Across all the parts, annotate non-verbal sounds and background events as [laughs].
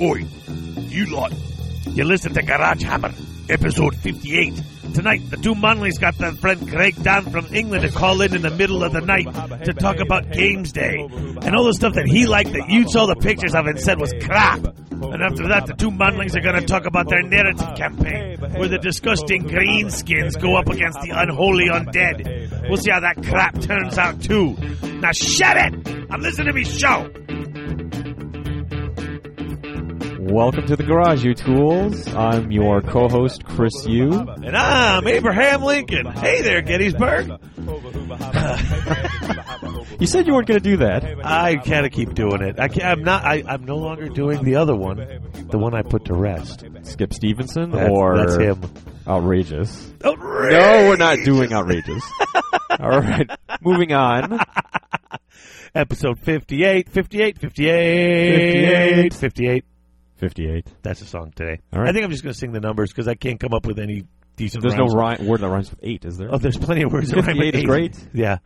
Oi, you lot. You listen to Garage Hammer, episode 58. Tonight, the two Manleys got their friend Greg Dan from England to call in in the middle of the night to talk about Games Day and all the stuff that he liked that you saw the pictures of and said was crap. And after that, the two Manlings are going to talk about their narrative campaign where the disgusting greenskins go up against the unholy undead. We'll see how that crap turns out, too. Now, shut it! I'm listening to me show! Welcome to the Garage, you tools. I'm your co-host, Chris Yu. And I'm Abraham Lincoln. Hey there, Gettysburg. You said you weren't going to do that. I kind of keep doing it. I can't, I'm not. I, I'm no longer doing the other one, the one I put to rest. Skip Stevenson That's- or that's him. Outrageous. No, No, we're not doing outrageous. [laughs] All right, moving on. Episode 58, 58, 58, 58. 58. Fifty-eight. That's the song today. All right. I think I'm just going to sing the numbers because I can't come up with any decent. There's no rhymes. rhyme, word that rhymes with eight, is there? Oh, there's plenty of words that rhyme 58 with is eight. great. Yeah.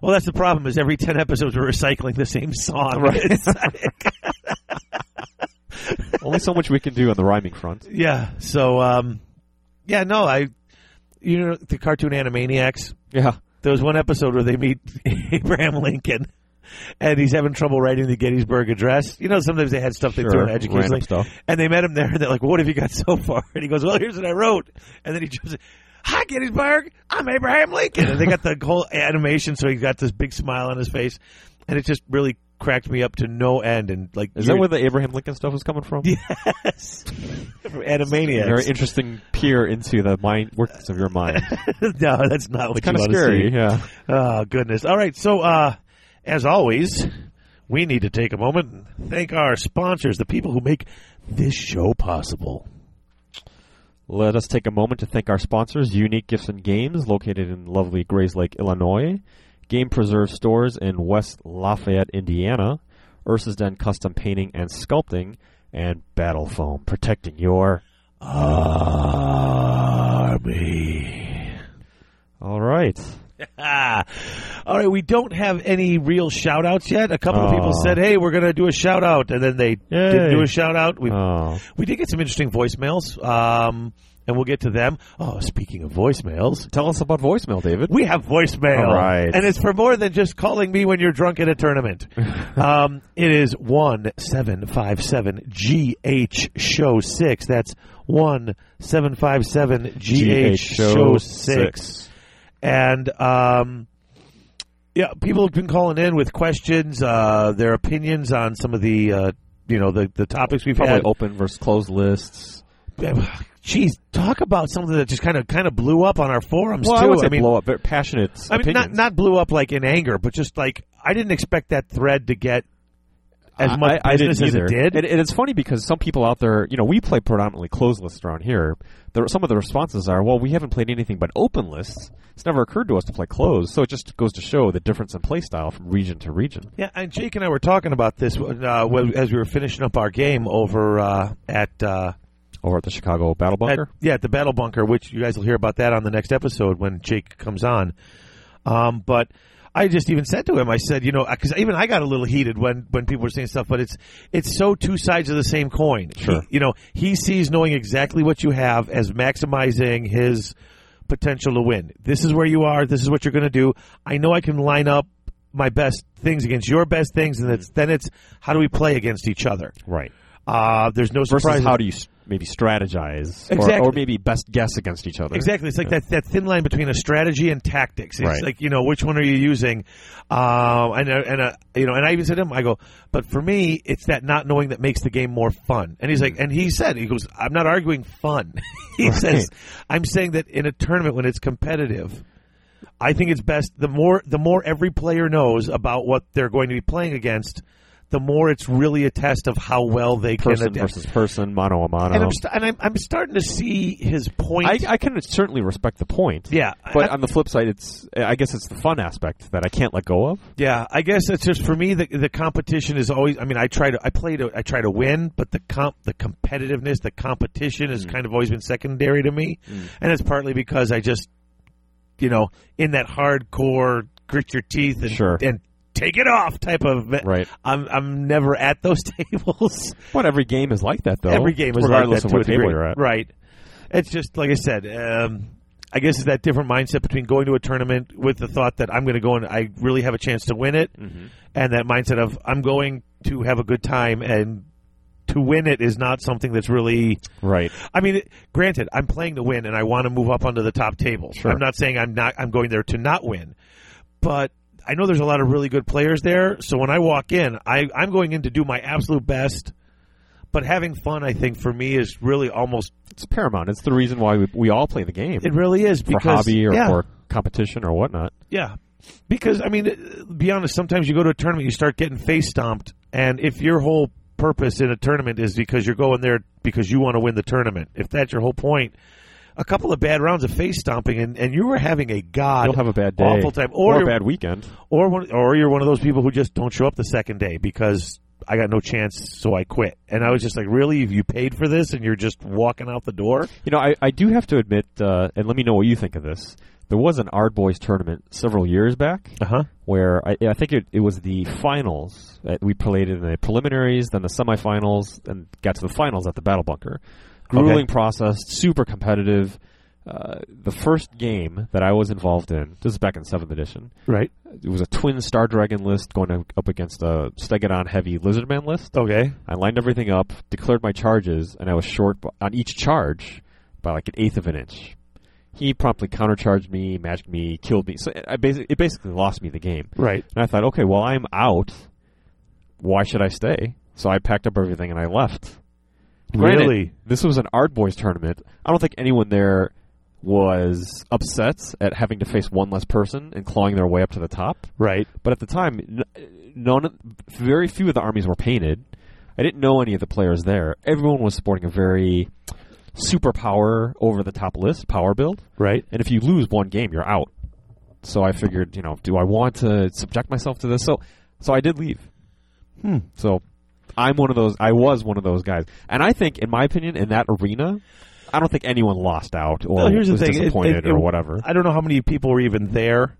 Well, that's the problem is every 10 episodes we're recycling the same song. Right. [laughs] It's- Only so much we can do on the rhyming front. yeah. So, um, yeah, no, I, you know, the cartoon Animaniacs, Yeah. there was one episode where they meet [laughs] Abraham Lincoln, and he's having trouble writing the Gettysburg Address. You know, sometimes they had stuff they threw Sure, in education, random like- stuff. and they met him there, and they're like, "What have you got so far?" [laughs] And he goes, "Well, here's what I wrote," and then he jumps. In, Hi Gettysburg, I'm Abraham Lincoln, and they got the whole animation, so he's got this big smile on his face, and it just really cracked me up to no end. And like, Is that where the Abraham Lincoln stuff was coming from? [laughs] yes, [laughs] Animaniacs? Very interesting peer into the mind workings of your mind. [laughs] no, that's not what kind you of want to see. scary. Yeah. Oh, goodness. All right. So, uh, as always, we need to take a moment and thank our sponsors, the people who make this show possible. Let us take a moment to thank our sponsors, Unique Gifts and Games, located in lovely Grays Lake, Illinois, Game Preserve Stores in West Lafayette, Indiana, Ursus Den Custom Painting and Sculpting, and Battle Foam, protecting your. Army. [laughs] All right. Ah. All right. We don't have any real shout outs yet. A couple of people Aw. said, hey, we're going to do a shout out. And then they didn't Yay. do a shout out. We, Oh, we did get some interesting voicemails, um, and we'll get to them. Oh, speaking of voicemails. tell us about voicemail, David. We have voicemail. All right. And it's for more than just calling me when you're drunk at a tournament. [laughs] um, it is 1757GH Show 6. That's 1757GH Show 6. And um, yeah, people have been calling in with questions, uh, their opinions on some of the. Uh, you know the the topics we've Probably had. open versus closed lists. [sighs] Jeez, talk about something that just kind of kind of blew up on our forums Well, too. I would say mean, blow up, but passionate I mean, not opinions. not blew up like in anger, but just like I didn't expect that thread to get as much I, I didn't business as either. it did. And, and it's funny because some people out there, you know, we play predominantly closed lists around here. There, some of the responses are, well, we haven't played anything but open lists. It's never occurred to us to play closed. So it just goes to show the difference in play style from region to region. yeah, and Jake and I were talking about this uh, when- as we were finishing up our game over uh, at, uh, Over at the Chicago Battle at Bunker. yeah at the battle bunker, which you guys will hear about that on the next episode when Jake comes on. Um, but I just even said to him, I said, you know, because even I got a little heated when when people were saying stuff, but it's it's so two sides of the same coin. Sure. He- you know, he sees knowing exactly what you have as maximizing his potential to win. This is where you are. This is what you're going to do. I know I can line up my best things against your best things, and it's, then it's how do we play against each other. right. Uh, there's no Versus surprise. how do you s- maybe strategize Exactly. or, or maybe best guess against each other. Exactly. It's like that, that thin line between a strategy and tactics. It's Right. like, you know, which one are you using? Uh, and, uh, and, uh, you know, and I even said to him, I go, but for me, it's that not knowing that makes the game more fun. And he's Hmm. like, and he said, he goes, I'm not arguing fun. [laughs] he says, I'm saying that in a tournament when it's competitive, I think it's best the more the more every player knows about what they're going to be playing against, the more it's really a test of how well they Person can adapt. versus person, mano a mano. and I'm, st- and I'm, I'm starting to see his point. I, I can certainly respect the point. yeah, But on the flip side, it's I guess it's the fun aspect that I can't let go of. Yeah, I guess it's just for me the the competition is always. I mean, I try to I play to I try to win, but the comp the competitiveness, the competition Mm. has kind of always been secondary to me, and it's partly because I just, you know, in that hardcore grit your teeth and Sure. and take it off type of. Right. I'm I'm never at those [laughs] tables. But every game is like that, though. Every game is like regardless that of what to a table degree. you're at. Right. It's just like I said. Um, I guess it's that different mindset between going to a tournament with the thought that I'm going to go and I really have a chance to win it, and that mindset of I'm going to have a good time and to win it is not something that's really. Right. I mean, granted, I'm playing to win and I want to move up onto the top table. Sure. I'm not saying I'm not. I'm going there to not win, but I know there's a lot of really good players there. So when I walk in, I, I'm going in to do my absolute best. But having fun, I think, for me is really almost It's paramount. It's the reason why we, we all play the game it really is for because hobby or, yeah, or competition or whatnot. yeah. Because I mean, uh, be honest. Sometimes you go to a tournament, you start getting face stomped, and if your whole purpose in a tournament is because you're going there because you want to win the tournament, if that's your whole point, a couple of bad rounds of face stomping, and, and you were having a god You'll have a bad day, awful time, or, or a you're- bad weekend. or one, or you're one of those people who just don't show up the second day because I got no chance, so I quit. And I was just like, really, you paid for this, and you're just walking out the door? You know, I, I do have to admit, uh, and let me know what you think of this. There was an Ard Boys tournament several years back Uh huh. where I, I think it, it was the finals. Uh, We played in the preliminaries, then the semifinals, and got to the finals at the Battle Bunker. Grueling process, super competitive. Uh, the first game that I was involved in, this is back in 7th edition, Right. it was a twin Star Dragon list going up- up against a Stegodon heavy Lizardman list. Okay. I lined everything up, declared my charges, and I was short b- on each charge by like an eighth of an inch. He promptly countercharged me, matched me, killed me. So I basically, it basically lost me the game. Right. And I thought, okay, well, I'm out. Why should I stay? So I packed up everything and I left. Granted, Really? this was an Art Boys tournament. I don't think anyone there was upset at having to face one less person and clawing their way up to the top. Right. But at the time, n- none, of- very few of the armies were painted. I didn't know any of the players there. Everyone was supporting a very superpower over the top list power build. Right. And if you lose one game, you're out. So I figured, you know, do I want to subject myself to this? So, so I did leave. Hmm. So I'm one of those. I was one of those guys, and I think, in my opinion, in that arena, I don't think anyone lost out or Well, here's the was thing. It- disappointed it- or it- whatever. I don't know how many people were even there.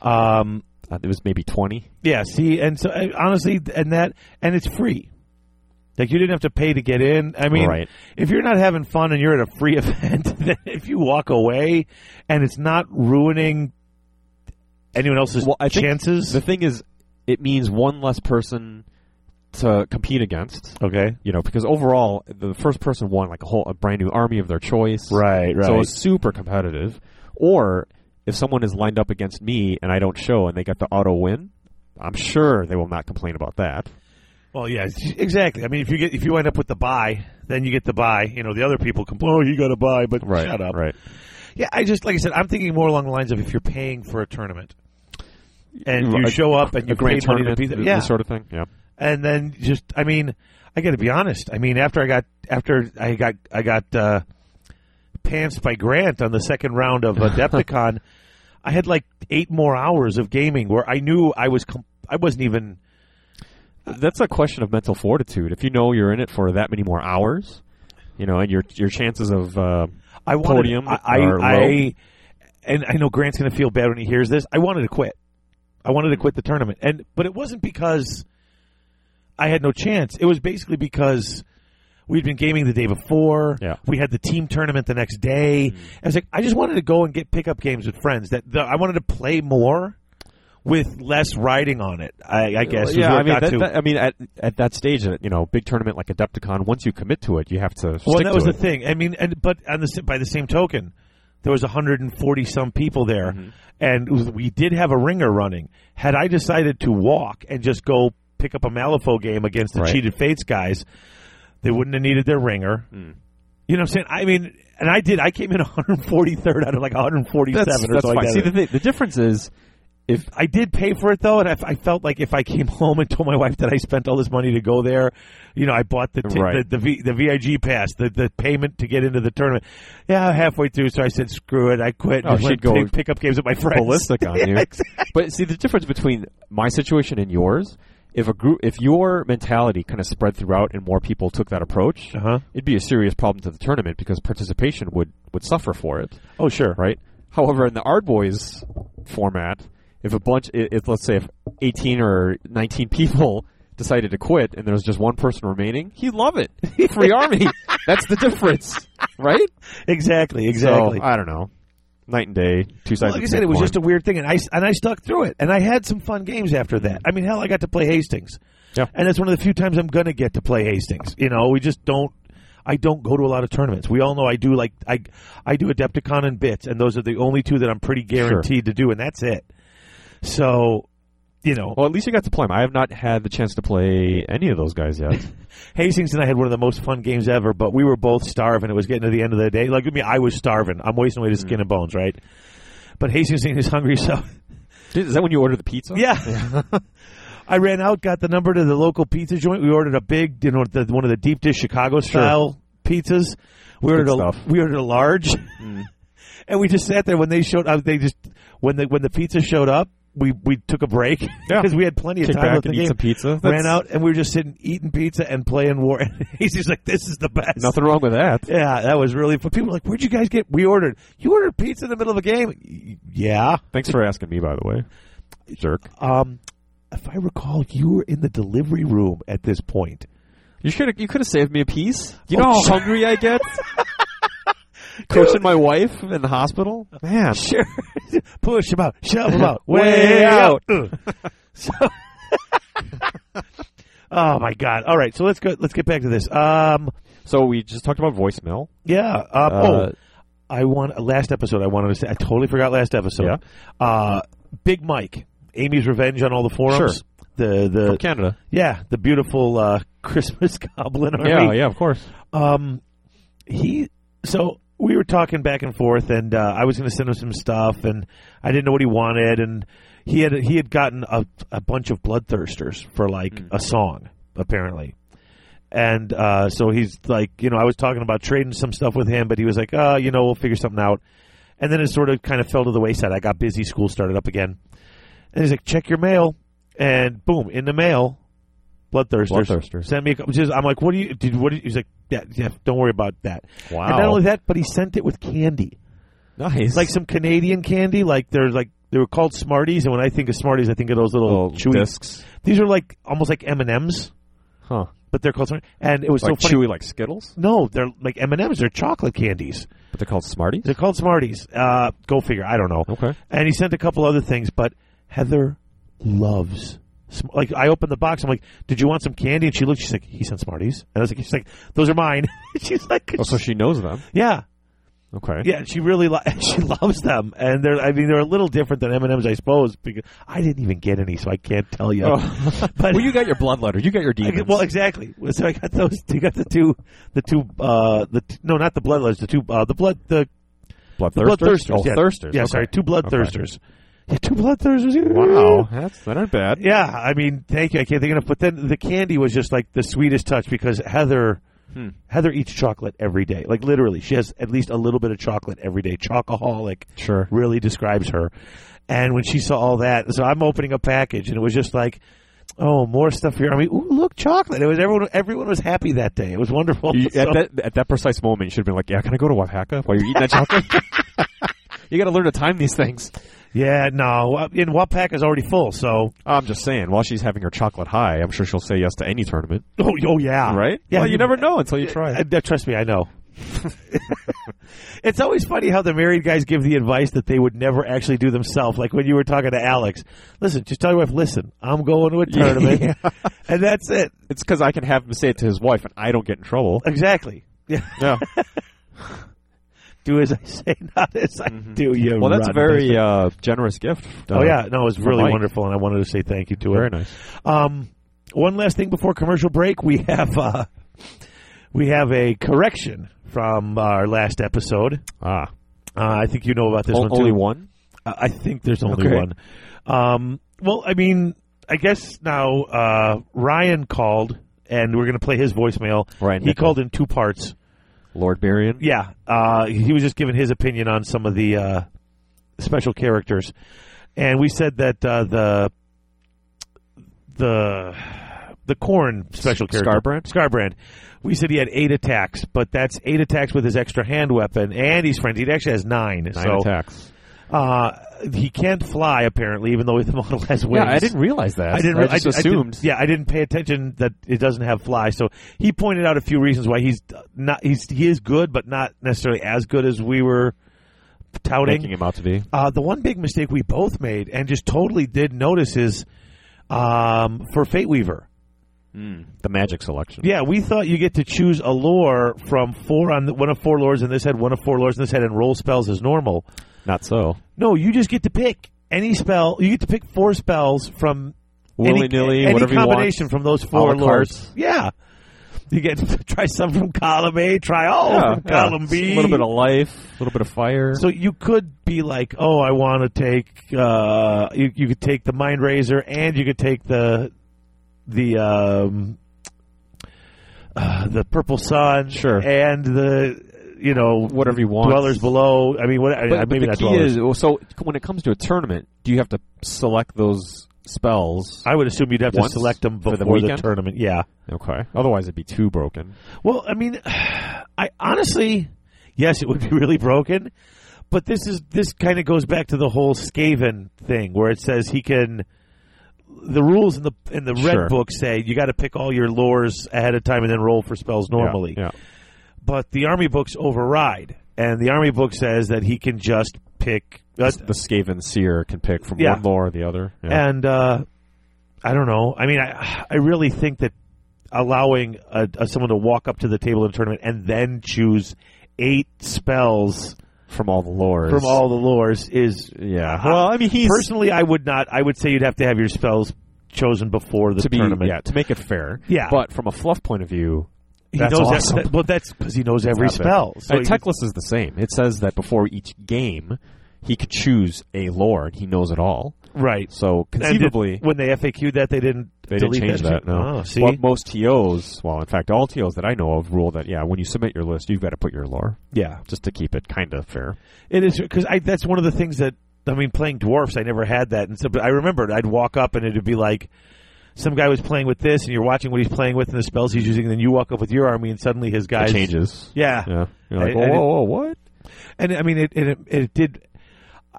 Um, Uh, it was maybe twenty. yeah. See, and so uh, honestly, and that, and it's free. Like you didn't have to pay to get in. I mean, Right. if you're not having fun and you're at a free [laughs] event, then if you walk away and it's not ruining anyone else's Well, I think chances, The thing is, it means one less person to compete against. okay, You know, because overall, the first person won like a whole a brand new army of their choice. right, So it's super competitive. Or if someone is lined up against me and I don't show and they get the auto win, I'm sure they will not complain about that. well, yeah, it's- exactly. I mean, if you get if you end up with the buy, then you get the buy. You know, the other people complain, "Oh, you got a buy," but shut up. Right. Yeah, I just like I said, I'm thinking more along the lines of if you're paying for a tournament and A- you show up and A you grand paid money to tournament, be there, th- yeah, this sort of thing. Yeah. and then just I mean, I got to be honest. I mean, after I got after I got I got uh, pants by Grant on the second round of Adepticon, I had like eight more hours of gaming where I knew I was com- I wasn't even That's a question of mental fortitude. If you know you're in it for that many more hours, you know, and your your chances of uh, I wanted, Podium I, I, or low? I and I know Grant's going to feel bad when he hears this. I wanted to quit. I wanted to quit the tournament, and but it wasn't because I had no chance. It was basically because we'd been gaming the day before. Yeah. Mm. We had the team tournament the next day. I was like, I just wanted to go and get pickup games with friends. That the, I wanted to play more with less riding on it. I, I guess. is yeah, where I it mean, got that, to. that- I mean, at at that stage, uh, you know, big tournament like Adepticon, once you commit to it, you have to. Well, stick that was to the it. thing. I mean, and but on the s- by the same token, there was 140 some people there, Mm-hmm. and it was- we did have a ringer running. Had I decided to walk and just go pick up a Malifaux game against the Right. cheated Fates guys, they wouldn't have needed their ringer. Mm. You know what I'm saying? I mean, and I did. I came in 143rd out of like 147 That's, or that's something fine. like See, that. the, thing, the difference is, if I did pay for it though, and I, I felt like if I came [laughs] home and told my wife that I spent all this money to go there, you know, I bought the t- Right. the, the, v, the VIG pass, the, the payment to get into the tournament. Yeah, halfway through, so I said, "Screw it, I quit." Oh, and she'd went go pick, pick up games with my friends. ballistic [laughs] on you. But see, the difference between my situation and yours, if a group, if your mentality kind of spread throughout and more people took that approach, Uh-huh. it'd be a serious problem to the tournament because participation would would suffer for it, Oh, sure. right? However, in the Ard Boys format, if a bunch, i- if let's say if 18 or 19 [laughs] people decided to quit and there's just one person remaining, he'd [laughs] love it. Free army. That's the difference, right? Exactly, exactly. So, I don't know. Night and day, two like sides. of I the said, same it was coin. just a weird thing, and I and I stuck through it, and I had some fun games after that. I mean, hell, I got to play Hastings, Yeah. and that's one of the few times I'm gonna get to play Hastings. You know, we just don't. I don't go to a lot of tournaments. We all know I do like I I do Adepticon and Bits, and those are the only two that I'm pretty guaranteed to do, and that's it. So, you know, Well, at least you got to play him. I have not had the chance to play any of those guys [laughs] yet. Hastings and I had one of the most fun games ever, but we were both starving. It was getting to the end of the day. Like, I mean, I was starving. I'm wasting away to skin and bones, right? But Hastings and I was hungry, so [laughs] Is that when you ordered the pizza? yeah. I ran out, got the number to the local pizza joint. We ordered a big, you know, the, one of the deep dish Chicago style pizzas. We ordered a stuff. Mm. we ordered a large, [laughs] and we just sat there when they showed up. They just when the when the pizza showed up, we we took a break [laughs] Yeah. because we had plenty of Kick time back left in and the eat game. some pizza. That's- Ran out, and we were just sitting eating pizza and playing war. [laughs] And he's just like, "This is the best." Nothing wrong with that. Yeah, that was really fun. People were like, "Where'd you guys get?" We ordered. You ordered pizza in the middle of a game. Y- Yeah. Thanks for asking me, by the way. Jerk. Um, if I recall, you were in the delivery room at this point. You should you could have saved me a piece. You Oh, know sure. [laughs] how hungry I get. Coaching my wife in the hospital. [laughs] Man, Sure. Push him out. Shove him out. [laughs] Way Ugh. [laughs] so. oh my God! All right, so let's go. Let's get back to this. Um, So we just talked about voicemail. yeah. Um, Uh, oh, I want last episode. I wanted to say I totally forgot last episode. Uh, Big Mike, Amy's revenge on all the forums. Sure. The the from Canada. Yeah, the beautiful uh, [laughs] Christmas goblin army. Yeah, yeah, of course. Um, he. So we were talking back and forth, and uh, I was going to send him some stuff, and I didn't know what he wanted, and he had he had gotten a, a bunch of bloodthirsters for like a song apparently. And uh, so he's like, you know, I was talking about trading some stuff with him, but he was like, uh, you know, we'll figure something out. And then it sort of kind of fell to the wayside. I got busy, school started up again. And he's like, check your mail. And boom, in the mail, bloodthirsters. Bloodthirsters. Send me a couple. Just, I'm like, what do you, did, what do you, he's like, yeah, yeah, don't worry about that. Wow. And not only that, but he sent it with candy. nice. It's like some Canadian candy. Like they're like, they were called Smarties. And when I think of Smarties, I think of those little, little chewy. discs. These are like, almost like M&M's, Huh. but they're called Smarties. And it was like so funny. chewy like Skittles, No, they're like M and M's. They're chocolate candies. but they're called Smarties. They're called Smarties. Uh, go figure. I don't know. Okay. And he sent a couple other things, but Heather loves. Sm- like I opened the box. I'm like, "Did you want some candy?" And she looked. She's like, "He sent Smarties." And I was like, "She's like, those are mine." [laughs] she's like, Oh, so she knows them. "Yeah, Okay. yeah." She really li- [laughs] she loves them, and they're. I mean, they're a little different than M and M's, I suppose, because I didn't even get any, so I can't tell you. Oh. [laughs] But well, you got your bloodletter. You got your I demons. get- well, exactly. So I got those. You got the two, the two, uh, the t- no, not the bloodlust. The two, uh, the blood, the, the bloodthirsters. bloodthirsters. Oh, yeah, thirsters. Yeah, okay. sorry, two Okay. bloodthirsters. Yeah, two bloodthirsters. Wow, [laughs] that's that ain't bad. Yeah, I mean, thank you. I can't think enough. But then the candy was just like the sweetest touch because Heather, Hmm. Heather eats chocolate every day. Like literally, she has at least a little bit of chocolate every day. Chocoholic Sure. really describes her. And when she saw all that, so I'm opening a package, and it was just like, oh, more stuff here. I mean, ooh, look, chocolate. It was everyone. Everyone was happy that day. It was wonderful. You- [laughs] So- at that at that precise moment, you should have been like, "Yeah, can I go to Oaxaca while you're eating that [laughs] chocolate?" you got to learn to time these things. yeah, no, uh, and Wapak is already full. So, I'm just saying. While she's having her chocolate high, I'm sure she'll say yes to any tournament, oh, oh yeah, Uh, right? Yeah, well, you never know until you Uh, try. uh, trust me, I know. [laughs] it's always funny how the married guys give the advice that they would never actually do themselves. Like when you were talking to Alex, listen, just tell your wife, listen, I'm going to a [laughs] tournament, and that's it. It's because I can have him say it to his wife, and I don't get in trouble. Exactly. [laughs] Yeah. [laughs] Yeah. do as I say, not as I do. You. Mm-hmm. Well, that's a rotten very bastard. uh, generous gift. oh yeah, no, it was really Mike. wonderful, and I wanted to say thank you to her. very nice. Um, one last thing before commercial break, we have uh, we have a correction from our last episode. Ah, Uh, I think you know about this O- one too. only one. I I think there's only Okay. one. Um, well, I mean, I guess now uh, Ryan called, and we're going to play his voicemail. Ryan he Nichols. called in two parts. Lord Barian. Yeah, uh, he was just giving his opinion on some of the uh, special characters, and we said that uh, the the the corn special character Scarbrand? Scarbrand, we said he had eight attacks, but that's eight attacks with his extra hand weapon, and he's frenzied. He actually has nine. Nine so attacks. Uh, he can't fly apparently, even though the [laughs] model has wings. Yeah, I didn't realize that. I didn't. I re- just I did- I assumed. did- yeah, I didn't pay attention that it doesn't have fly. So he pointed out a few reasons why he's uh, not. He's he is good, but not necessarily as good as we were touting. [laughs] Making him out to be. Uh, the one big mistake we both made and just totally did notice is um, for Fate Weaver. The magic selection. Yeah, we thought you get to choose a lore from four on one of four lores in this head, one of four lores in this head, and roll spells as normal. Not so. No, you just get to pick any spell. You get to pick four spells from any- Willy-nilly, any whatever you want. combination from those four la lords. carte. Yeah, you get [laughs] try some from column A, try all from [laughs] column B, A little bit of life, a little bit of fire. So you could be like, oh, I want to take. Uh, you you could take the mind razor, and you could take the the um, uh, the purple sun, Sure. and the you know Whatever you want. dwellers below. I mean, what I- but, but maybe the not key dwellers. is well, so when it comes to a tournament, do you have to select those spells? I would assume you'd have Once to select them for the before the weekend? tournament. Yeah. Okay. Otherwise, it'd be too broken. Well, I mean, [sighs] I honestly, yes, it would be [laughs] really broken, but this is this kind of goes back to the whole Skaven thing, where it says he can. The rules in the in the red Sure. book say you got to pick all your lores ahead of time and then roll for spells Yeah, normally. Yeah. But the army books override, and the army book says that he can just pick. uh, The Skaven Seer can pick from Yeah. one lore or the other. Yeah. and uh, I don't know. I mean, I I really think that allowing uh uh someone to walk up to the table in a tournament and then choose eight spells from all the lores. from all the lores is Yeah. Uh, Well, I mean, he's personally I would not. I would say you'd have to have your spells chosen before the to be tournament. yeah to make it fair. Yeah. But from a fluff point of view, he that's knows awesome. [laughs] That, that, well, that's because he knows every Stop it. spell. So and he- Techless is the same. It says that before each game, he could choose a lore and he knows it all. right. So And did- conceivably, when they FAQ'd that, they didn't they didn't delete change that. No. Oh, see, But most TOs, well, in fact, all TOs that I know of rule that yeah, when you submit your list, you've got to put your lore yeah, just to keep it kind of fair. It is because I that's one of the things that I mean playing dwarfs I never had that and so but I remembered I'd walk up and it'd be like some guy was playing with this and you're watching what he's playing with and the spells he's using and then you walk up with your army and suddenly his It guys changes. yeah, Yeah. You're like, I- I whoa, did- whoa, whoa, what? and I mean it it, it did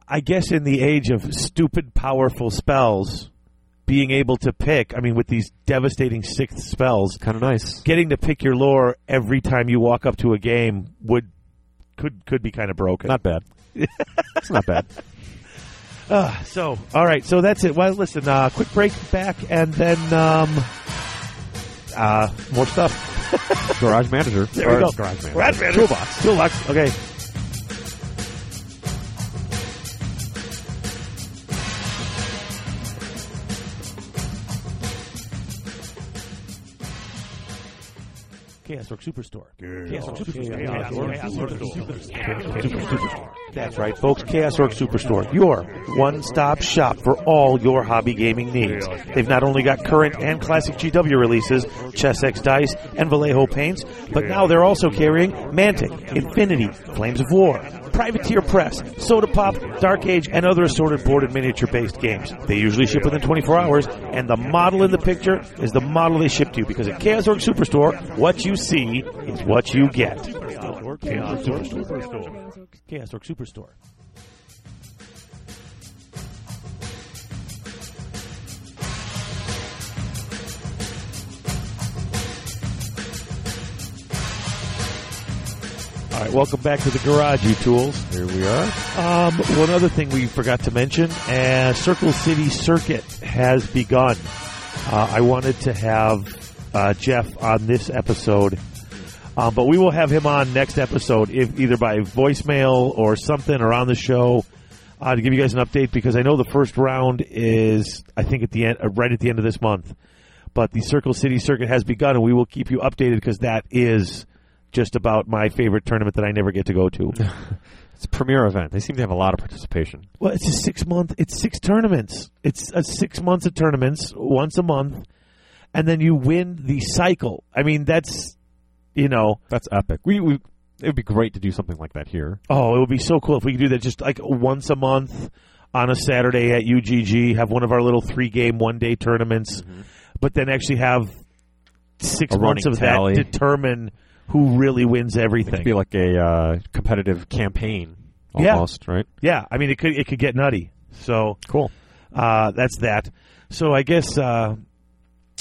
I guess in the age of stupid powerful spells being able to pick I mean with these devastating sixth spells Kind of nice. getting to pick your lore every time you walk up to a game would could could be kind of broken Not [laughs] bad. it's not bad. Uh, so, all right. So that's it. Well, listen, uh, quick break back and then um, uh, more stuff. Garage manager. [laughs] There we Or go. Garage manager. Garage manager. Toolbox. Toolbox. Okay. Chaos Rock Superstore. Chaos Rock Superstore. That's right, folks. Chaos Org Superstore, your one-stop shop for all your hobby gaming needs. They've not only got current and classic GW releases, Chess X Dice, and Vallejo Paints, but now they're also carrying Mantic, Infinity, Flames of War, Privateer Press, Soda Pop, Dark Age, and other assorted board and miniature-based games. They usually ship within 24 hours, and the model in the picture is the model they ship to you because at Chaos Org Superstore, what you see is what you get. Chaos Org Superstore. Chaos Org Superstore. All right, welcome back to the garage, you tools. Here we are. Um, one other thing we forgot to mention: uh, Circle City Circuit has begun. Uh, I wanted to have uh, Jeff on this episode, um, but we will have him on next episode, if either by voicemail or something, or on the show uh, to give you guys an update because I know the first round is, I think, at the end, uh, right at the end of this month. But the Circle City Circuit has begun, and we will keep you updated because that is just about my favorite tournament that I never get to go [laughs] to. It's a premier event. They seem to have a lot of participation. Well, it's a six month. It's six tournaments. It's a six months of tournaments once a month, and then you win the cycle. I mean, that's you know, That's epic. We, we it would be great to do something like that here. oh, it would be so cool if we could do that just like once a month on a Saturday at UGG. Have one of our little three game one day tournaments, but then actually have six Mm-hmm. A months running of tally. that determine who really wins It'd everything. be like a uh, competitive campaign Yeah. almost, right? Yeah, I mean it could it could get nutty. So Cool. uh, that's that. So I guess uh,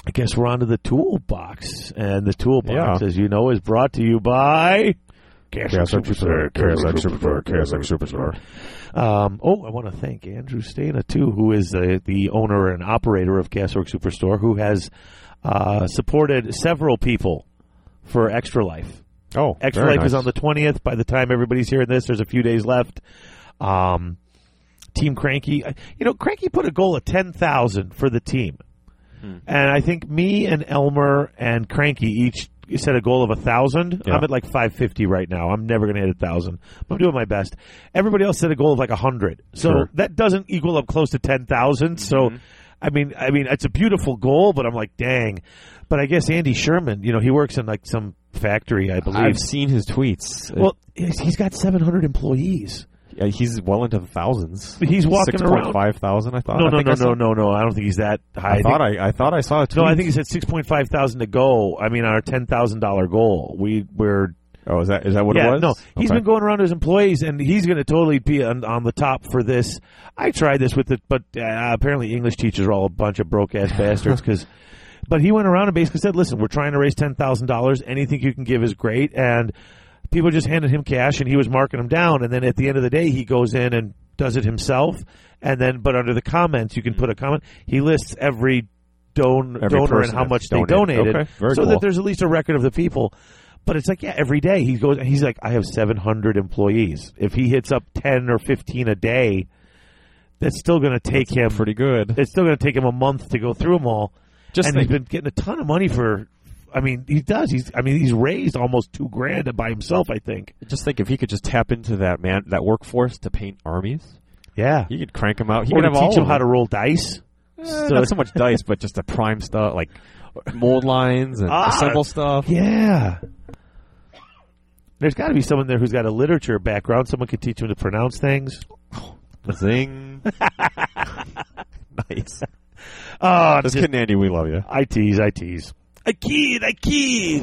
I guess we're on to the toolbox, and the toolbox, Yeah. as you know, is brought to you by. Um, oh, I want to thank Andrew Stana too, who is the, the owner and operator of Gasworks Superstore, who has uh, supported several people for Extra Life. Oh, Extra very Life is nice. on the twentieth. By the time everybody's hearing this, there's a few days left. Um, team Cranky, uh, you know, Cranky put a goal of ten thousand for the team, and I think me and Elmer and Cranky each set a goal of a thousand. Yeah. I'm at like five fifty right now. I'm never going to hit a thousand. I'm doing my best. Everybody else set a goal of like a hundred, so Sure. that doesn't equal up close to ten So. I mean, I mean, it's a beautiful goal, but I'm like, dang. But I guess Andy Sherman, you know, he works in like some factory, I believe. I've seen his tweets. Uh, Well, he's he's got 700 employees. yeah, he's well into the thousands. He's walking around. 6.5,000, I thought. No, I no, think no, I saw- no, no, no. I don't think he's that high. I think- thought I, I thought I saw a tweet. no, I think he's at 6.5 thousand to go. I mean, on our $10,000 goal, we we're Oh, is that is that what yeah, it was? no. He's Okay. been going around to his employees, and he's going to totally be on, on the top for this. I tried this with it, but uh, apparently English teachers are all a bunch of broke [laughs] ass bastards. Because, but he went around and basically said, "Listen, we're trying to raise ten thousand dollars. Anything you can give is great." And people just handed him cash, and he was marking them down. And then at the end of the day, he goes in and does it himself. And then, but under the comments, you can put a comment. He lists every don- Every donor and person how that's much they donated. donated, Okay, very so cool. that there's at least a record of the people. But it's like, yeah, every day he goes. He's like, I have 700 employees. If he hits up 10 or 15 a day, that's still going to take him. pretty good. it's still going to take him a month to go through them all. Just and think- he's been getting a ton of money for. I mean, he does. He's. I mean, he's raised almost two grand by himself. I think. Just think if he could just tap into that man that workforce to paint armies, Yeah. he could crank them out. He or could to have all teach him of how to them. roll dice. Eh, not so much dice, but just the prime stuff like mold lines and Ah, assemble stuff. Yeah. There's got to be someone there who's got a literature background. Someone could teach him to pronounce things. [laughs] Zing. nice. Oh, Just kidding, Andy. We love you. I tease, I tease. I kid, I kid.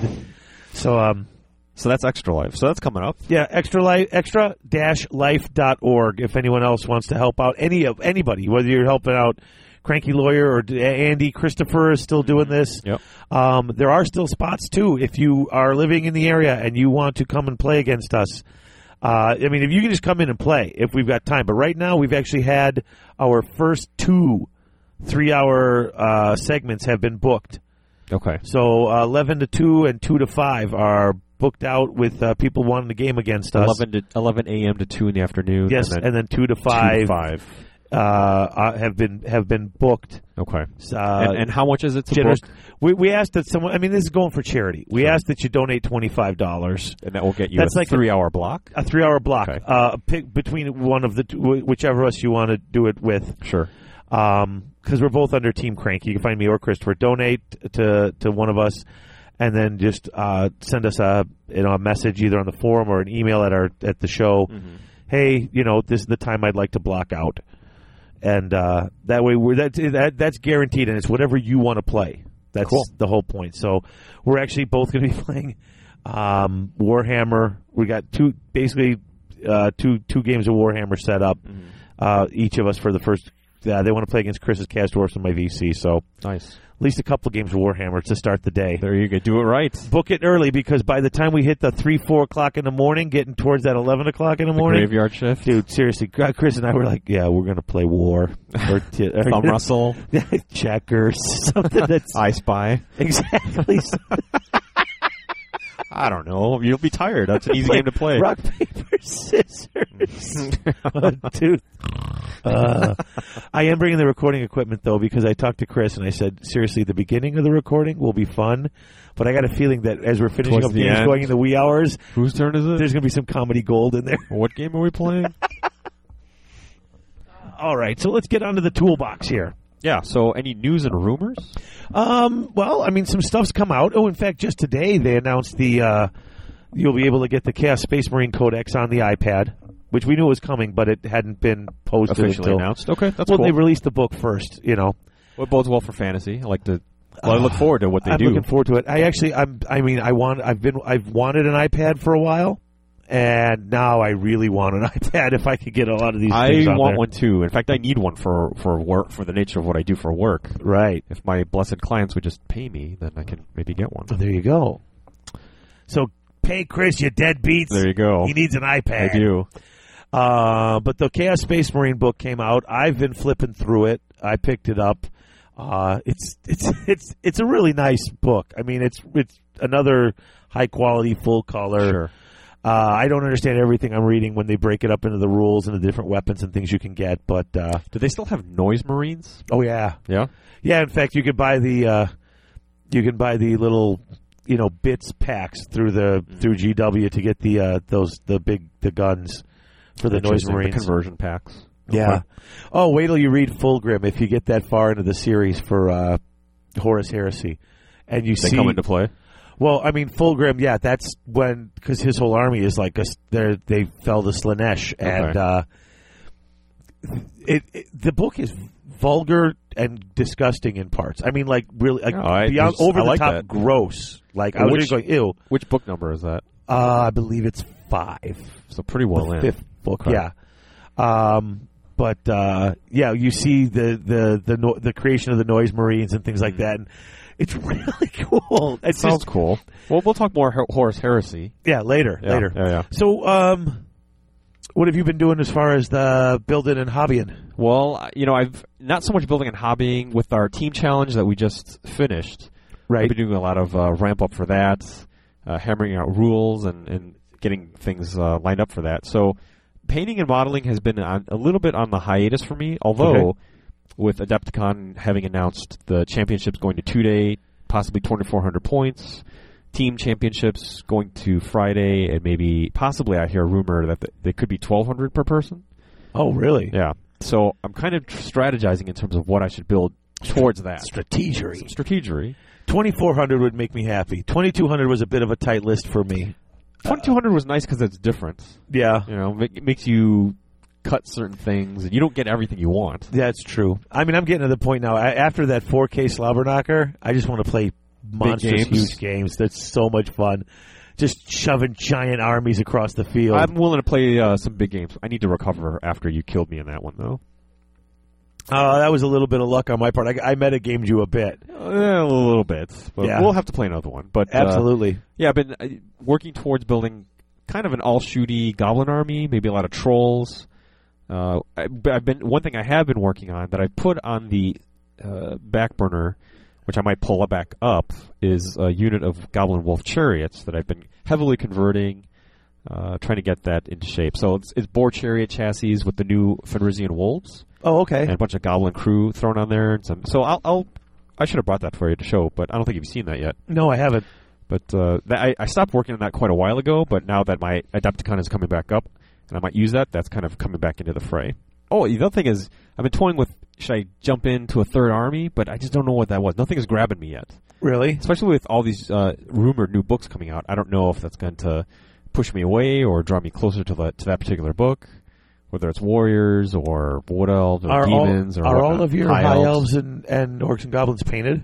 So um So that's extra life. So that's coming up. yeah, extra life extra dash life dot org if anyone else wants to help out any of anybody, whether you're helping out Cranky Lawyer or D- Andy Christopher is still doing this. Yep. Um, there are still spots too if you are living in the area and you want to come and play against us. Uh, I mean, if you can just come in and play if we've got time. But right now, we've actually had our first two three-hour uh, segments have been booked. Okay. So uh, eleven to two and two to five are booked out with uh, people wanting the game against us. 11 to 11 a.m. to 2 in the afternoon. yes, and then, two to 2 five, to 5. Uh, uh, have been have been booked. Okay. Uh, and, and how much is it to generous- book? we, we asked that someone. I mean, this is going for charity. We asked that you donate twenty five dollars. And that will get you That's a like a- three-hour block. A three hour block. Okay. Uh, pick between one of the two, wh- whichever us you want to do it with. Sure. because we're both under Team Crank. You can find me or Christopher. Donate to to one of us, and then just uh, send us a you know a message either on the forum or an email at our at the show. Mm-hmm. Hey, you know this is the time I'd like to block out, and uh, that way we're that's that, that's guaranteed, and it's whatever you want to play. That's Cool. the whole point. So we're actually both going to be [laughs] playing um, Warhammer. We got two basically uh, two two games of Warhammer set up Mm-hmm. uh, each of us for the first. Uh, they want to play against Chris's Cast Dwarfs and my VC, so at Nice. least a couple games of Warhammer to start the day. There you go. Do it right. Book it early because by the time we hit the three four o'clock in the morning, getting towards that eleven o'clock in the morning, Graveyard shift. dude, seriously, Gr- Chris and I were like, yeah, we're gonna play war or, [laughs] t- or Thumb Russell. [laughs] checkers, something that's I Spy. [laughs] exactly I don't know. You'll be tired. That's an easy game to play. rock paper [laughs] scissors. One, two. Uh, I am bringing the recording equipment though because I talked to Chris and I said seriously the beginning of the recording will be fun, but I got a feeling that as we're finishing Towards up the games end. going into wee hours, Whose turn is it? there's going to be some comedy gold in there. what game are we playing? All right, so let's get onto the toolbox here. [laughs] yeah. So any news and rumors? Um, well, I mean some stuff's come out. Oh, in fact, just today they announced the uh, you'll be able to get the Chaos Space Marine Codex on the iPad, which we knew was coming, but it hadn't been posted Officially until announced. Okay, that's well, cool. they released the book first, you know. what bodes well for fantasy? I like to. Well, I look forward to what they I'm do. looking forward to it. I actually, I'm, I mean, I want, I've been, I've wanted an iPad for a while, and now I really want an [laughs] iPad if I could get a lot of these. I things on want there. one too. In fact, I need one for for work for the nature of what I do for work. Right If my blessed clients would just pay me, then I can maybe get [laughs] one. there, you go. So pay Chris, you deadbeats. There you go. He needs an I iPad. do. Uh, but the Chaos Space Marine book came out. I've been flipping through it. I picked it up. Uh, it's it's [laughs] it's it's a really nice book. I mean, it's it's another high quality, full color. Sure. Uh, I don't understand everything I'm reading when they break it up into the rules and the different weapons and things you can get. But uh, Do they still have noise marines? oh yeah, Yeah. yeah. In fact, you could buy the uh, you can buy the little you know bits packs through the through GW to get the uh, those the big the guns for the noise Interesting. marines. conversion packs. Yeah. Okay. Oh, wait till you read Fulgrim if you get that far into the series for uh, Horus Heresy, and you They see. come into play. well, I mean Fulgrim, yeah, that's when because his whole army is like a, they're- they fell to Slanesh, and Okay. uh, it, it the book is vulgar and disgusting in parts. I mean, like really like No, Oh, I- beyond I over the like top, that. gross. Like I was Which- just going, ew. Which book number is that? Uh, I believe it's five So pretty well the in. fifth book. Okay. Yeah. Um, but uh, yeah, you see the the the no- the creation of the noise marines and things like that, and it's [laughs] really cool. It's Hmm. Sounds just cool. Well, we'll talk more Her- Horus Heresy yeah later Yeah, later. Yeah, yeah. So um, what have you been doing as far as the building and hobbying? Well, I- you know, I've not so much building and hobbying with our team challenge that we just finished. I've Right. been doing a lot of uh, ramp up for that, uh, hammering out rules and, and getting things uh, lined up for that. So, painting and modeling has been on, a little bit on the hiatus for me, although Okay. with Adepticon having announced the championships going to two day, possibly 2,400 points, team championships going to Friday, and maybe possibly I hear a rumor that th- they could be 1,200 per person. Oh, really? Yeah. So, I'm kind of strategizing in terms of what I should build towards that. Strategery. Strategery. Twenty four hundred would make me happy. Twenty two hundred was a bit of a tight list for me. 2,200 was nice because it's different. Yeah. you know, it makes you cut certain things, and you don't get everything you want. That's true. I mean, I'm getting to the point now. I, after that 4K slobber knocker, I just want to play monstrous games. huge games. That's so much fun. Just shoving giant armies across the field. I'm willing to play uh, some big games. I need to recover after you killed me in that one, though. Uh, that was a little bit of luck on my part. I, I meta gamed you a bit. Eh, a little bit, but Yeah. we'll have to play another one. But uh, Absolutely. yeah, I've been uh, working towards building kind of an all shooty goblin army, maybe a lot of trolls. Uh, I, but I've been one thing I have been working on that I put on the uh, back burner, which I might pull it back up, is a unit of goblin wolf chariots that I've been heavily converting, uh, trying to get that into shape. So it's, it's boar chariot chassis with the new Fenrisian wolves oh, okay. and a bunch of goblin crew thrown on there. And some, so I'll, I'll I should have brought that for you to show, but I don't think you've seen that yet. No, I haven't. But uh, that, I, I stopped working on that quite a while ago. But now that my Adepticon is coming back up, and I might use that, that's kind of coming back into the fray. Oh, the other thing is, I've been toying with should I jump into a third army, but I just don't know what that was. Nothing is grabbing me yet, Really? especially with all these uh, rumored new books coming out. I don't know if that's going to push me away or draw me closer to the to that particular book. Whether it's warriors or wood elves or Are all, demons or are whatnot. all of your high elves. and, and orcs and goblins painted?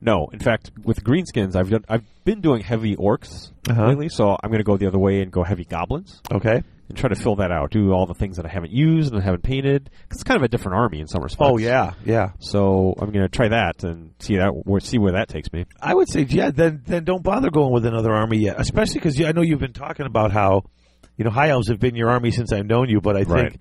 No, in fact, with greenskins, I've done, I've been doing heavy orcs Uh-huh. lately, so I'm going to go the other way and go heavy goblins Okay. and try to fill that out. Do all the things that I haven't used and I haven't painted. 'Cause it's kind of a different army in some respects. Oh yeah, yeah. So I'm going to try that and see that where- see where that takes me. I would say, yeah, then then don't bother going with another army yet, especially because I know you've been talking about how, you know, high elves have been your army since I've known you, but I Right. think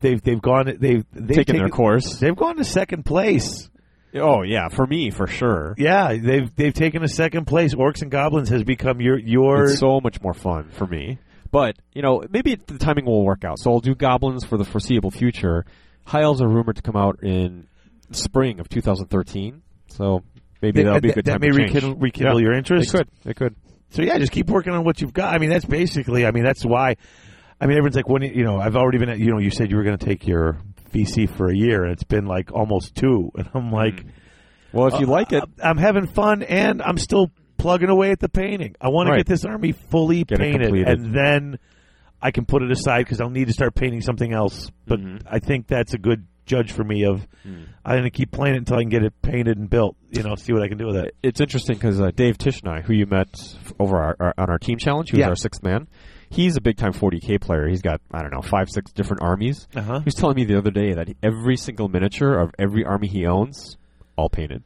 they've they've gone they've they've Taking their course. They've gone to second place. Oh yeah, for me for sure. Yeah, they've they've taken a second place. Orcs and goblins has become your your It's so much more fun for me. But you know, maybe it- the timing will work out. So I'll do goblins for the foreseeable future. High elves are rumored to come out in spring of 2013. So maybe that'll that, be a good that time may to change. rekindle, rekindle Yeah. your It interest. could. It could. So yeah, just keep working on what you've got. I mean, that's basically. I mean, that's why. I mean, everyone's like, when you know, I've already been. at- You know, you said you were going to take your VC for a year, and it's been like almost two, [laughs] and I'm like. Well, if you like it, I'm- I'm having fun and I'm still plugging away at the painting. I want Right. to get this army fully Get it painted completed. and then I can put it aside because I'll need to start painting something else. But Mhm. I think that's a good judge for me of I'm going to keep playing it until I can get it painted and built, you know, see what I can do with it. it's interesting because uh, Dave Tishnai, who you met f- over our, our, on our team challenge, he was Yeah. our sixth man. He's a big time 40k player. He's got I don't know five six different armies. Uh-huh. He was telling me the other day that every single miniature of every army he owns, all painted.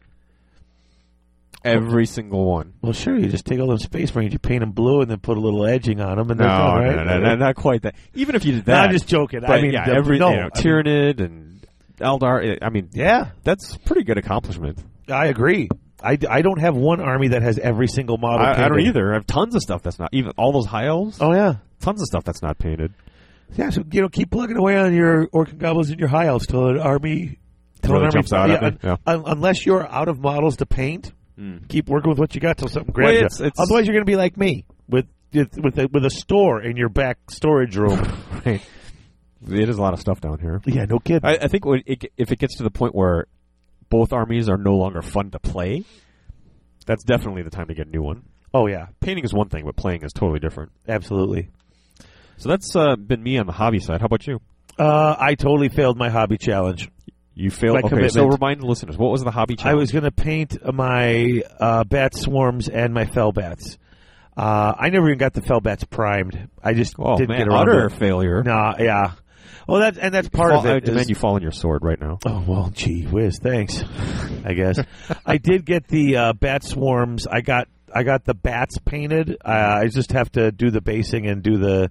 Every single one. Well, sure, you just take all those Space Marines, you paint them blue, and then put a little edging on them, and No, they're done, right? no, no, no, not quite that. Even if you did No, that, I'm just joking. but I mean, yeah, the- every no, you know, I mean- Tyranid and Eldar. eh, I mean, yeah, that's pretty good accomplishment. I agree. I, I don't have one army that has every single model. I, I don't painted. either. I have tons of stuff that's not even all those high elves. Oh yeah, Tons of stuff that's not painted. yeah. So you know, keep plugging away on your orc and goblins and your high elves till an army till an Really army jumps out at yeah, me, yeah. Hmm. un- unless you're out of models to paint, keep working with what you got till something Well, grabs you. it's- it's- Otherwise, you're going to be like me with with with a, with a store in your back storage [laughs] room. Right. It is a lot of stuff down here. yeah, no kidding. I, I think when it, ge- if it gets to the point where both armies are no longer fun to play, that's definitely the time to get a new one. oh yeah, Painting is one thing, but playing is totally different. absolutely. So that's uh, been me on the hobby side. How about you? Uh, I totally failed my hobby challenge. You failed. My okay, so commitment. remind the listeners what was the hobby? I Challenge? was going to paint my uh, bat swarms and my fell bats. Uh, I never even got the fell bats primed. I just Oh didn't man, get around utter to it. failure. Nah, yeah. Well, that and that's part Fall- of it. I is- demand you fall on your sword right now. Oh well, gee whiz, thanks. I guess [laughs] I did get the uh, bat swarms. I got I got the bats painted. Uh, I just have to do the basing and do the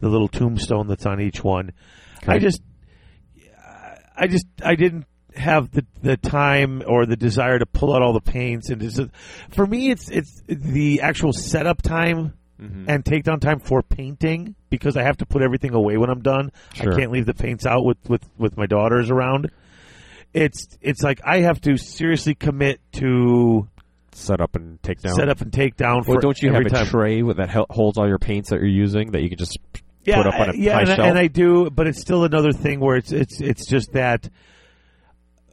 the little tombstone that's on each one. I Okay. just I just I didn't have the the time or the desire to pull out all the paints and it's for me it's it's the actual setup time Mm-hmm. and takedown time for painting because I have to put everything away when I'm done. Sure. I can't leave the paints out with with with my daughters around. It's it's like I have to seriously commit to Set up and take down. set up and take down for Well, don't you have every a time. tray with, that hel- holds all your paints that you're using that you can just p- yeah, put up on a I- yeah, high and, I- shelf? and I do, but it's still another thing where it's it's it's just that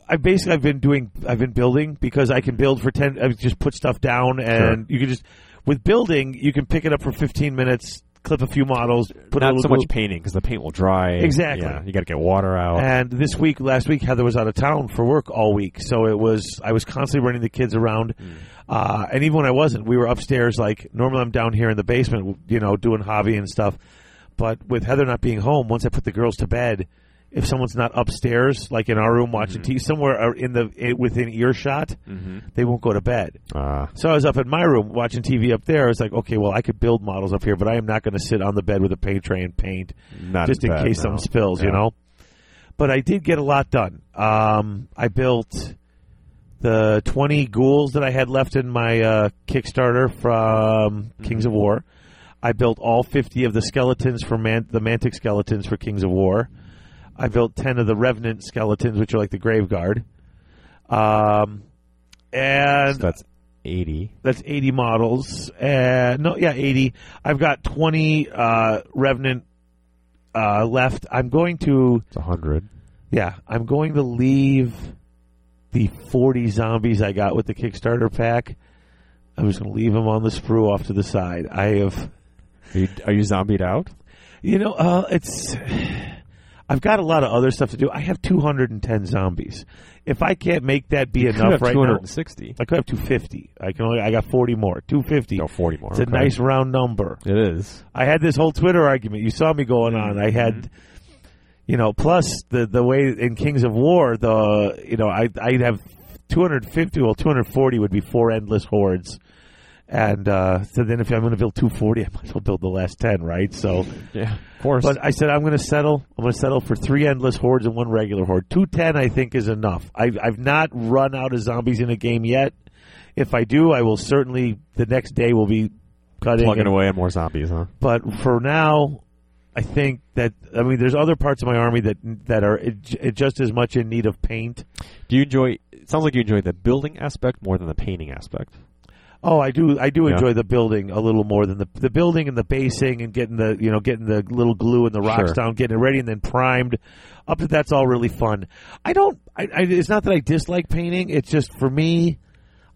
I basically I've been doing I've been building because I can build for ten. I just put stuff down and you can just with building you can pick it up for fifteen minutes, clip a few models, put a Not little so much glue- painting because the paint will dry. Exactly. Yeah, you got to get water out. And this week, last week, Heather was out of town for work all week, so it was I was constantly running the kids around, uh, and even when I wasn't, we were upstairs. Like normally, I'm down here in the basement, you know, doing hobby and stuff. But with Heather not being home, once I put the girls to bed, if someone's not upstairs, like in our room watching TV, somewhere uh, in the it, within earshot, they won't go to bed. Uh, So I was up in my room watching TV up there. I was like, okay, well, I could build models up here, but I am not going to sit on the bed with a paint tray and paint not just in bad, case no. something spills, you Yeah. know. But I did get a lot done. Um, I built the 20 ghouls that I had left in my uh, Kickstarter from Mm-hmm. Kings of War. I built all 50 of the skeletons for man- the Mantic skeletons for Kings of War. I built 10 of the Revenant skeletons, which are like the Grave Guard. Um, and So that's 80. that's 80 models. Uh, no, yeah, 80. I've got 20 uh, Revenant uh, left. I'm going to, It's 100. yeah, I'm going to leave the 40 zombies I got with the Kickstarter pack. I'm just going to leave them on the sprue off to the side. I have, Are you, are you zombied out? you know, uh, it's. I've got a lot of other stuff to do. I have 210 zombies. If I can't make that be you enough have right now, 260. I could have 250. I can only. I got 40 more. 250. No, 40 more. It's a okay. nice round number. It is. I had this whole Twitter argument. You saw me going on. I Mm-hmm. had, you know, plus the the way in Kings of War, the you know, I I'd have 250. Well, 240 would be four endless hordes, and uh, so then if I'm going to build 240, [laughs] I might as well build the last ten, right? So, Yeah, uh, of course. but I said I'm going to settle. I'm going to settle for three endless hordes and one regular horde. 210, I think, is enough. I've I've not run out of zombies in a game yet. If I do, I will certainly the next day will be cutting plugging and- away at more zombies, huh? but for now, I think that I mean there's other parts of my army that that are it, just as much in need of paint. Do you enjoy? It sounds like you enjoy the building aspect more than the painting aspect. Oh, I do I do Yeah. enjoy the building a little more than the the building and the basing and getting the you know getting the little glue and the rocks Sure. down, getting it ready and then primed. Up to that's all really fun. I don't. I, I, it's not that I dislike painting. It's just for me.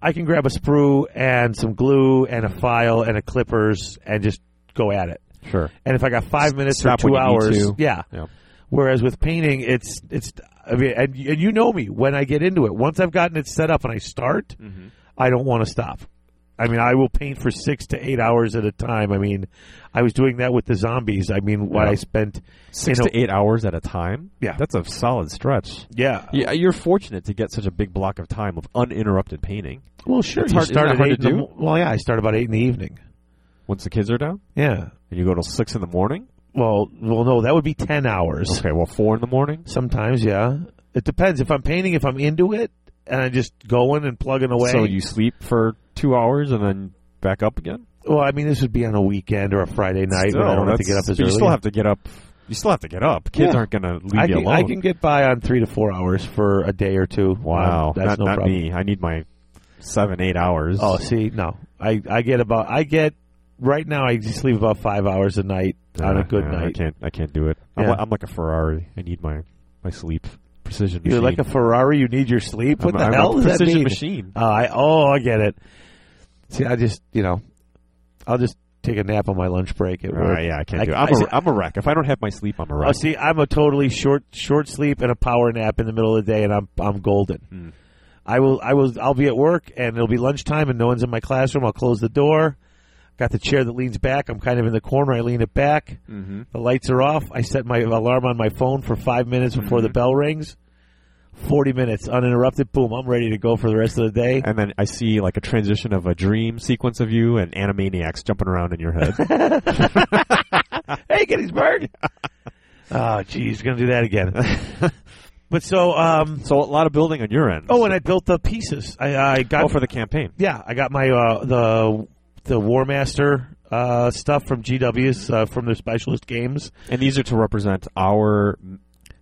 I can grab a sprue and some glue and a file and a clippers and just go at it. Sure. And if I got five minutes stop or two when you need hours, to. yeah, Yeah. Whereas with painting, it's it's I mean, and, and Mm-hmm. you know me when I get into it. Once I've gotten it set up and I start, I don't want to stop. I I mean, I will paint for six to eight hours at a time. I mean, I was doing that with the zombies. I mean, what Yeah. I spent Six you know- to eight hours at a time. Yeah. that's a solid stretch. Uh, Yeah. Yeah, you're fortunate to get such a big block of time of uninterrupted painting Well, sure. It's hard- you start isn't that at hard eight to in the do? mo- well, yeah, I start about eight in the evening. once the kids are down, Yeah. and you go till six in the morning. Well, well, no, that would be ten hours. Okay, well, four in the morning. Sometimes, yeah. It depends. If I'm painting, if I'm into it, and I just going and plugging away. So you sleep for two hours and then back up again. well, I mean, this would be on a weekend or a Friday night when I Still, don't have to that's- get up as but early. You still have to get up. You still have to get up. Kids Yeah. aren't going to leave I you can, alone. I can get by on three to four hours for a day or two. wow, Um, that's not, no not problem. me. I need my seven, eight hours. Oh, see, no, I I get about I get right now. I just sleep about five hours a night on a Uh, Yeah, good yeah, I night. can't. I can't do it. I'm, Yeah. li- I'm like a Ferrari. I need my my sleep precision. You're machine. like a Ferrari. You need your sleep. What I'm, the I'm hell a does that precision mean? machine. Uh, I oh, I get it. See, I just you know, I'll just take a nap on my lunch break at Uh, work. yeah, I can't I- do it. I I'm, a- see- I'm a wreck. If I don't have my sleep, I'm a Oh, wreck. see, I'm a totally short short sleep and a power nap in the middle of the day, and I'm I'm golden. Hmm. I will I will I'll be at work, and it'll be lunchtime, and no one's in my classroom. I'll close the door. Got the chair that leans back. I'm kind of in the corner. I lean it back. Mm-hmm. The lights are off. I set my alarm on my phone for five minutes before Mm-hmm. the bell rings. Forty minutes uninterrupted. Boom! I'm ready to go for the rest of the [laughs] day. And then I see like a transition of a dream sequence of you and animaniacs jumping around in [laughs] your head. hey, [laughs] Gettysburg. oh, geez, gonna do that again. [laughs] but so, um, so a lot of building on your end. oh, and I built the pieces. I, I got Oh, for the campaign. yeah, I got my uh, the the War Master uh, stuff from GW's uh, from their specialist games. And these are to represent our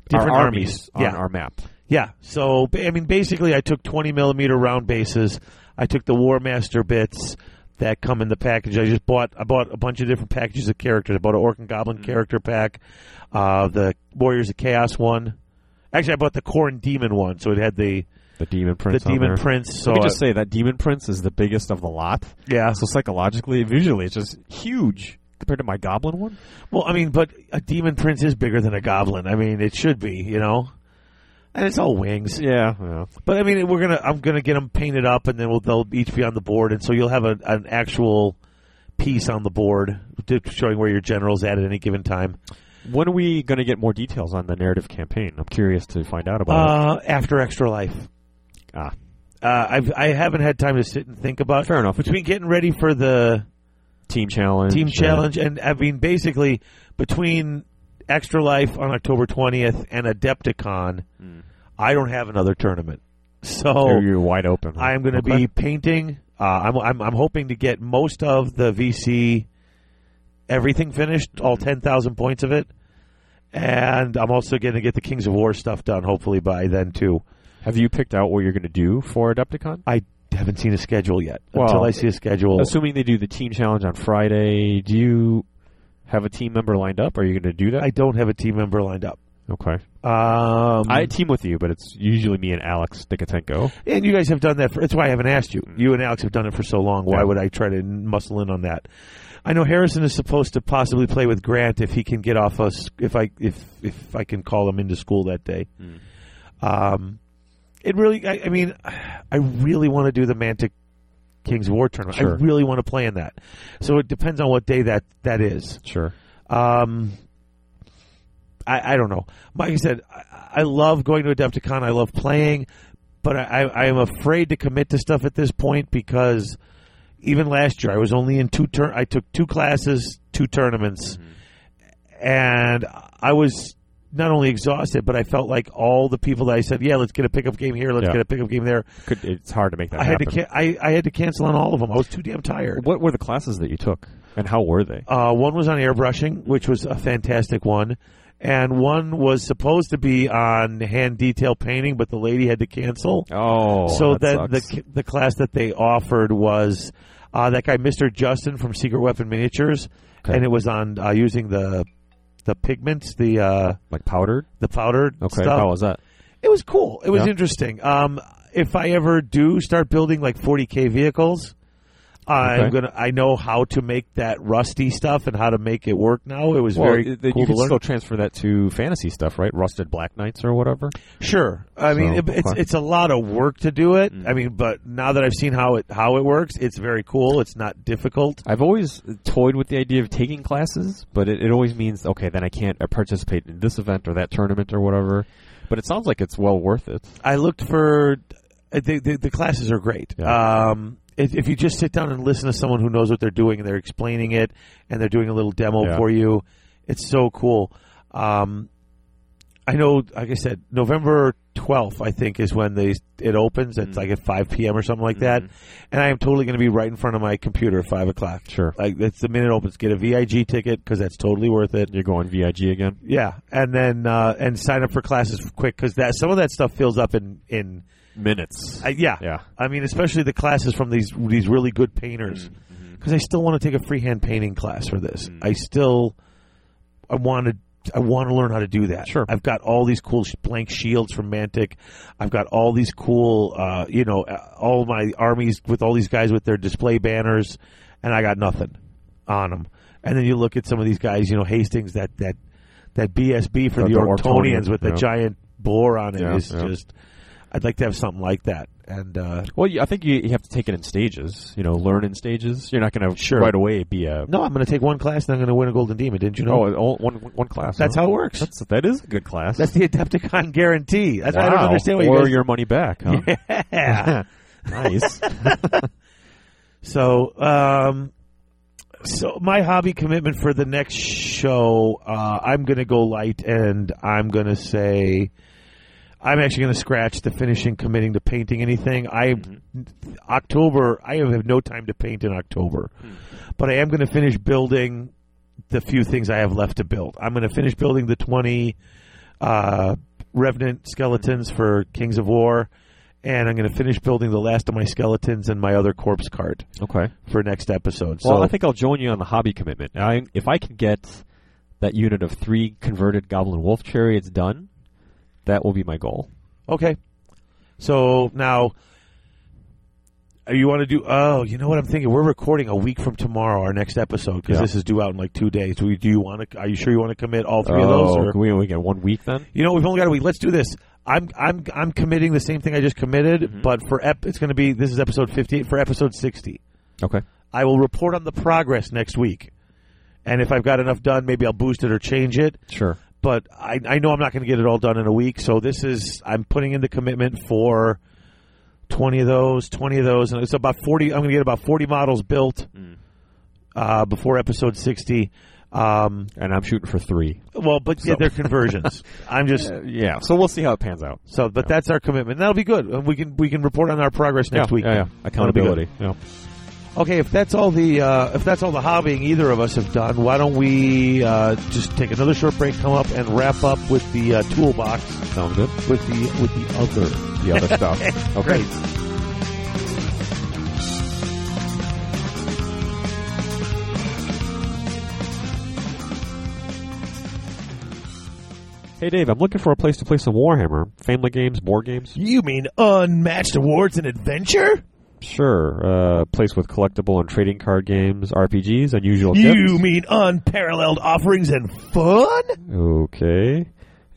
Different our armies. armies, Yeah. on our map. Yeah, so ba- I mean, basically, I took twenty millimeter round bases. I took the War Master bits that come in the package. I just bought. I bought a bunch of different packages of characters. I bought an Orc and Goblin Mm-hmm. character pack, uh, the Warriors of Chaos one. Actually, I bought the Corn Demon one, so it had the The the demon prince. on Demon there. Prince. So Let me I- just say that demon prince is the biggest of the lot. yeah. So psychologically, visually, it's just huge compared to my goblin one. Well, I mean, but a Demon Prince is bigger than a Goblin. I mean, it should be, you know. And it's all wings. Yeah, yeah. But I mean, we're gonna. I'm gonna get them painted up, and then we'll they'll each be on the board, and so you'll have a, an actual piece on the board di- showing where your general's at at any given time. When are we going to get more details on the narrative campaign? I'm curious to find out about Uh, after extra life, it. Ah, uh, I've I haven't had time to sit and think about fair enough. between getting ready for the team challenge. team uh, challenge, and I mean, basically between extra life on October 20th and Adepticon, Mm. I don't have another tournament, so You're, you're wide open. huh? I am going to Okay. be painting. Uh, I'm, I'm I'm hoping to get most of the VC everything finished, all Hmm. ten thousand points of it, and I'm also going to get the Kings of War stuff done. Hopefully by then too. Have you picked out what you're going to do for Adepticon? I haven't seen a schedule yet. Well, Until I see a schedule, Assuming they do the team challenge on Friday, do you have a team member lined up? Are you going to do that? I don't have a team member lined up. okay. Um, I team with you, but it's usually me and Alex Nikatenko. and you guys have done that. For, that's why I haven't asked you. You and Alex have done it for so long. Why Mm-hmm. Yeah. would I try to muscle in on that? I know Harrison is supposed to possibly play with Grant if he can get off us. If I if if I can call him into school that day. Mm. Um, it really. I, I mean, I really want to do the Mantic Kings War tournament. Sure. I really want to play in that. So it depends on what day that that is. Sure. Um, I, I don't know. Like I said, I, I love going to Adepticon. I love playing, but I, I am afraid to commit to stuff at this point because even last year I was only in two turn. I took two classes, two tournaments, and I was not only exhausted, but I felt like all the people that I said, "Yeah, let's get a pickup game here, let's Yeah. get a pickup game there," Could, it's hard to make that I had to happen. ca- I, I had to cancel on all of them. I was too damn tired. what were the classes that you took, and how were they? Uh, one was on airbrushing, which was a fantastic one, and one was supposed to be on hand detail painting, but the lady had to cancel. Oh, so that the sucks. the class that they offered was uh, that guy Mr. Justin from Secret Weapon Miniatures, Okay. and it was on uh, using the the pigments, the uh, like powdered. the powdered Okay, stuff. how was that? It was cool. It was Yeah. interesting. Um, if I ever do start building like 40k vehicles, I'm Okay. gonna. I know how to make that rusty stuff and how to make it work now. It was very it- it- cool to you can learn. still transfer that to fantasy stuff, right? Rusted Black Knights or whatever. Sure. I mean, So, it, it's okay. it's a lot of work to do it. Mm. I mean, but now that I've seen how it how it works, it's very cool. It's not difficult. I've always toyed with the idea of taking classes, but it, it always means okay, then I can't uh, participate in this event or that tournament or whatever. But it sounds like it's well worth it. I looked for uh, the the, the classes are great. Um, if, if you just sit down and listen to someone who knows what they're doing and they're explaining it and they're doing a little demo Yeah. for you, it's so cool. Um, I know, like I said, November twelfth, I think, is when they it opens. It's Mm. like at five p.m. or something like that, Mhm. and I am totally going to be right in front of my computer at five o'clock. Sure, Like that's the minute it opens. Get a VIG ticket because that's totally worth it. you're going VIG again. Yeah, and then uh, and sign up for classes quick because that some of that stuff fills up in in Minutes. uh, yeah. yeah. I mean, especially the classes from these these really good painters Mm-hmm. because I still want to take a freehand painting class for this. Mm. I still I want to. I want to learn how to do that. Sure. I've got all these cool sh- blank shields from Mantic. I've got all these cool, uh, you know, uh, all my armies with all these guys with their display banners, and I got nothing on them. And then you look at some of these guys, you know, Hastings, that that that BSB for The- the, the Orktonians Orktonians, with the yeah. giant boar on it Yeah, is yeah. just. I'd like to have something like that, and uh, Well, you, I think you, you have to take it in stages. You know, learn in stages. You're not going to Sure. right away be a No, I'm going to take one class and I'm going to win a golden demon. Didn't you know? oh all, one one class. that's huh? how it works. That's, That's that is a good class. the Adepticon guarantee. That's why I don't Wow. understand why you or guys. your money back. Huh? [laughs] yeah. [laughs] nice. So, um, so my hobby commitment for the next show, uh, I'm going to go light, and I'm going to say, I'm actually going to scratch the finishing, committing to painting anything. I October, I have no time to paint in October, Hmm. but I am going to finish building the few things I have left to build. I'm going to finish building the 20 uh, revenant skeletons for Kings of War. And I'm going to finish building the last of my skeletons and my other corpse cart [laughs] Okay. for next episode. Well, so I think I'll join you on the hobby commitment. I, if I can get that unit of three converted Goblin Wolf chariots done, that will be my goal. okay. So now uh, you want to do? Oh, you know what I'm thinking. We're recording a week from tomorrow our next episode because Yeah. this is due out in like two days. Do, we, do you want to? Are you sure you want to commit all three of those? or- Oh, can we only get one week then? you know, we've only got a week. Let's do this. I'm I'm I'm committing the same thing I just committed, Mhm. but for ep, it's going to be this is episode 58 for episode 60. Okay. I will report on the progress next week, and if I've got enough done, maybe I'll boost it or change it. Sure. but I, I know I'm not going to get it all done in a week. So this is I'm putting in the commitment for twenty of those, twenty of those, and it's about forty. I'm going to get about forty models built Mm. uh, before episode sixty. Um, And I'm shooting for three. well, but yeah, So- they're [laughs] conversions. I'm just Uh, yeah. So we'll see how it pans out. so, but that's our commitment. That'll be good. And we can we can report on our progress next yeah, week. Yeah, yeah. That'll be good. Accountability. Yeah. Okay, if that's all the uh, if that's all the hobbying either of us have done, why don't we uh, just take another short break, come up, and wrap up with the uh, toolbox Sounds good. with the with the other. The other stuff. Okay. [laughs] Great. Hey, Dave, I'm looking for a place to play some Warhammer. Family games, board games? You mean unmatched awards and adventure? Sure. Uh, place with collectible and trading card games, RPGs, unusual You gifts. mean unparalleled offerings and fun? Okay. And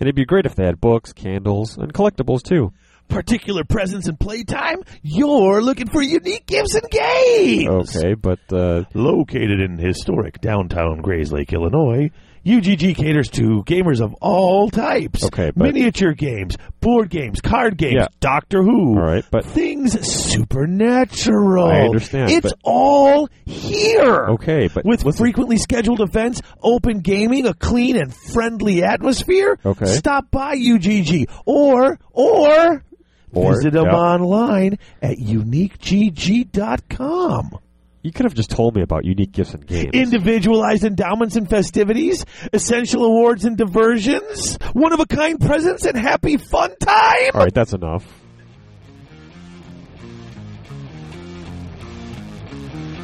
it'd be great if they had books, candles, and collectibles too. Particular presents and playtime? You're looking for unique gifts and games! Okay, but uh, Located in historic downtown Grays Lake, Illinois, UGG caters to gamers of all types. Okay, but- Miniature games, board games, card games, Yeah. Doctor Who. all right, but Things supernatural. I understand, It's but- all here. okay, but with listen, frequently scheduled events, open gaming, a clean and friendly atmosphere. Okay. Stop by UGG or or, Or, visit them yeah. online at uniquegg.com. you could have just told me about unique gifts and games. Individualized endowments and festivities, essential awards and diversions, one of a kind presents and happy fun time. all right, that's enough. So we're back.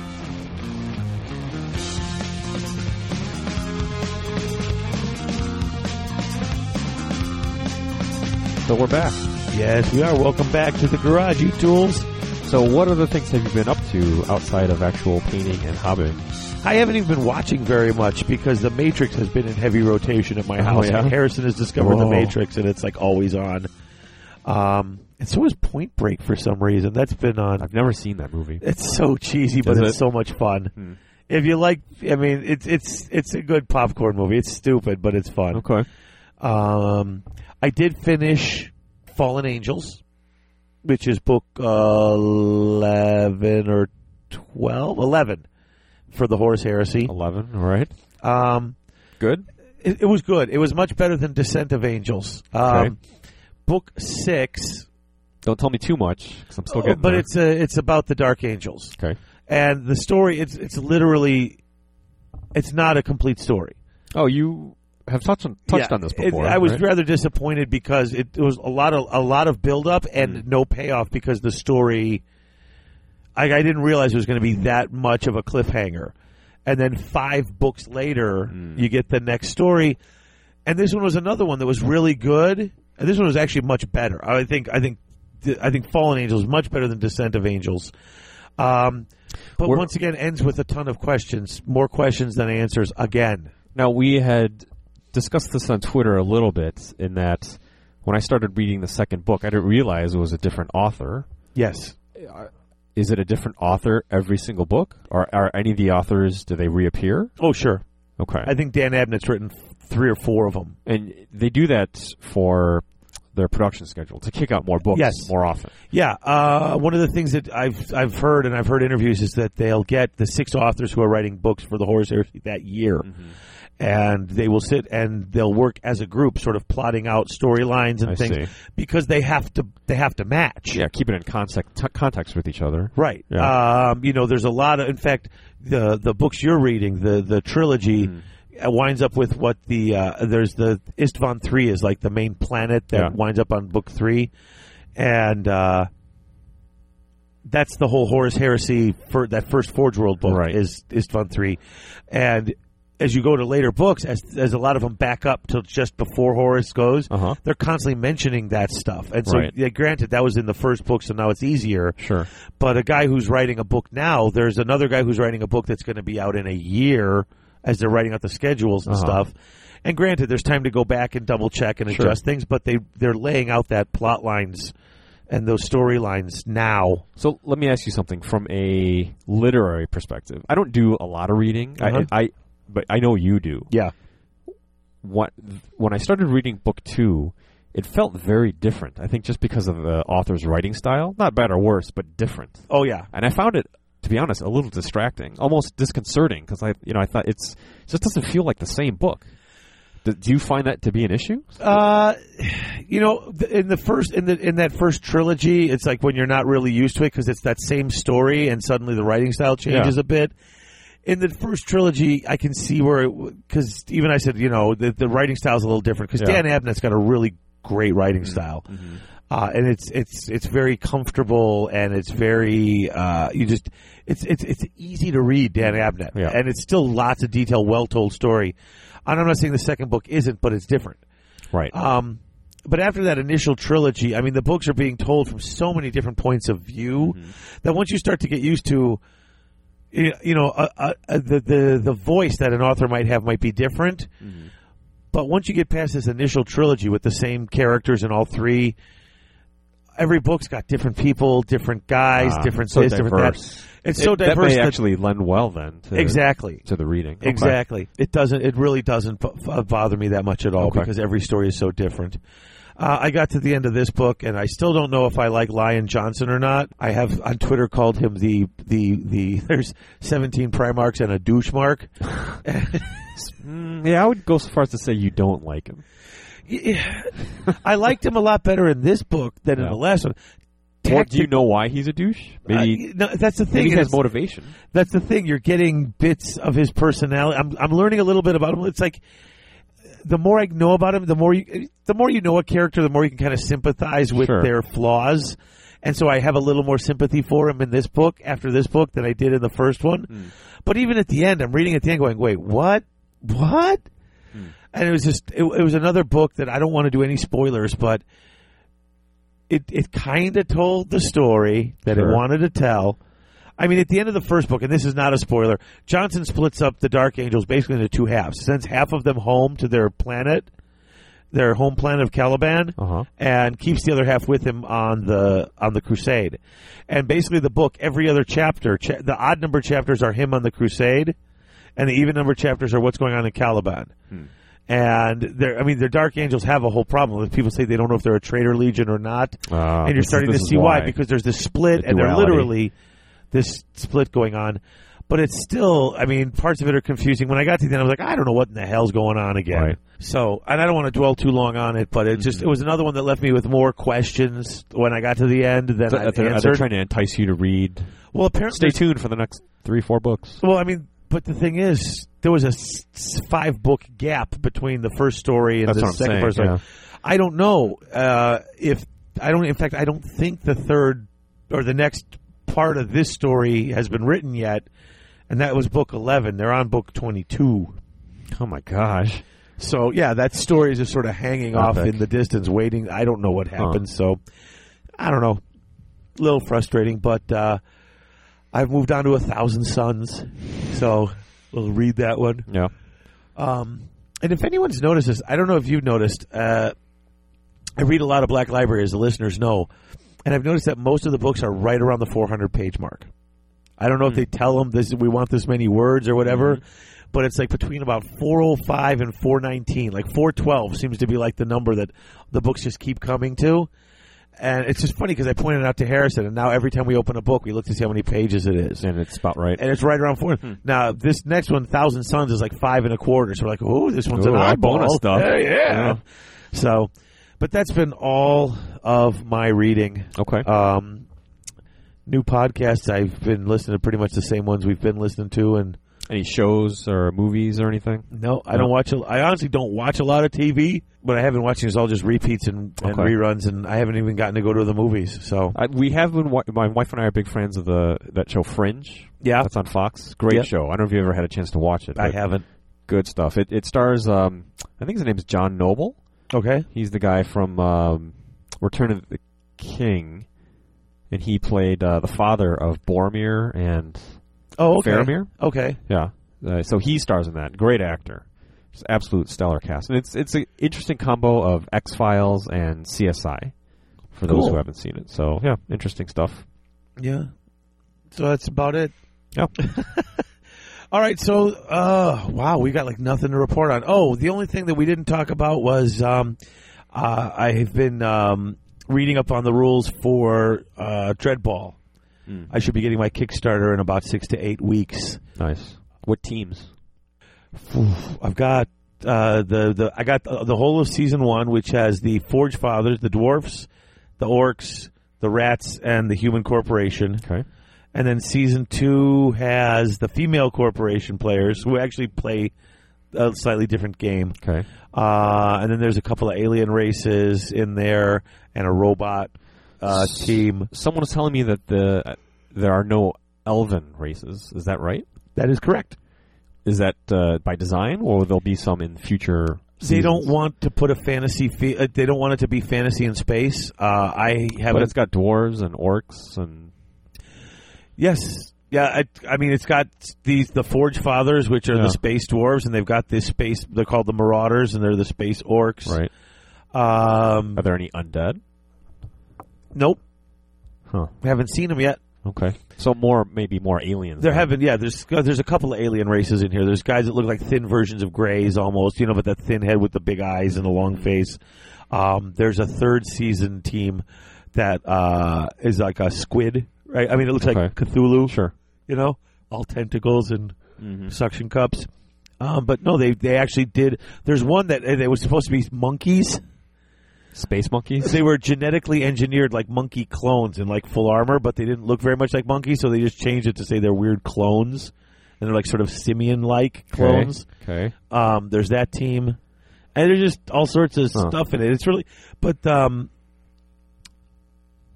Yes, we are. Welcome back to the garage, you tools. So, what other things have you been up to outside of actual painting and hobbying? I haven't even been watching very much because The Matrix has been in heavy rotation at my Oh, house. yeah? Harrison has discovered Whoa. The Matrix, and it's like always on. Um, and so is Point Break for some reason. That's been on. I've never seen that movie. It's so cheesy, but Is it's it? so much fun. Hmm. If you like, I mean, it's it's it's a good popcorn movie. It's stupid, but it's fun. Okay. Um, I did finish Fallen Angels, which is book uh, 11 or 12? 11 for the Horse Heresy. 11, all right. Um, Good. it, it was good. It was much better than Descent of Angels. Um, Okay. Book 6, Don't tell me too much because I'm still oh, getting but there. it's, uh it's about the Dark Angels. Okay. And the story, it's, it's literally, it's not a complete story. Oh, you have touched on, touched Yeah. on this It- before. I was right? rather disappointed because it, it was a lot of a lot of build up and Mm. no payoff because the story. I, I didn't realize it was going to be that much of a cliffhanger, and then five books later, Mm. you get the next story, and this one was another one that was really good, and this one was actually much better. I think I think I think Fallen Angels is much better than Descent of Angels. Um, but We're- once again, ends with a ton of questions, more questions than answers. Again, Now, we had discussed this on Twitter a little bit in that when I started reading the second book, I didn't realize it was a different author. yes. Is it a different author every single book? Or are any of the authors, do they reappear? Oh, sure. Okay. I think Dan Abnett's written three or four of them. and they do that for their production schedule to kick out more books Yes. more often. Yeah, uh, one of the things that I've I've heard and I've heard interviews is that they'll get the six authors who are writing books for the horror series that year, Mm-hmm. and they will sit and they'll work as a group, sort of plotting out storylines and I things see. because they have to they have to match. Yeah, keep it in context t- context with each other. Right. Um, you know, there's a lot of. In fact, the the books you're reading, the the trilogy, Hmm. uh winds up with what the uh, there's the Istvan three is like the main planet that Yeah. winds up on book three, and uh, that's the whole Horus Heresy for that first Forge World book Right. is Istvan three, and as you go to later books, as as a lot of them back up till just before Horus goes, Uh huh. they're constantly mentioning that stuff. And so, Right. yeah, granted, that was in the first book, so now it's easier. Sure. But a guy who's writing a book now, there's another guy who's writing a book that's going to be out in a year as they're writing out the schedules and Uh-huh. stuff. And granted, there's time to go back and double check and Sure. adjust things, but they they're laying out that plot lines and those storylines now. So let me ask you something from a literary perspective. I don't do a lot of reading. Uh-huh. I, I but I know you do. Yeah, What when I started reading book 2, it felt very different. I think just because of the author's writing style, not bad or worse, but different. Oh yeah. and I found it, to be honest, a little distracting, almost disconcerting, because I, you know, I thought it's it just doesn't feel like the same book. Do, do you find that to be an issue? Uh, you know, th- in the first in the in that first trilogy, it's like when you're not really used to it because it's that same story, and suddenly the writing style changes a bit. In the first trilogy, I can see where because even I said, you know, the, the writing style's a little different because Yeah. Mm-hmm. Dan Abnett's got a really great writing style, uh, and it's it's it's very comfortable and it's very uh, you just it's it's it's easy to read Dan Abnett, Mm-hmm. Yeah. and it's still lots of detail, well told story. And I'm not saying the second book isn't, but it's different. Right. Um, but after that initial trilogy, I mean, the books are being told from so many different points of view Mm-hmm. that once you start to get used to, y- you know, uh, uh, uh, the the the voice that an author might have might be different. Mm-hmm. But once you get past this initial trilogy with the same characters in all three, every book's got different people, different guys, Ah, different so this, different diverse. that. It's so It- diverse. That may that- actually lend well then to, exactly. to the reading. Okay. Exactly. It doesn't. It really doesn't b- f- bother me that much at all Okay. because every story is so different. Uh, I got to the end of this book, and I still don't know if I like Lion Johnson or not. I have on Twitter called him the the the. [laughs] There's 17 Primarchs and a douche mark. Mm, yeah, I would go so far as to say you don't like him. Yeah. [laughs] I liked him a lot better in this book than in Yeah. the last one. Or do you know why he's a douche? Maybe, Uh, no, that's the thing. maybe he is- has motivation. that's the thing. You're getting bits of his personality. I'm, I'm learning a little bit about him. It's like the more I know about him, the more you, the more you know a character, the more you can kind of sympathize with Sure. their flaws. And so I have a little more sympathy for him in this book after this book than I did in the first one. Hmm. But even at the end, I'm reading at the end, going, "Wait, what? What?" Hmm. And it was just it, it was another book that I don't want to do any spoilers, but it it kind of told the story that Sure. it wanted to tell. I mean, at the end of the first book, and this is not a spoiler, Johnson splits up the Dark Angels basically into two halves. Sends half of them home to their planet, their home planet of Caliban, Uh huh. and keeps the other half with him on the on the crusade. And basically, the book, every other chapter, cha- the odd number chapters are him on the crusade, and the even number chapters are what's going on in Caliban. Hmm. And they're, I mean, their Dark Angels have a whole problem. People say they don't know if they're a traitor legion or not, Uh, and you're this is- starting this to is see why. because there's this split, The and they're duality. literally this split going on. But it's still, I mean, parts of it are confusing. When I got to the end, I was like, I don't know what in the hell's going on again. Right. Mm-hmm. So, and I don't want to dwell too long on it, but it just it was another one that left me with more questions when I got to the end than So, I uh, they're, are they answered. trying to entice you to read? well, apparently, Stay tuned for the next three, four books. well, I mean, but the thing is, there was a s- s- five book gap between the first story and That's the what I'm second saying, first story. yeah. I don't know uh, if I don't. In fact, I don't think the third or the next part of this story has been written yet, and that was book eleven. They're on book twenty-two. Oh my gosh! So yeah, that story is just sort of hanging off Epic. in the distance, waiting. I don't know what happened. So I don't know. A little frustrating, but uh, I've moved on to a thousand suns. So we'll read that one. Yeah. Um, and if anyone's noticed this, I don't know if you've noticed. Uh, I read a lot of Black Library, as the listeners know, and I've noticed that most of the books are right around the 400 page mark. I don't know if they tell them this we want this many words or whatever, but it's like between about 405 and 419, like 412 seems to be like the number that the books just keep coming to. And it's just funny because I pointed out to Harrison, and now every time we open a book, we look to see how many pages it is And it's about right. and it's right around four. Now this next one, Thousand Suns, is like five and a quarter. So we're like, oh, this one's Ooh, an I oddball. bonus stuff. Yeah, yeah. Yeah. So, but that's been all of my reading. Okay. Um, new podcasts. I've been listening to pretty much the same ones we've been listening to, and Any shows or movies or anything? no, I No. don't watch. A, I honestly don't watch a lot of TV. What I have been watching is all just repeats and, and Okay. reruns, and I haven't even gotten to go to the movies. So, I, we have been. Wa- my wife and I are big fans of the that show Fringe. yeah, That's on Fox. Great Yep. show. I don't know if you ever had a chance to watch it. I but haven't. Good stuff. It, it stars. Um, I think his name is John Noble. Okay, He's the guy from um, Return of the King, and he played uh, the father of Boromir and Oh, okay. Faramir. okay. Yeah, uh, so he stars in that. Great actor, just absolute stellar cast, and it's it's an interesting combo of X Files and CSI for those Cool. who haven't seen it. So yeah, interesting stuff. Yeah. So that's about it. Yep. [laughs] All right. So, uh, wow, we got like nothing to report on. Oh, the only thing that we didn't talk about was um, uh, I have been um, reading up on the rules for uh, Dreadball. Mm. I should be getting my Kickstarter in about six to eight weeks. Nice. What teams? Oof, I've got uh, the the I got the, the whole of season one, which has the Forge Fathers, the dwarfs, the orcs, the rats, and the human corporation. Okay. And then season two has the female corporation players who actually play a slightly different game. Okay. Uh, and then there's a couple of alien races in there and a robot uh, team. Someone was telling me that the there are no elven races. Is that right? That is correct. Is that uh, by design, or will there be some in future? They seasons? don't want to put a fantasy. Fe- uh, they don't want it to be fantasy in space. Uh, I have But a it's got dwarves and orcs and Yes. Yeah, I, I mean it's got these the Forge Fathers, which are Yeah. the space dwarves, and they've got this space. They're called the Marauders, and they're the space orcs. right. Um, Are there any undead? nope, Huh. haven't seen them yet. Okay. So more maybe more aliens. There than- have been, yeah. There's uh, there's a couple of alien races in here. There's guys that look like thin versions of Greys, almost, you know, but that thin head with the big eyes and the long face. Um, there's a third season team that uh, is like a squid, right? I mean, it looks like Okay. Cthulhu, sure. Mm-hmm. you know, all tentacles and suction cups. Um, but no, they they actually did. There's one that uh, they was supposed to be monkeys. Space monkeys. They were genetically engineered like monkey clones in like full armor, but they didn't look very much like monkeys, so they just changed it to say they're weird clones, and they're like sort of simian-like clones. Okay. Um, there's that team, and there's just all sorts of Huh. stuff in it. It's really, but um,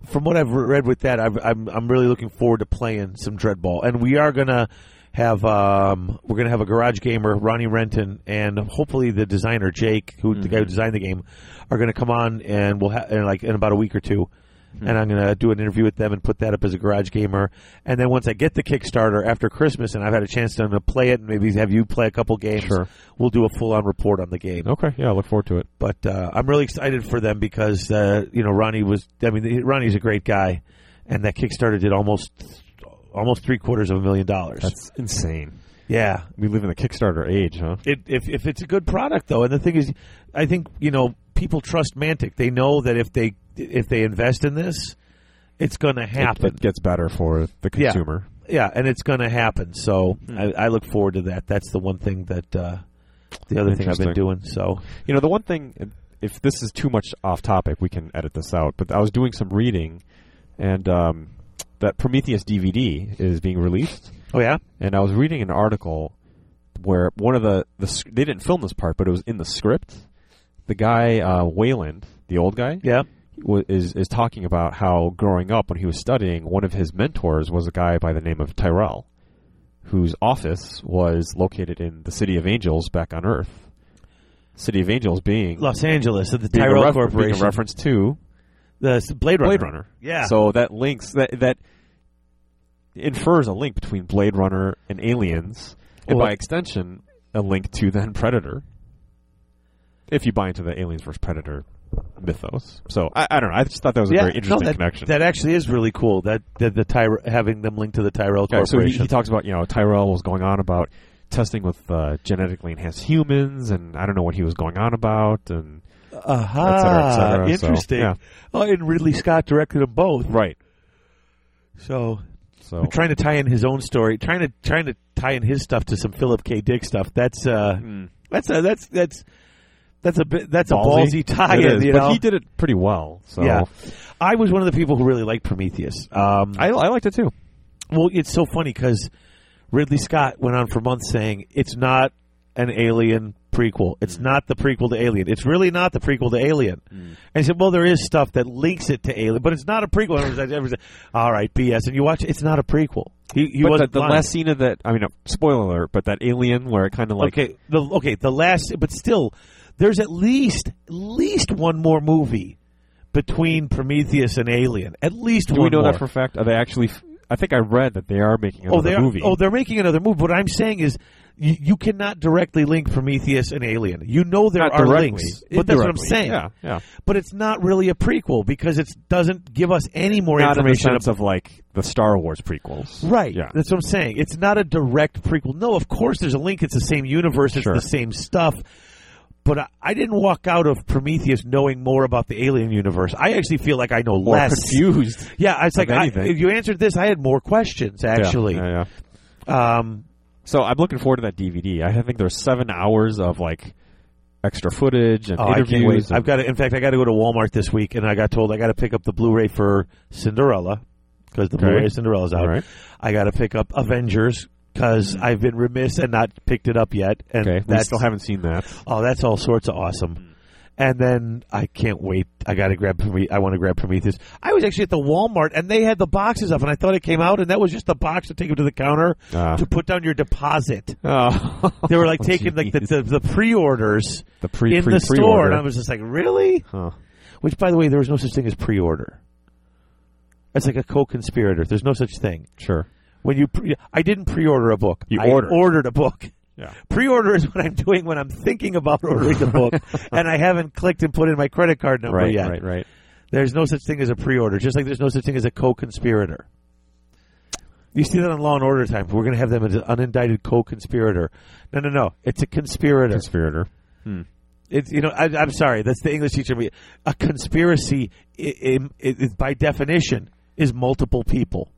from what I've re- read with that, I've, I'm I'm really looking forward to playing some Dreadball, and we are gonna have um, we're gonna have a garage gamer Ronnie Renton and hopefully the Mm-hmm. designer Jake, who the guy who designed the game, are gonna come on and we'll ha- in like in about a week or two. Hmm. and I'm going to do an interview with them and put that up as a garage gamer. And then once I get the Kickstarter after Christmas and I've had a chance to play it and maybe have you play a couple games, Sure. we'll do a full on report on the game. Okay, yeah, I look forward to it. But uh, I'm really excited for them because uh, you know Ronnie was. I mean, Ronnie's a great guy, and that Kickstarter did almost almost three quarters of a million dollars. That's insane. yeah, We live in the Kickstarter age, huh? it, if if it's a good product though, and the thing is, I think you know people trust Mantic. They know that if they if they invest in this, it's going to It, happen. it gets better for the Yeah. consumer. yeah, and it's going to happen. So Hmm. I, I look forward to that. That's the one thing that uh, the other thing I've been Interesting. doing. So You know, the one thing, if this is too much off topic, we can edit this out. But I was doing some reading, and um, that Prometheus DVD is being released, oh yeah, and I was reading an article where one of the, the sc- they didn't film this part, but it was in the script. The guy uh, Wayland, the old guy, yeah, wa- is is talking about how growing up when he was studying, one of his mentors was a guy by the name of Tyrell, whose office was located in the City of Angels back on Earth. City of Angels being, Los Angeles at the being a Tyrell ref- being a Corporation, reference to the Blade Runner. Blade Runner. Yeah. So that links that that infers a link between Blade Runner and Aliens, and Well- by extension, a link to then Predator. If you buy into the Aliens versus Predator mythos, so I, I don't know. I just thought that was a yeah, very interesting no, that, connection. That actually is really cool. That that the Tyre having them linked to the Tyrell Okay, so Corporation. he, he talks about you know Tyrell was going on about testing with uh, genetically enhanced humans, and I don't know what he was going on about, and Aha, et cetera, et cetera. So, interesting. yeah. Oh, and Ridley Scott directed them both. right. So So trying to tie in his own story, trying to trying to tie in his stuff to some Philip K. Dick stuff. That's uh, Mm. that's a, that's that's that's a bit, that's a ballsy tie. It in, is, you but know? he did it pretty well. So Yeah, I was one of the people who really liked Prometheus. Um, I, I liked it too. Well, it's so funny because Ridley Scott went on for months saying it's not an Alien prequel. Mm. It's not the prequel to Alien. It's really not the prequel to Alien. And he said, well, there is stuff that links it to Alien, but it's not a prequel. And everyone said, all right, BS. And you watch, it, it's not a prequel. He, he but the, wasn't the lying. last scene of that, I mean, uh, spoiler alert, but that alien where it kind of like okay, the, okay, the last, but still, there's at least at least one more movie between Prometheus and Alien. At least do one we know more. that for a fact? Are they actually? f- I think I read that they are making another oh, they are, movie. Oh, they're making another move. What I'm saying is, you, you cannot directly link Prometheus and Alien. You know there Not are directly, links, but that's what I'm indirectly. saying. Yeah, yeah. But it's not really a prequel because it doesn't give us any more Not in the information. sense of like the Star Wars prequels, ab- right. Yeah, That's what I'm saying. It's not a direct prequel. No, of course there's a link. It's the same universe. It's Sure. the same stuff. But I, I didn't walk out of Prometheus knowing more about the Alien universe. I actually feel like I know or less. confused. Yeah, it's like I, anything. if you answered this, I had more questions actually. Yeah, yeah, yeah. Um, So I'm looking forward to that DVD. I think there's seven hours of like extra footage and Oh, I can't interviews. wait. and- I've got to, in fact, I got to go to Walmart this week, and I got told I got to pick up the Blu-ray for Cinderella because the Okay. Blu-ray of Cinderella's out. All right. I got to pick up Avengers because I've been remiss and not picked it up yet, and okay, we that's still haven't seen [laughs] that. [laughs] oh, that's all sorts of awesome. And then I can't wait. I got to grab. Prome- I want to grab Prometheus. I was actually at the Walmart, and they had the boxes up, and I thought it came out, and that was just the box to take it to the counter Ah. to put down your deposit. [laughs] Oh, They were like taking like the, Jeez. the, the pre-orders the pre in pre the pre store, order. and I was just like, really? Huh. Which, by the way, there was no such thing as pre-order. That's like a co-conspirator. There's no such thing. Sure. When you, pre- I didn't pre-order a book. You I ordered. ordered a book. Yeah. Pre-order is what I'm doing when I'm thinking about ordering the [laughs] book, and I haven't clicked and put in my credit card number Right. yet. Right. Right. There's no such thing as a pre-order. Just like there's no such thing as a co-conspirator. You see that on Law and Order time. We're going to have them as an unindicted co-conspirator. No, no, no. It's a conspirator. Conspirator. It's you know I, I'm sorry. That's the English teacher. in me. A conspiracy, i i i- is by definition, is multiple people,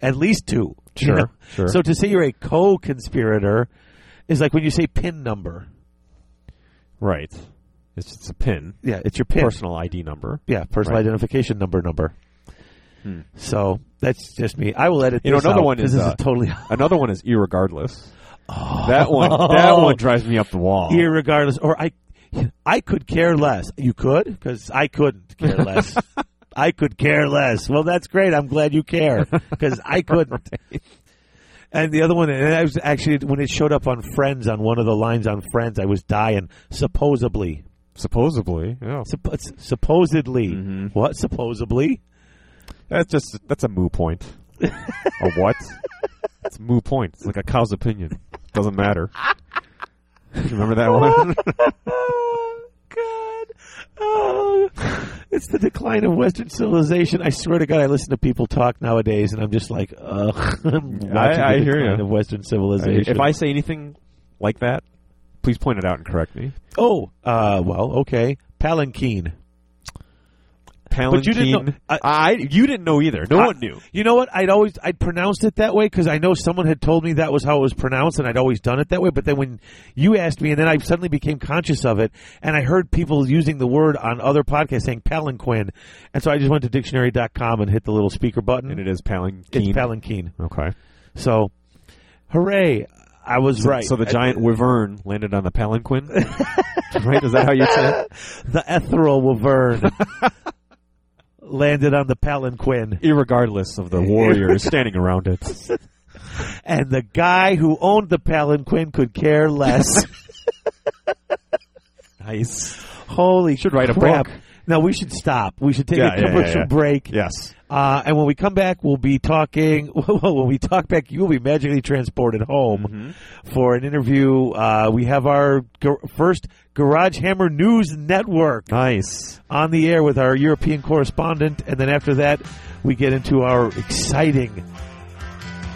at least two. you Sure, know? sure. So to say you're a co-conspirator is like when you say pin number. Right. It's it's a pin, Yeah, it's your pin. personal ID number. yeah, personal Right. identification number number. Hmm. So that's just me. I will edit. You know, this another out. one is, this is uh, totally Another one is irregardless. Oh. That one. That [laughs] one drives me up the wall. irregardless. Or I, I could care less. You could because I couldn't care less. I could care less. Well, that's great. I'm glad you care because I couldn't. And the other one, and I was actually when it showed up on Friends on one of the lines on Friends, I was dying. Supposedly, Supposedly. Yeah. Supp- supposedly, what? Supposedly, That's just that's a [laughs] moo point. a what? It's a moo point. It's like a cow's opinion. Doesn't matter. [laughs] Remember [laughs] that one? Oh, God. Oh, it's the decline of Western civilization. I swear to God, I listen to people talk nowadays, and I'm just like, ugh. [laughs] I'm watching I the hear ya. decline of Western civilization. if I say anything like that, please point it out and correct me. oh, uh, well, okay, palanquin. Palanquin. you didn't know- I, you didn't know either. No I- one knew. You know what? I'd always I'd pronounced it that way because I know someone had told me that was how it was pronounced, and I'd always done it that way. But then when you asked me, and then I suddenly became conscious of it, and I heard people using the word on other podcasts saying palanquin, and so I just went to dictionary.com and hit the little speaker button. And it is Palanquin. it's palanquin. okay. So, hooray! I was right. So the giant wyvern landed on the palanquin. right? Is that how you say it? the ethereal [laughs] wyvern landed on the palanquin, Irregardless of the warriors standing around it. and the guy who owned the palanquin could care [laughs] less. Nice. Holy Should write a crap. book. No, we should stop. We should take Yeah, a yeah, yeah, commercial yeah. break. Yes. Uh, and when we come back, we'll be talking. [laughs] when we talk back, you will be magically transported home Mm-hmm. for an interview. Uh, we have our gar- first Garage Hammer News Network Nice. on the air with our European correspondent. And then after that, we get into our exciting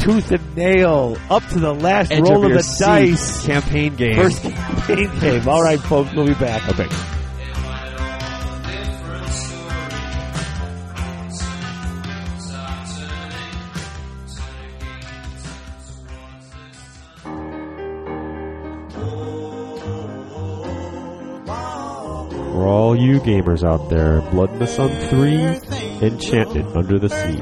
tooth and nail, up to the last Edge roll of of, your the seat dice. Campaign game. First campaign game. All right, folks, we'll be back. Okay. For all you gamers out there, Blood in the Sun 3 Enchanted Under the Sea.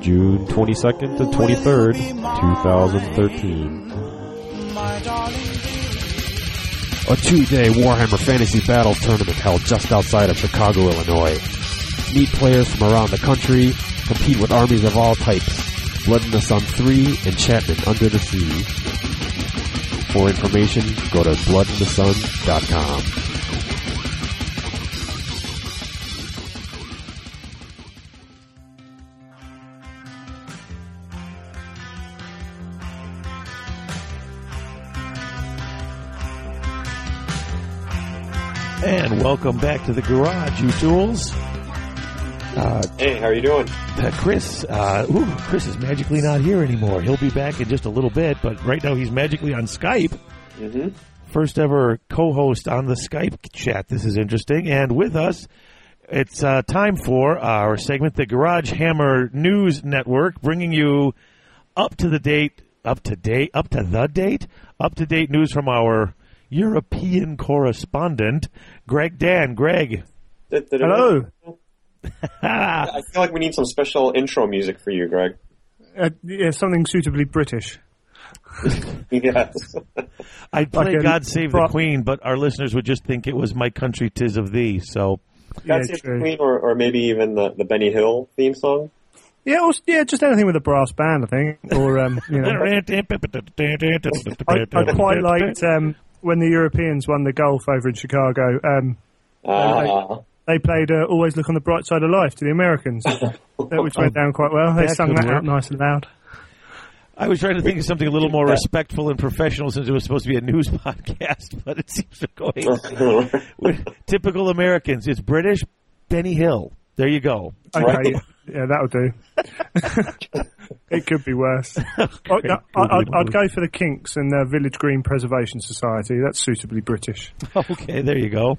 June 22nd to 23rd, 2013. A two day Warhammer Fantasy Battle tournament held just outside of Chicago, Illinois. Meet players from around the country, compete with armies of all types. Blood in the Sun 3, Enchantment Under the Sea. For information, go to bloodinthesun.com. And welcome back to the garage, you tools. Uh, Hey, how are you doing? uh, Chris, uh, ooh, Chris is magically not here anymore. He'll be back in just a little bit, but right now he's magically on Skype. Mm-hmm. First ever co-host on the Skype chat. This is interesting. And with us, it's uh, time for our segment, the Garage Hammer News Network, bringing you up to the date, up to date, up to the date, up to date news from our European correspondent, Greg Dan. Greg. [laughs] Hello. Ah, I feel like we need some special intro music for you, Greg. [laughs] Uh, yeah, something suitably British. yes. I'd play Fucking God Save the pro- Queen, but our listeners would just think it was My Country Tis of Thee. So, That's yeah, it, Queen, or, or maybe even the, the Benny Hill theme song. Yeah, or, yeah, just anything with a brass band, I think. Or um, you [laughs] know, I, I quite liked um, when the Europeans won the golf over in Chicago. Um, Uh, they played uh, "Always Look on the Bright Side of Life" to the Americans, uh, which went down quite well. They That sung could that work. out nice and loud. I was trying to think of something a little more respectful and professional since it was supposed to be a news [laughs] podcast, but it seems to go Uh, with typical Americans. It's British Benny Hill. There you go. [laughs] Okay, Right. yeah, that'll do. [laughs] it could [laughs] be worse. I, I, I'd, I'd go for the Kinks and the Village Green Preservation Society. That's suitably British. Okay, there you go.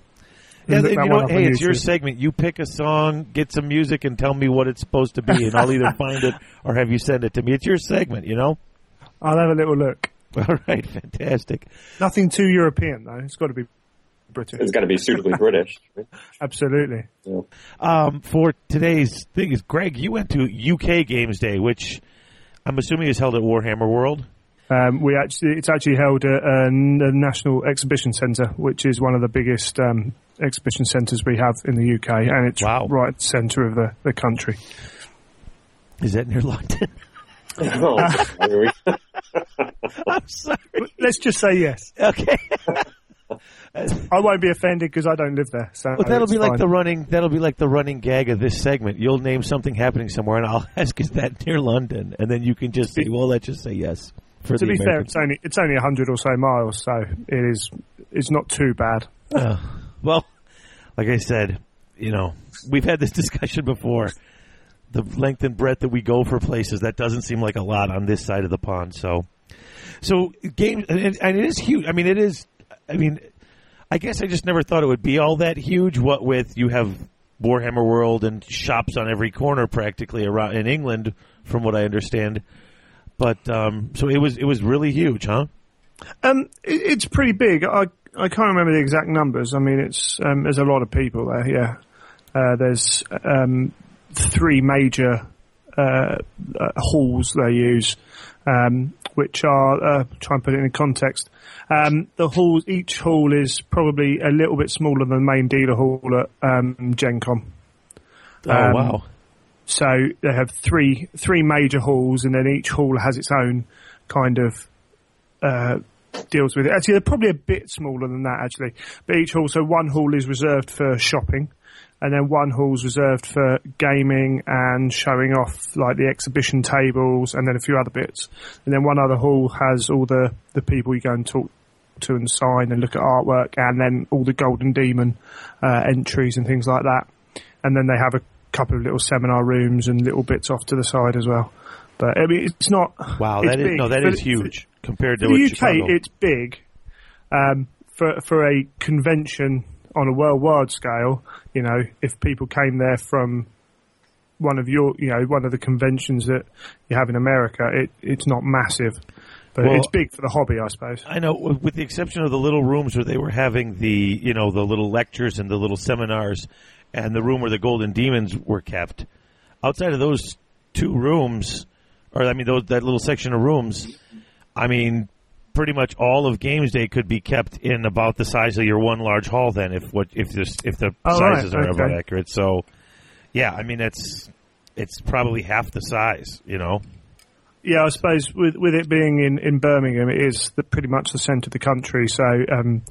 Yeah, Look you that know, one up what? hey, on it's your YouTube. segment. You pick a song, get some music, and tell me what it's supposed to be, and I'll either find it or have you send it to me. It's your segment, you know? [laughs] I'll have a little look. All right, fantastic. Nothing too European though. It's got to be British. [laughs] it's got to be [laughs] suitably British. right? Absolutely. Yeah. um, for today's thing is Greg. You went to UK Games Day, which I'm assuming is held at Warhammer World. Um, we actually, it's actually held at uh, n- the National Exhibition Centre, which is one of the biggest um, exhibition centres we have in the UK, and it's Wow. right centre of the, the country. Is that [laughs] near London? Oh, I mean, we- I'm sorry. Let's just say yes. [laughs] Okay. I won't be offended because I don't live there. So But that'll it's be like fine. the running. That'll be like the running gag of this segment. You'll name something happening somewhere, and I'll [laughs] ask, "Is that near London?" And then you can just say, "Well, let's just say yes." For To the be fair, Americans. it's only it's only hundred or so miles, so it is it's not too bad. well, like I said, you know, we've had this [laughs] discussion before. The length and breadth that we go for places that doesn't seem like a lot on this side of the pond. So, so games, and, it- and it is huge. I mean, it is. I mean, I guess I just never thought it would be all that huge. What with you have Warhammer World and shops on every corner practically around in England, from what I understand. But um, so it was. It was really huge, huh? Um, it, it's pretty big. I I can't remember the exact numbers. I mean, it's um, there's a lot of people there. Yeah, uh, there's um, three major uh, uh, halls they use, um, which are uh, try and put it in context. Um, the halls, each hall is probably a little bit smaller than the main dealer hall at um, Gen Con. Oh Um, wow! So they have three three major halls, and then each hall has its own kind of uh, deals with it. Actually, they're probably a bit smaller than that, actually. But each hall, so one hall is reserved for shopping, and then one hall's reserved for gaming and showing off like the exhibition tables, and then a few other bits. And then one other hall has all the the people you go and talk to and sign and look at artwork, and then all the Golden Demon uh, entries and things like that and then they have a couple of little seminar rooms and little bits off to the side as well. But I mean, it's not Wow, it's that is big. no, that For- is huge compared to for the what UK. Chicago- It's big um, for for a convention on a worldwide scale. You know, if people came there from one of your, you know, one of the conventions that you have in America, it it's not massive, but Well- it's big for the hobby, I suppose. I know, w- with the exception of the little rooms where they were having the, you know, the little lectures and the little seminars, and the room where the golden demons were kept. Outside of those two rooms, or I mean, those that little section of rooms, I mean, pretty much all of Games Day could be kept in about the size of your one large hall. Then, if what if this if the Oh, sizes right, are about okay. accurate, so yeah, I mean, it's it's probably half the size, you know. Yeah, I suppose with with it being in, in Birmingham, it is the, pretty much the centre of the country. So um,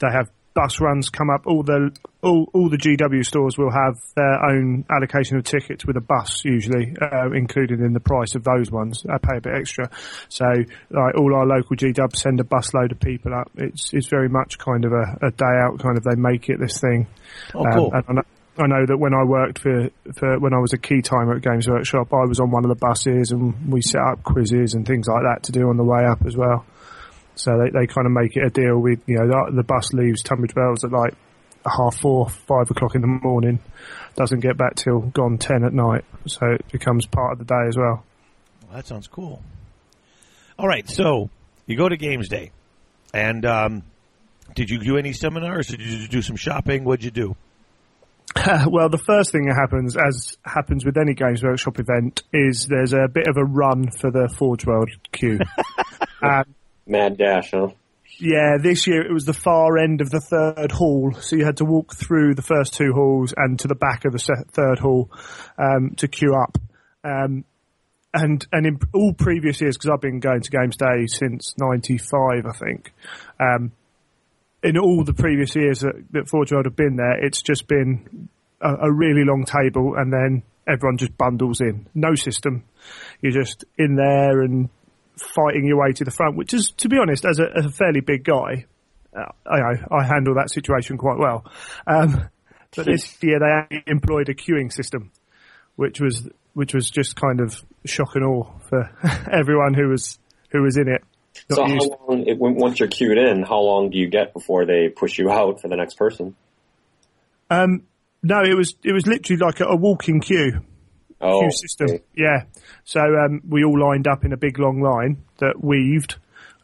they have bus runs come up. All the all, all the GW stores will have their own allocation of tickets with a bus, usually uh, included in the price of those ones. I pay a bit extra. So like all our local GW send a busload of people up. It's it's very much kind of a, a day out kind of they make it this thing. Oh, Um, and I know, I know that when I worked for, for when I was a key timer at Games Workshop, I was on one of the buses and we set up quizzes and things like that to do on the way up as well. So they, they kind of make it a deal with you know the, the bus leaves Tunbridge Wells at like half four, five o'clock in the morning, doesn't get back till gone ten at night. So it becomes part of the day as well. [laughs] Well, that sounds cool. All right, so you go to Games Day, and um, did you do any seminars? Did you do some shopping? What'd you do? Well, the first thing that happens, as happens with any Games Workshop event, is there's a bit of a run for the Forge World queue. [laughs] Mad dash, huh? Yeah, this year it was the far end of the third hall, so you had to walk through the first two halls and to the back of the se- third hall um, to queue up. Um, and and in all previous years, because I've been going to Games Day since '95, I think. Um, in all the previous years that, that Forge World have been there, it's just been a, a really long table, and then everyone just bundles in. No system. You're just in there and fighting your way to the front, which is, to be honest, as a, as a fairly big guy, uh, I, I handle that situation quite well. Um, but this year they actually employed a queuing system, which was which was just kind of shock and awe for [laughs] everyone who was who was in it. Not So how used- long? It, when- once you're queued in, how long do you get before they push you out for the next person? no, it was it was literally like a, a walking queue. Oh, queue system. okay. Yeah. So um, we all lined up in a big long line that weaved,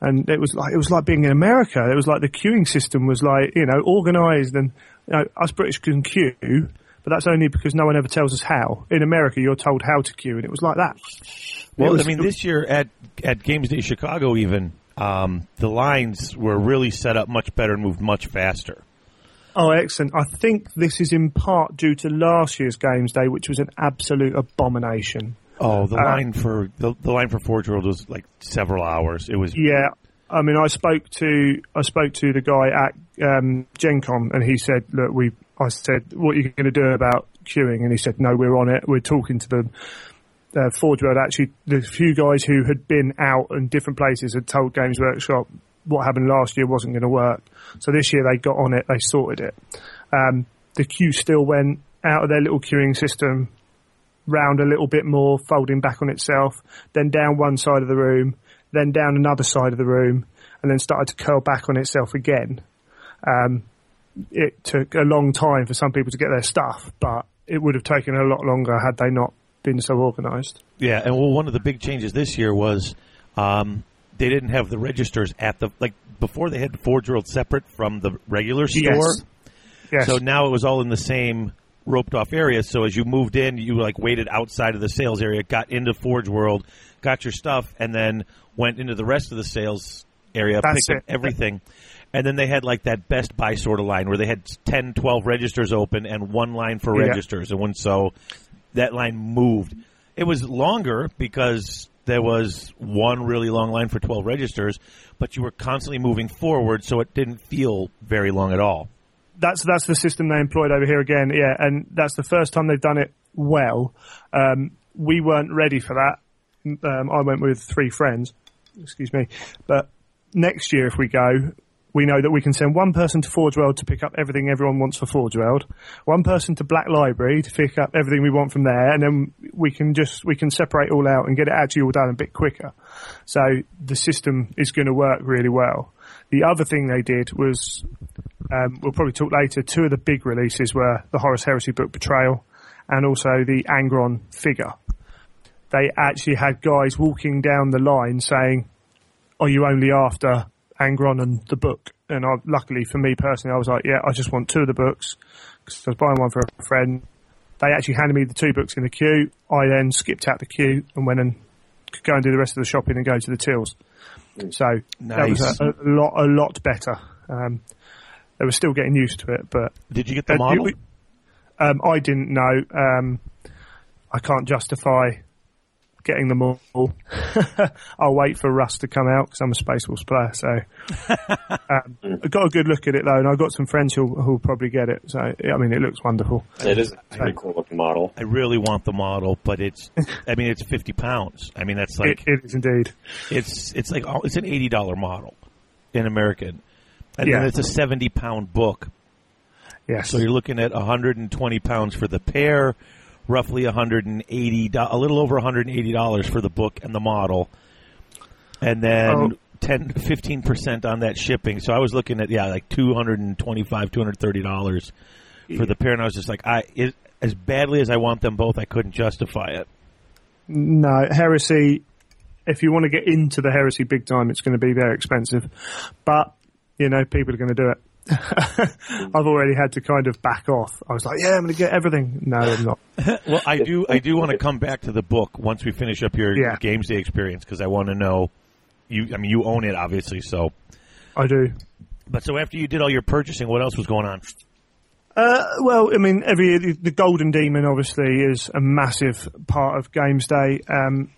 and it was like it was like being in America. It was like the queuing system was like you know organised, and you know, us British can queue, but that's only because no one ever tells us how. In America, you're told how to queue, and it was like that. Well, It was- I mean, this year at at Games Day Chicago, even um, the lines were really set up much better and moved much faster. Oh, excellent. I think this is in part due to last year's Games Day, which was an absolute abomination. Oh, the Uh, line for the, the line for Forge World was like several hours. It was Yeah, I mean, I spoke to I spoke to the guy at um, Gen Con and he said, look, we, I said, what are you going to do about queuing? And he said, no, we're on it. We're talking to them. Uh, Forge World actually, the few guys who had been out in different places had told Games Workshop what happened last year wasn't going to work. So this year they got on it. They sorted it. Um, the queue still went out of their little queuing system round a little bit more, folding back on itself, then down one side of the room, then down another side of the room, and then started to curl back on itself again. Um, it took a long time for some people to get their stuff, but it would have taken a lot longer had they not been so organised. Yeah, and well, one of the big changes this year was um, they didn't have the registers at the like before they had Forge World separate from the regular store. Yes. Yes. So now it was all in the same roped off area. So as you moved in, you like waited outside of the sales area, got into Forge World, got your stuff, and then went into the rest of the sales area, That's picked up it. everything. And then they had like that best buy sort of line where they had 10, 12 registers open and one line for Yeah. registers. And when so that line moved, it was longer because there was one really long line for 12 registers, but you were constantly moving forward, so it didn't feel very long at all. that's that's the system they employed over here again. Yeah, and that's the first time they've done it well. Um, we weren't ready for that. Um, I went with three friends. Excuse me, but next year if we go. We know that we can send one person to Forge World to pick up everything everyone wants for Forge World, one person to Black Library to pick up everything we want from there, and then we can just we can separate all out and get it actually all done a bit quicker. So the system is going to work really well. The other thing they did was um, we'll probably talk later. Two of the big releases were the Horus Heresy book Betrayal and also the Angron figure. They actually had guys walking down the line saying, Are you only after Angron and the book? And I, luckily for me personally, I was like, Yeah, I just want two of the books because I was buying one for a friend. They actually handed me the two books in the queue. I then skipped out the queue and went and could go and do the rest of the shopping and go to the tills. So that was Nice. a, a lot, a lot better. Um, they were still getting used to it, but Did you get the Uh, model? it- um, I didn't know. Um, I can't justify getting them all. [laughs] I'll wait for Rust to come out because I'm a Space Wolves player. So um, I got a good look at it though, and I got some friends who'll, who'll probably get it. So I mean, it looks wonderful. It is a pretty cool looking model. I really want the model, but [laughs] it's I mean it's fifty pounds. I mean that's like it, it is indeed. it's it's like oh, it's an eighty dollar model in American, and then Yeah. it's a seventy pound book. Yes. So you're looking at hundred and twenty pounds for the pair, roughly hundred and eighty a little over hundred and eighty dollars for the book and the model, and Oh. then. 10 15 percent on that shipping, so I was looking at yeah, like two hundred and twenty five, two hundred thirty dollars for the pair, and I was just like, I it, as badly as I want them both, I couldn't justify it. No, Heresy. If you want to get into the Heresy big time, it's going to be very expensive, but you know people are going to do it. [laughs] I've already had to kind of back off. I was like, yeah, I'm going to get everything. No, I'm not. Well, I do. I do want to come back to the book once we finish up your Yeah. games day experience because I want to know. You, I mean, you own it, obviously. So, I do. but so after you did all your purchasing, what else was going on? Uh, well, I mean, every year, the, the Golden Demon obviously is a massive part of Games Day, um,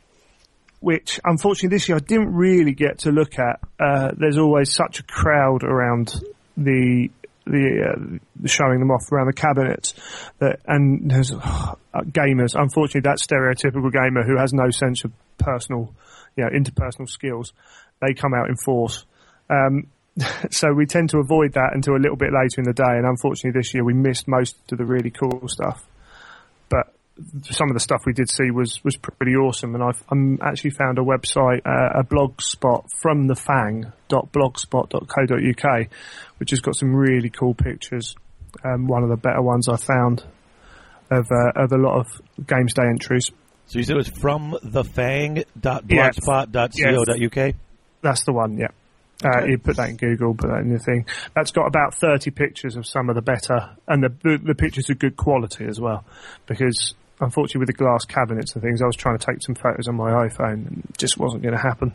which unfortunately this year I didn't really get to look at. Uh, there's always such a crowd around the the uh, showing them off around the cabinets that, and there's uh, gamers. Unfortunately, that stereotypical gamer who has no sense of personal, you know, interpersonal skills, they come out in force. Um, [laughs] so we tend to avoid that until a little bit later in the day. And unfortunately, this year we missed most of the really cool stuff. But some of the stuff we did see was was pretty awesome. And I've I'm actually found a website, uh, a blog spot from the Fang blogspot.co.uk, which has got some really cool pictures. Um, one of the better ones I found of uh, of a lot of games day entries. So you said it was from the fang.blogspot.co.uk. That's the one, yeah. Uh, you put that in Google, put that in your thing. That's got about 30 pictures of some of the better, and the, the, the pictures are good quality as well. Because unfortunately with the glass cabinets and things, I was trying to take some photos on my iPhone and it just wasn't going to happen.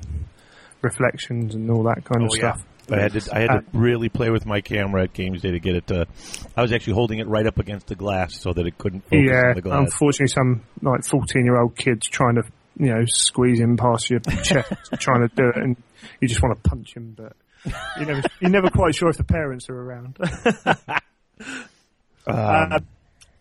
Reflections and all that Oh, kind of stuff. I had to. I had to really play with my camera at games day to get it to. I was actually holding it right up against the glass so that it couldn't focus yeah, on the glass. unfortunately some like 14 year old kids trying to, [laughs] you know, squeeze in past your chest, trying to do it and you just want to punch him, but You're never, you're never quite sure if the parents [laughs] are around. Um, Uh,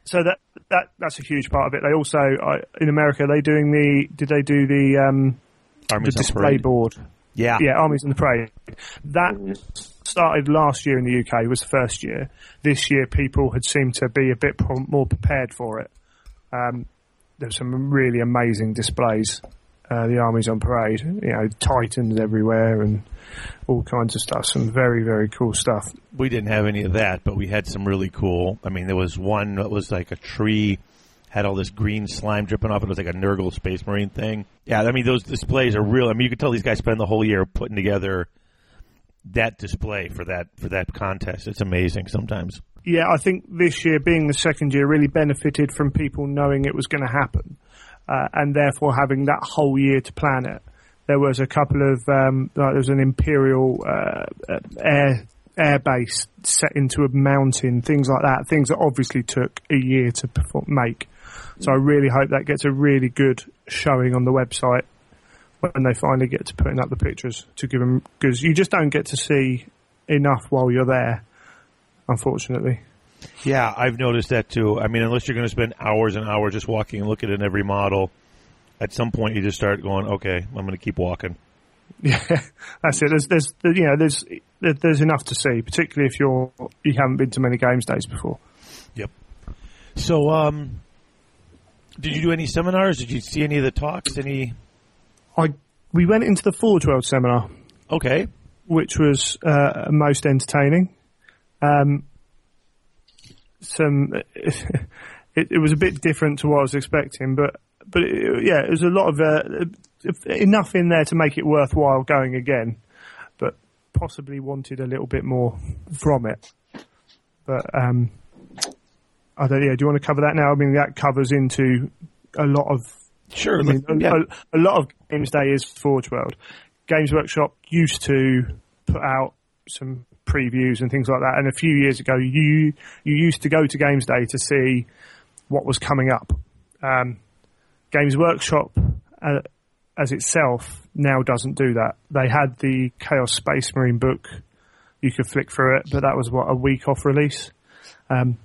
so that that that's a huge part of it. They also I, in America they doing the did they do the um, the Army's on display parade. board? Yeah. Yeah, armies in the parade. That started last year in the UK was the first year. This year people had seemed to be a bit pro- more prepared for it. Um, there were some really amazing displays. Uh, the armies on parade, you know, titans everywhere and all kinds of stuff. Some very, very cool stuff. we didn't have any of that, but we had some really cool. I mean, there was one that was like a tree had all this green slime dripping off it. It was like a Nurgle Space Marine thing. Yeah, I mean, those displays are real. I mean, you could tell these guys spend the whole year putting together that display for that for that contest. It's amazing sometimes. yeah, I think this year being the second year really benefited from people knowing it was going to happen, uh, and therefore having that whole year to plan it. There was a couple of um, like there was an imperial uh, uh, air air base set into a mountain, things like that. Things that obviously took a year to perform, make. So I really hope that gets a really good showing on the website when they finally get to putting up the pictures to give them because you just don't get to see enough while you're there, unfortunately. Yeah, I've noticed that too. I mean, unless you're going to spend hours and hours just walking and looking at every model, at some point you just start going, "Okay, I'm going to keep walking." Yeah, that's it. There's, there's, there- you know, there's, there- there's enough to see, particularly if you're you haven't been to many games days before. So, um, did you do any seminars? Did you see any of the talks? Any? I we went into the Forge World seminar, Okay, which was uh, most entertaining. Um, some, [laughs] it, it was a bit different to what I was expecting, but but it, yeah, it was a lot of uh, enough in there to make it worthwhile going again, but possibly wanted a little bit more from it. But um, I don't. Yeah, do you want to cover that now? I mean, that covers into a lot of sure. I mean, yeah. a, a lot of Games Day is Forge World. Games Workshop used to put out some previews and things like that, and a few years ago, you you used to go to Games Day to see what was coming up. Um, Games Workshop, uh, as itself, now doesn't do that. They had the Chaos Space Marine book; you could flick through it, but that was what a week off release. Um,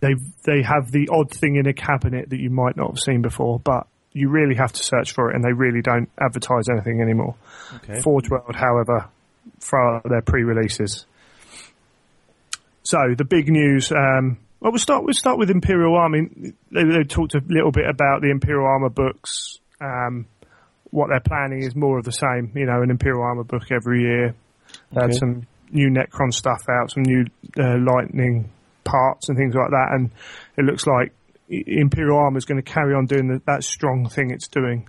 they they have the odd thing in a cabinet that you might not have seen before, but you really have to search for it, and they really don't advertise anything anymore. Okay. Forge World, however, throw out their pre-releases. So the big news. Um, well, we'll start. We'll start with Imperial Army. They, they talked a little bit about the Imperial Armor books. Um, what they're planning is more of the same. You know, an Imperial Armor book every year. They had Okay. some new Necron stuff out, some new uh, lightning parts and things like that, and it looks like I- Imperial Armor is going to carry on doing the, that strong thing it's doing,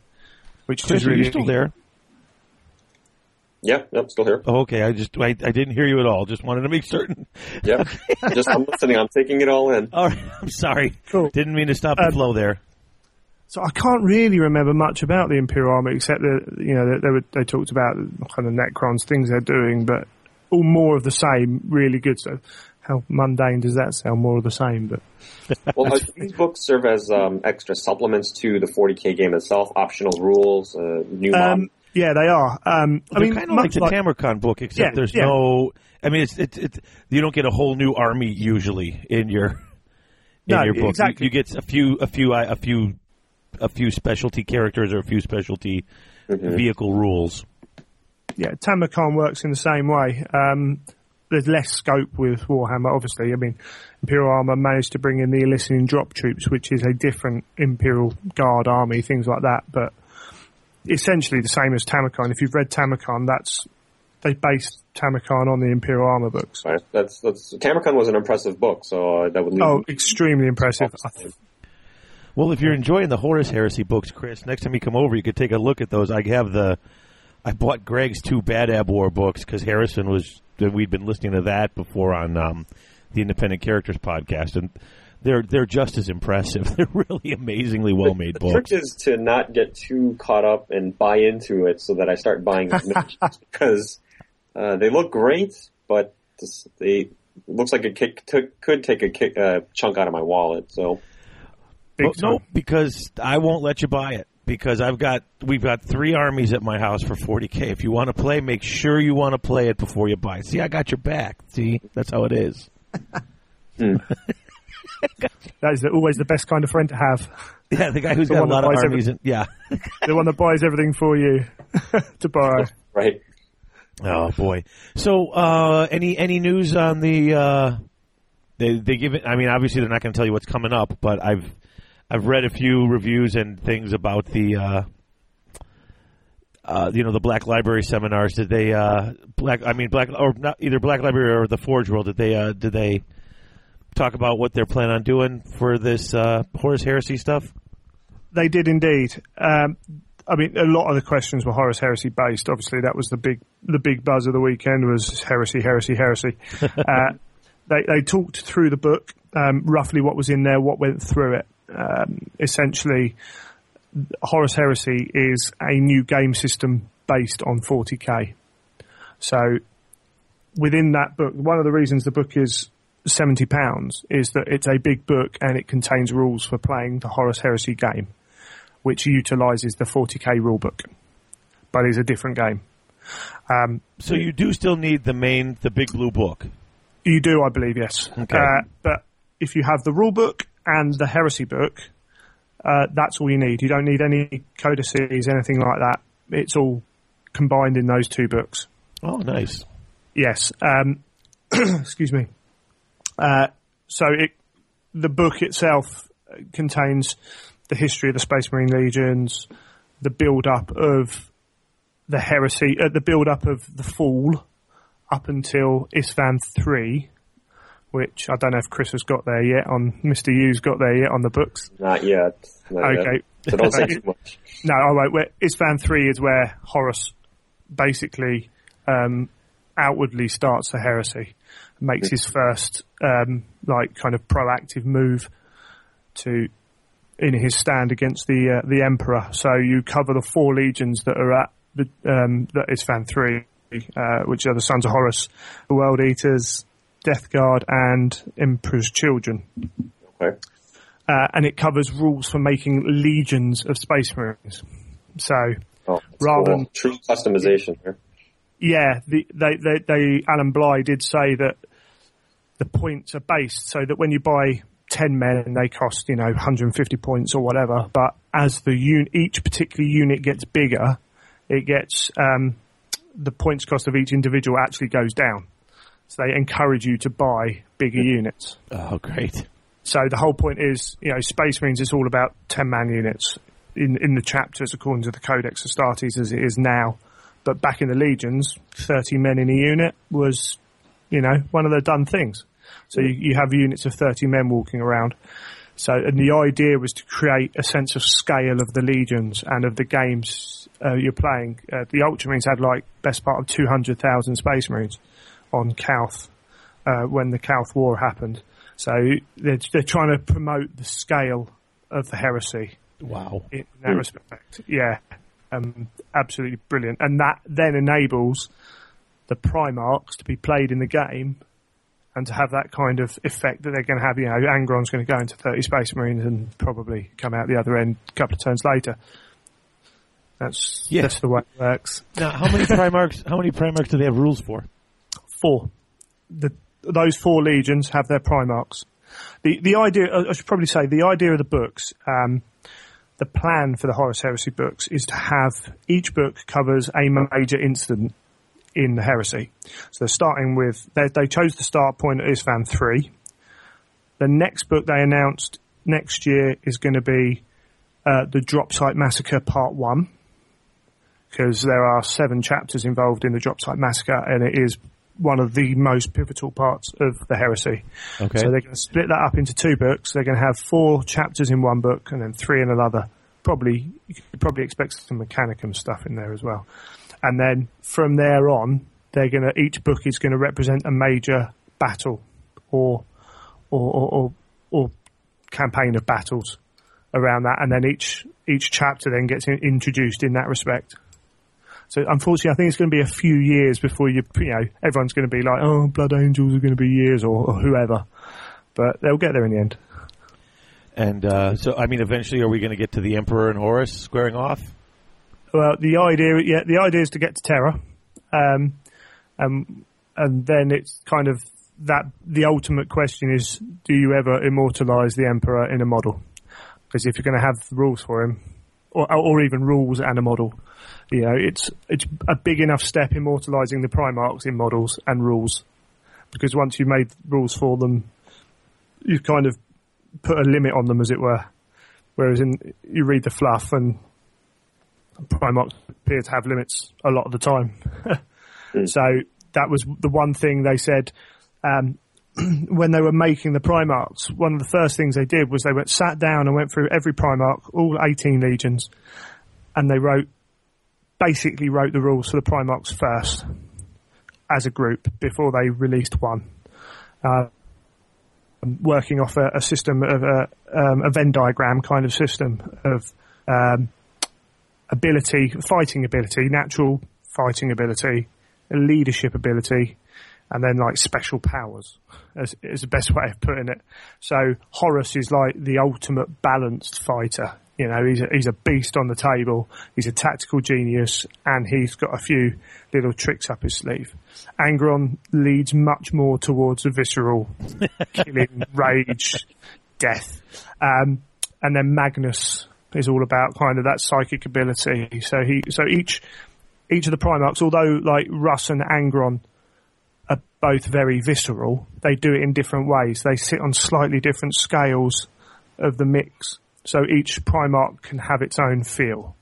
which Chris, is are you really still there? Yep, yep, still [laughs] here. Oh, okay, I just I, I didn't hear you at all. Just wanted to make certain. Yep. Just I'm listening. I'm taking it all [laughs] in. All right, I'm sorry. Cool. Didn't mean to stop the Um, flow there. So I can't really remember much about the Imperial Army except that you know that they were, they talked about kind of Necrons things they're doing, but all more of the same, really good stuff. How mundane does that sound? More of the same, but Well, uh, these books serve as um, extra supplements to the 40k game itself. Optional rules, uh, new um, um, yeah, they are. Um, I They're mean, kind of like much the like, Tamarcon book, except Yeah, there's yeah. no. I mean, it's, it's it's you don't get a whole new army usually in your in No, your book. You- exactly. You, get a few a few a few a few specialty characters or a few specialty vehicle rules. yeah, Tamarkan works in the same way. Um, there's less scope with Warhammer, obviously. I mean, Imperial Armor managed to bring in the Elysian drop troops, which is a different Imperial Guard army, things like that. But essentially the same as Tamarkan. If you've read Tamarkan, that's they based Tamarkan on the Imperial Armor books. right? That's that's Tamarcon was an impressive book, so uh, that would leave Oh, extremely impressive! I th- Well, if you're enjoying the Horus Heresy books, Chris, next time you come over, you could take a look at those. I have the. I bought Greg's two Bad Ab War books because Harrison was. We'd been listening to that before on um, the Independent Characters podcast, and they're they're just as impressive. [laughs] They're really amazingly well made The books. trick is to not get too caught up and buy into it, so that I start buying as many because uh, they look great, but this, they it looks like it kick, took, could take a kick, uh, chunk out of my wallet. So big Well, no, time. because I won't let you buy it. because I've got we've got three armies at my house for 40k. If you want to play, make sure you want to play it before you buy. See, I got your back. See, that's how [laughs] it is. That is the, always the best kind of friend to have. Yeah, the guy who's The got a one that lot of buys armies. In, yeah. The one that buys everything for you [laughs] to borrow. right? Oh boy. So, uh, any any news on the? Uh, they they give it. I mean, obviously they're not going to tell you what's coming up, but I've I've read a few reviews and things about the. Uh, uh, you know the Black Library seminars. Did they uh, black? I mean, black or not either Black Library or the Forge World. Did they? Uh, did they talk about what they're planning on doing for this uh, Horus Heresy stuff? They did indeed. Um, I mean, a lot of the questions were Horace Heresy based. Obviously, that was the big the big buzz of the weekend was heresy, heresy, heresy. uh, they they talked through the book um, roughly what was in there, what went through it. Um, essentially, Horace Heresy is a new game system based on 40k. So within that book, one of the reasons the book is seventy pounds is that it's a big book and it contains rules for playing the Horus Heresy game, which utilises the forty k rulebook, but is a different game. Um, So you do still need the main, the big blue book. you do, I believe, yes. Okay. Uh, but if you have the rulebook and the Heresy book, uh, that's all you need. You don't need any codices, anything like that. It's all combined in those two books. Oh, nice. Yes. Um, [clears throat] excuse me. Uh, so it, the book itself uh, contains the history of the Space Marine legions, the build up of the heresy, uh, the build up of the fall, up until Isvan three, which I don't know if Chris has got there yet. On Mister Yu's got there yet on the books. Not yet. Not yet. Okay. So don't say too much. No, I won't. Where, Isfan 3 is where Horus basically um, outwardly starts the heresy, makes his first, um, like, kind of proactive move to in his stand against the uh, the Emperor. So you cover the four legions that are at the, um, that Isfan 3, uh, which are the Sons of Horus, the World Eaters, Death Guard, and Emperor's Children Okay. uh, and it covers rules for making legions of space marines. So Oh, that's Rather cool. than- true customization here. yeah, the, they, they, they Alan Bly did say that the points are based so that when you buy ten men, they cost you know 150 points or whatever. But as the un- each particular unit gets bigger, it gets um, the points cost of each individual actually goes down. So they encourage you to buy bigger units. Oh, great. So the whole point is, you know, Space Marines is all about 10 man units in, in the chapters according to the Codex Astartes as it is now. But back in the Legions, 30 men in a unit was, you know, one of the done things. So you, you have units of 30 men walking around. So, and the idea was to create a sense of scale of the Legions and of the games uh, you're playing. Uh, the Ultramarines had like best part of 200,000 Space Marines on Calth uh, when the Calth War happened. So they're, they're trying to promote the scale of the heresy Wow. in that respect. Yeah, um, absolutely brilliant. And that then enables the Primarchs to be played in the game and to have that kind of effect that they're going to have. You know, Angron's going to go into 30 Space Marines and probably come out the other end a couple of turns later. That's, Yeah. that's the way it works. Now, how many primarchs? How many primarchs do they have rules for? four. The, those four legions have their primarchs. The the idea I- I should probably say the idea of the books. Um, the plan for the Horus Heresy books is to have each book covers a major incident in the heresy. So starting with they, they chose the start point at Isfan three. The next book they announced next year is going to be uh, the Drop Site Massacre Part One because there are seven chapters involved in the Drop Site Massacre, and it is one of the most pivotal parts of the heresy. Okay. So they're going to split that up into two books. They're going to have four chapters in one book and then three in another. Probably, you could probably expect some Mechanicum stuff in there as well. And then from there on, they're going to each book is going to represent a major battle or or or, or, or campaign of battles around that, and then each each chapter then gets in, introduced in that respect. So unfortunately, I think it's going to be a few years before you you know everyone's going to be like, oh, Blood Angels are going to be years or, or whoever, but they'll get there in the end. And uh, so, I mean, eventually, are we going to get to the Emperor and Horus squaring off? Well, the idea, yeah, the idea is to get to Terra, um, um, and then it's kind of that. The ultimate question is, do you ever immortalize the Emperor in a model? Because if you're going to have rules for him, or, or even rules and a model, you know, it's it's a big enough step immortalizing the Primarchs in models and rules, because once you've made rules for them, you've kind of put a limit on them, as it were. Whereas in you read the fluff and Primarchs appear to have limits a lot of the time. [laughs] so that was the one thing they said um, [clears throat] when they were making the Primarchs. One of the first things they did was they went sat down and went through every Primarch, all eighteen legions, and they wrote basically wrote the rules for the Primarchs first as a group before they released one. Uh, working off a, a system of a, um, a Venn diagram kind of system of um, ability, fighting ability, natural fighting ability, leadership ability, and then like special powers is, is the best way of putting it. So Horus is like the ultimate balanced fighter. You know, he's a, he's a beast on the table. He's a tactical genius, and he's got a few little tricks up his sleeve. Angron leads much more towards a visceral killing, rage, death, um, and then Magnus is all about kind of that psychic ability. So he, so each each of the Primarchs, although like Russ and Angron are both very visceral, they do it in different ways. They sit on slightly different scales of the mix, so each Primarch can have its own feel.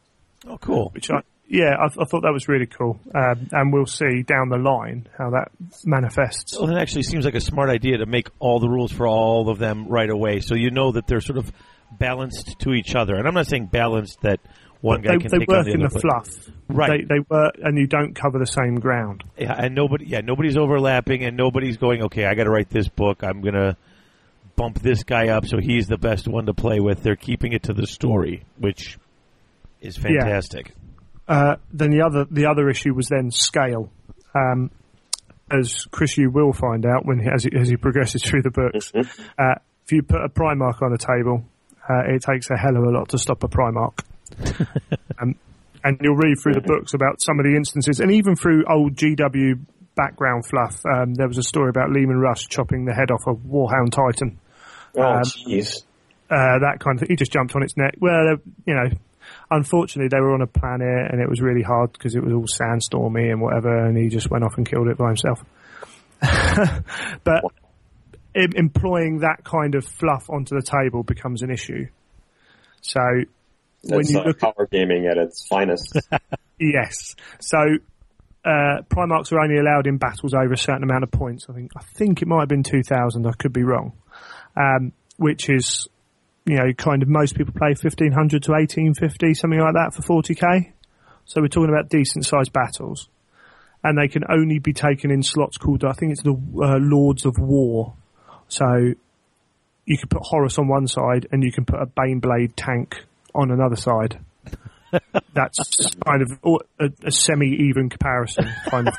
Oh, cool. Which I, yeah, I, I thought that was really cool, um, and we'll see down the line how that manifests. Well, that actually seems like a smart idea to make all the rules for all of them right away, so you know that they're sort of balanced to each other. And I'm not saying balanced that one But guy they, can they take on work the in the other, but- fluff, Right. They, they work, and you don't cover the same ground. Yeah, and nobody, yeah, nobody's overlapping, and nobody's going. Okay, I got to write this book. I'm gonna bump this guy up so he's the best one to play with. They're keeping it to the story, which is fantastic. Uh, then the other the other issue was then scale. Um, as Chris, you will find out when he, as, he, as he progresses [laughs] through the books, uh, if you put a Primarch on a table, uh, it takes a hell of a lot to stop a Primarch. um, and you'll read through the books about some of the instances, and even through old GW background fluff. Um, there was a story about Lehman Rush chopping the head off a Warhound Titan Oh, jeez. uh, that kind of thing. He just jumped on its neck. Well, they- you know, unfortunately they were on a planet and it was really hard because it was all sandstormy and whatever, and he just went off and killed it by himself. [laughs] but em- employing that kind of fluff onto the table becomes an issue. So when That's you uh, look at power gaming at its [laughs] finest. Yes. So uh, Primarchs are only allowed in battles over a certain amount of points. I think I think it might have been two thousand. I could be wrong. Um, which is, you know, kind of most people play fifteen hundred to eighteen fifty, something like that, for forty k. So we're talking about decent sized battles, and they can only be taken in slots called I think it's the uh, Lords of War. So you can put Horus on one side, and you can put a Baneblade tank on another side that's kind of or a, a semi-even comparison. Kind of.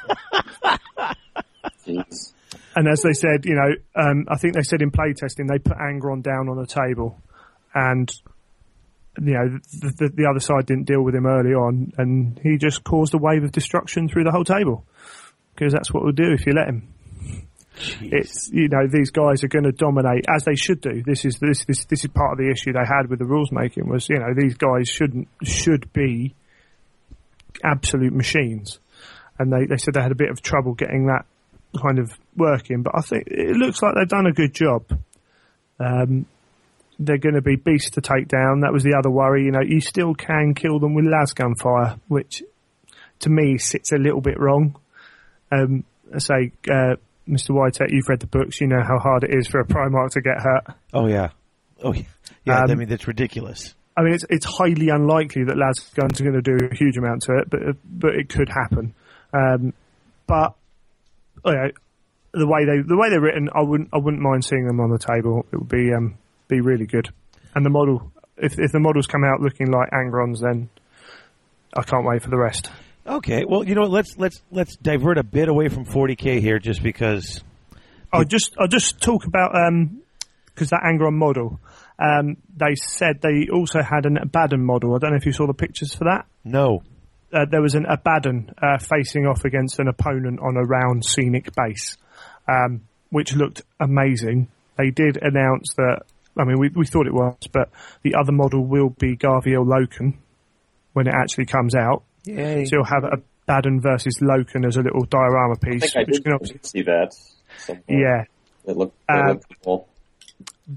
Jeez. and as they said, you know, um, I think they said in playtesting they put Angron down on a table, and you know the, the, the other side didn't deal with him early on, and he just caused a wave of destruction through the whole table because that's what we'll do if you let him. It's you know these guys are going to dominate as they should do. This is this this this is part of the issue they had with the rules making was you know these guys shouldn't should be absolute machines, and they they said they had a bit of trouble getting that kind of working. But I think it looks like they've done a good job. Um, they're going to be beasts to take down. That was the other worry. You know, you still can kill them with las gunfire, which to me sits a little bit wrong. Um, I say, uh, Mr. Whitehead, you've read the books. You know how hard it is for a Primarch to get hurt. Oh yeah, oh yeah. Yeah, Um, I mean that's ridiculous. I mean, it's it's highly unlikely that Las Guns are going to do a huge amount to it, but but it could happen. Um, but you know, the way they the way they're written, I wouldn't I wouldn't mind seeing them on the table. It would be um, be really good. And the model, if if the models come out looking like Angrons, then I can't wait for the rest. Okay, well, you know, what, let's let's let's divert a bit away from 40k here, just because. Oh, um, I'll just I'll just talk about because that Angron model. Um, they said they also had an Abaddon model. I don't know if you saw the pictures for that. No. Uh, there was an Abaddon uh, facing off against an opponent on a round scenic base, um, which looked amazing. They did announce that. I mean, we, we thought it was, but the other model will be Garviel Loken when it actually comes out. Yay. So you'll have Abaddon versus Loken as a little diorama I piece. think I which did can obviously- see that. somewhere. yeah, It looked, it Um, looked cool.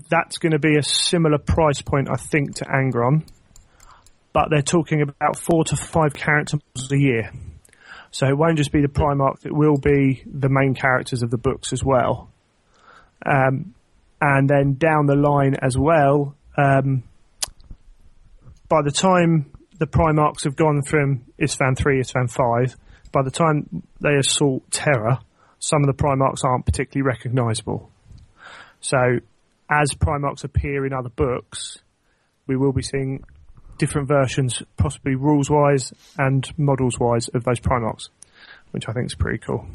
that's going to be a similar price point, I think, to Angron, but they're talking about four to five characters a year. So it won't just be the Primarchs; it will be the main characters of the books as well. Um, and then down the line as well, um, by the time the Primarchs have gone from Isfan 3, Isfan 5, by the time they assault Terra, some of the Primarchs aren't particularly recognisable. So as Primarchs appear in other books, we will be seeing different versions, possibly rules wise and models wise, of those Primarchs, which I think is pretty cool.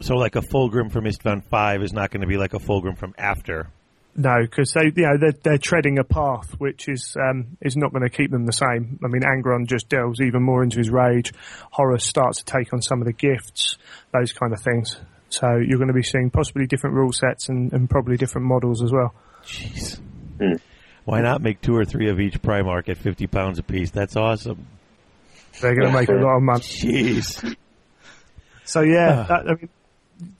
So like a Fulgrim from Istvan Five is not going to be like a Fulgrim from After. No, because they, you know, they're, they're treading a path which is um, is not going to keep them the same. I mean, Angron just delves even more into his rage. Horus starts to take on some of the gifts, those kind of things. So you're going to be seeing possibly different rule sets and, and probably different models as well. Jeez. Why not make two or three of each Primarch at fifty pounds apiece? That's awesome. They're going to make a lot of money. Jeez. So yeah, that, I mean,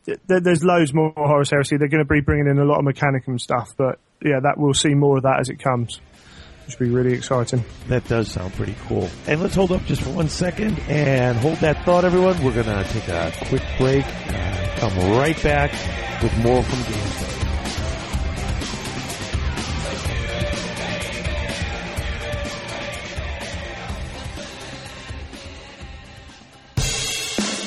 th- th- there's loads more Horus Heresy. They're going to be bringing in a lot of Mechanicum stuff, but yeah, that we'll see more of that as it comes, which will be really exciting. That does sound pretty cool. And let's hold up just for one second and hold that thought, everyone. We're going to take a quick break and come right back with more from GameStop.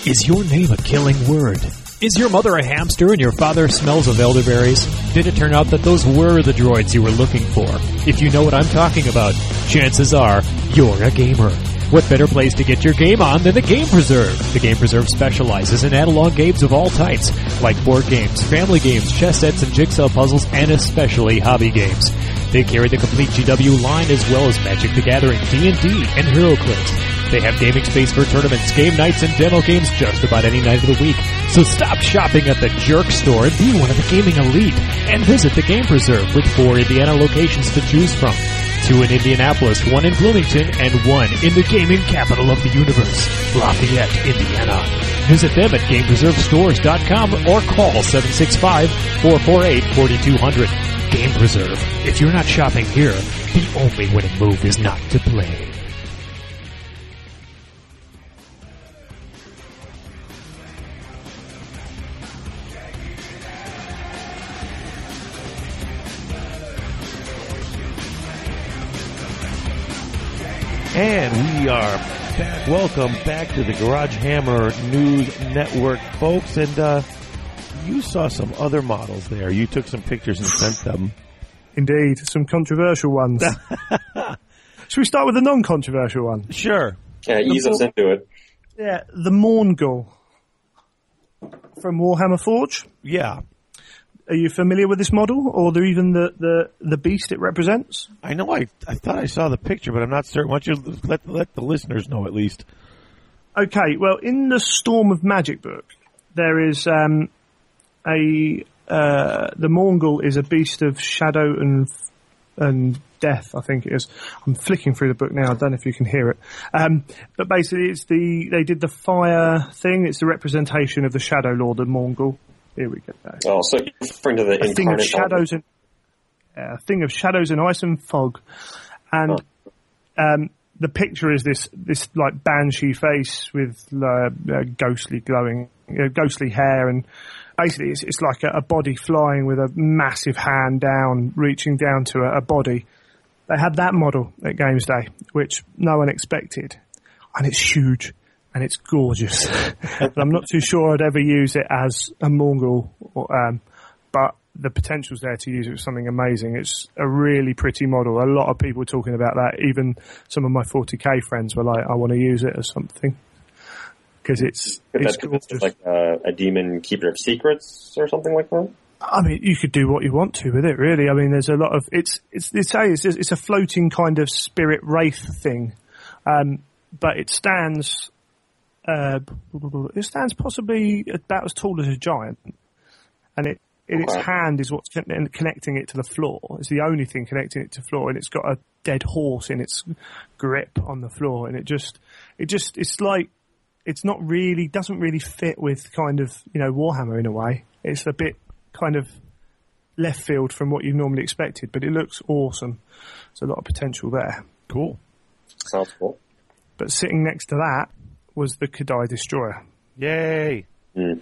Is your name a killing word? Is your mother a hamster and your father smells of elderberries? Did it turn out that those were the droids you were looking for? If you know what I'm talking about, chances are you're a gamer. What better place to get your game on than the Game Preserve? The Game Preserve specializes in analog games of all types, like board games, family games, chess sets and jigsaw puzzles, and especially hobby games. They carry the complete GW line as well as Magic the Gathering, D&D, and HeroClix. They have gaming space for tournaments, game nights, and demo games just about any night of the week. So stop shopping at the Jerk Store and be one of the gaming elite. And visit the Game Preserve with four Indiana locations to choose from. Two in Indianapolis, one in Bloomington, and one in the gaming capital of the universe, Lafayette, Indiana. Visit them at GamePreserveStores.com or call 765-448-4200. Game Preserve. If you're not shopping here, the only winning move is not to play. And we are back. Welcome back to the Garage Hammer News Network, folks. And, uh, you saw some other models there. You took some pictures and sent them. Indeed, some controversial ones. Should we start with the non-controversial one? Sure. Yeah, ease us into it. Yeah, the Morngul from Warhammer Forge. Yeah. Are you familiar with this model, or the, even the, the, the beast it represents? I know I, I thought I saw the picture, but I'm not certain. Why don't you let, let the listeners know at least? Okay, well, in the Storm of Magic book, there is um, a uh, the Morgul is a beast of shadow and and death. I think it is. I'm flicking through the book now. I don't know if you can hear it, um, but basically, it's the they did the fire thing. It's the representation of the Shadow Lord of Morgul. Here we go Oh, so you're referring to the a thing of incarnate shadows and yeah, a thing of shadows and ice and fog, and um, the picture is this this like banshee face with uh, uh, ghostly glowing uh, ghostly hair and basically it's, it's like a, a body flying with a massive hand down reaching down to a, a body. They had that model at Games Day, which no one expected, and it's huge. And it's gorgeous. And I'm not too sure I'd ever use it as a Mongol, or, um, but the potential's there to use it for something amazing. It's a really pretty model. A lot of people talking about that. Even some of my 40k friends were like, "I want to use it as something because it's Could it's that be gorgeous." like uh, a demon keeper of secrets or something like that? I mean, you could do what you want to with it, really. I mean, there's a lot of it's it's they say it's it's a floating kind of spirit wraith thing, um, but it stands. Uh, it stands possibly about as tall as a giant, and it in its Wow. hand is what's con- and connecting it to the floor. It's the only thing connecting it to floor, and it's got a dead horse in its grip on the floor, and it just it just it's like it's not really doesn't really fit with kind of you know Warhammer in a way. It's a bit kind of left field from what you normally expected, but it looks awesome. There's a lot of potential there. Cool. Sounds cool. But sitting next to that was the Kadai Destroyer, Yay. Mm.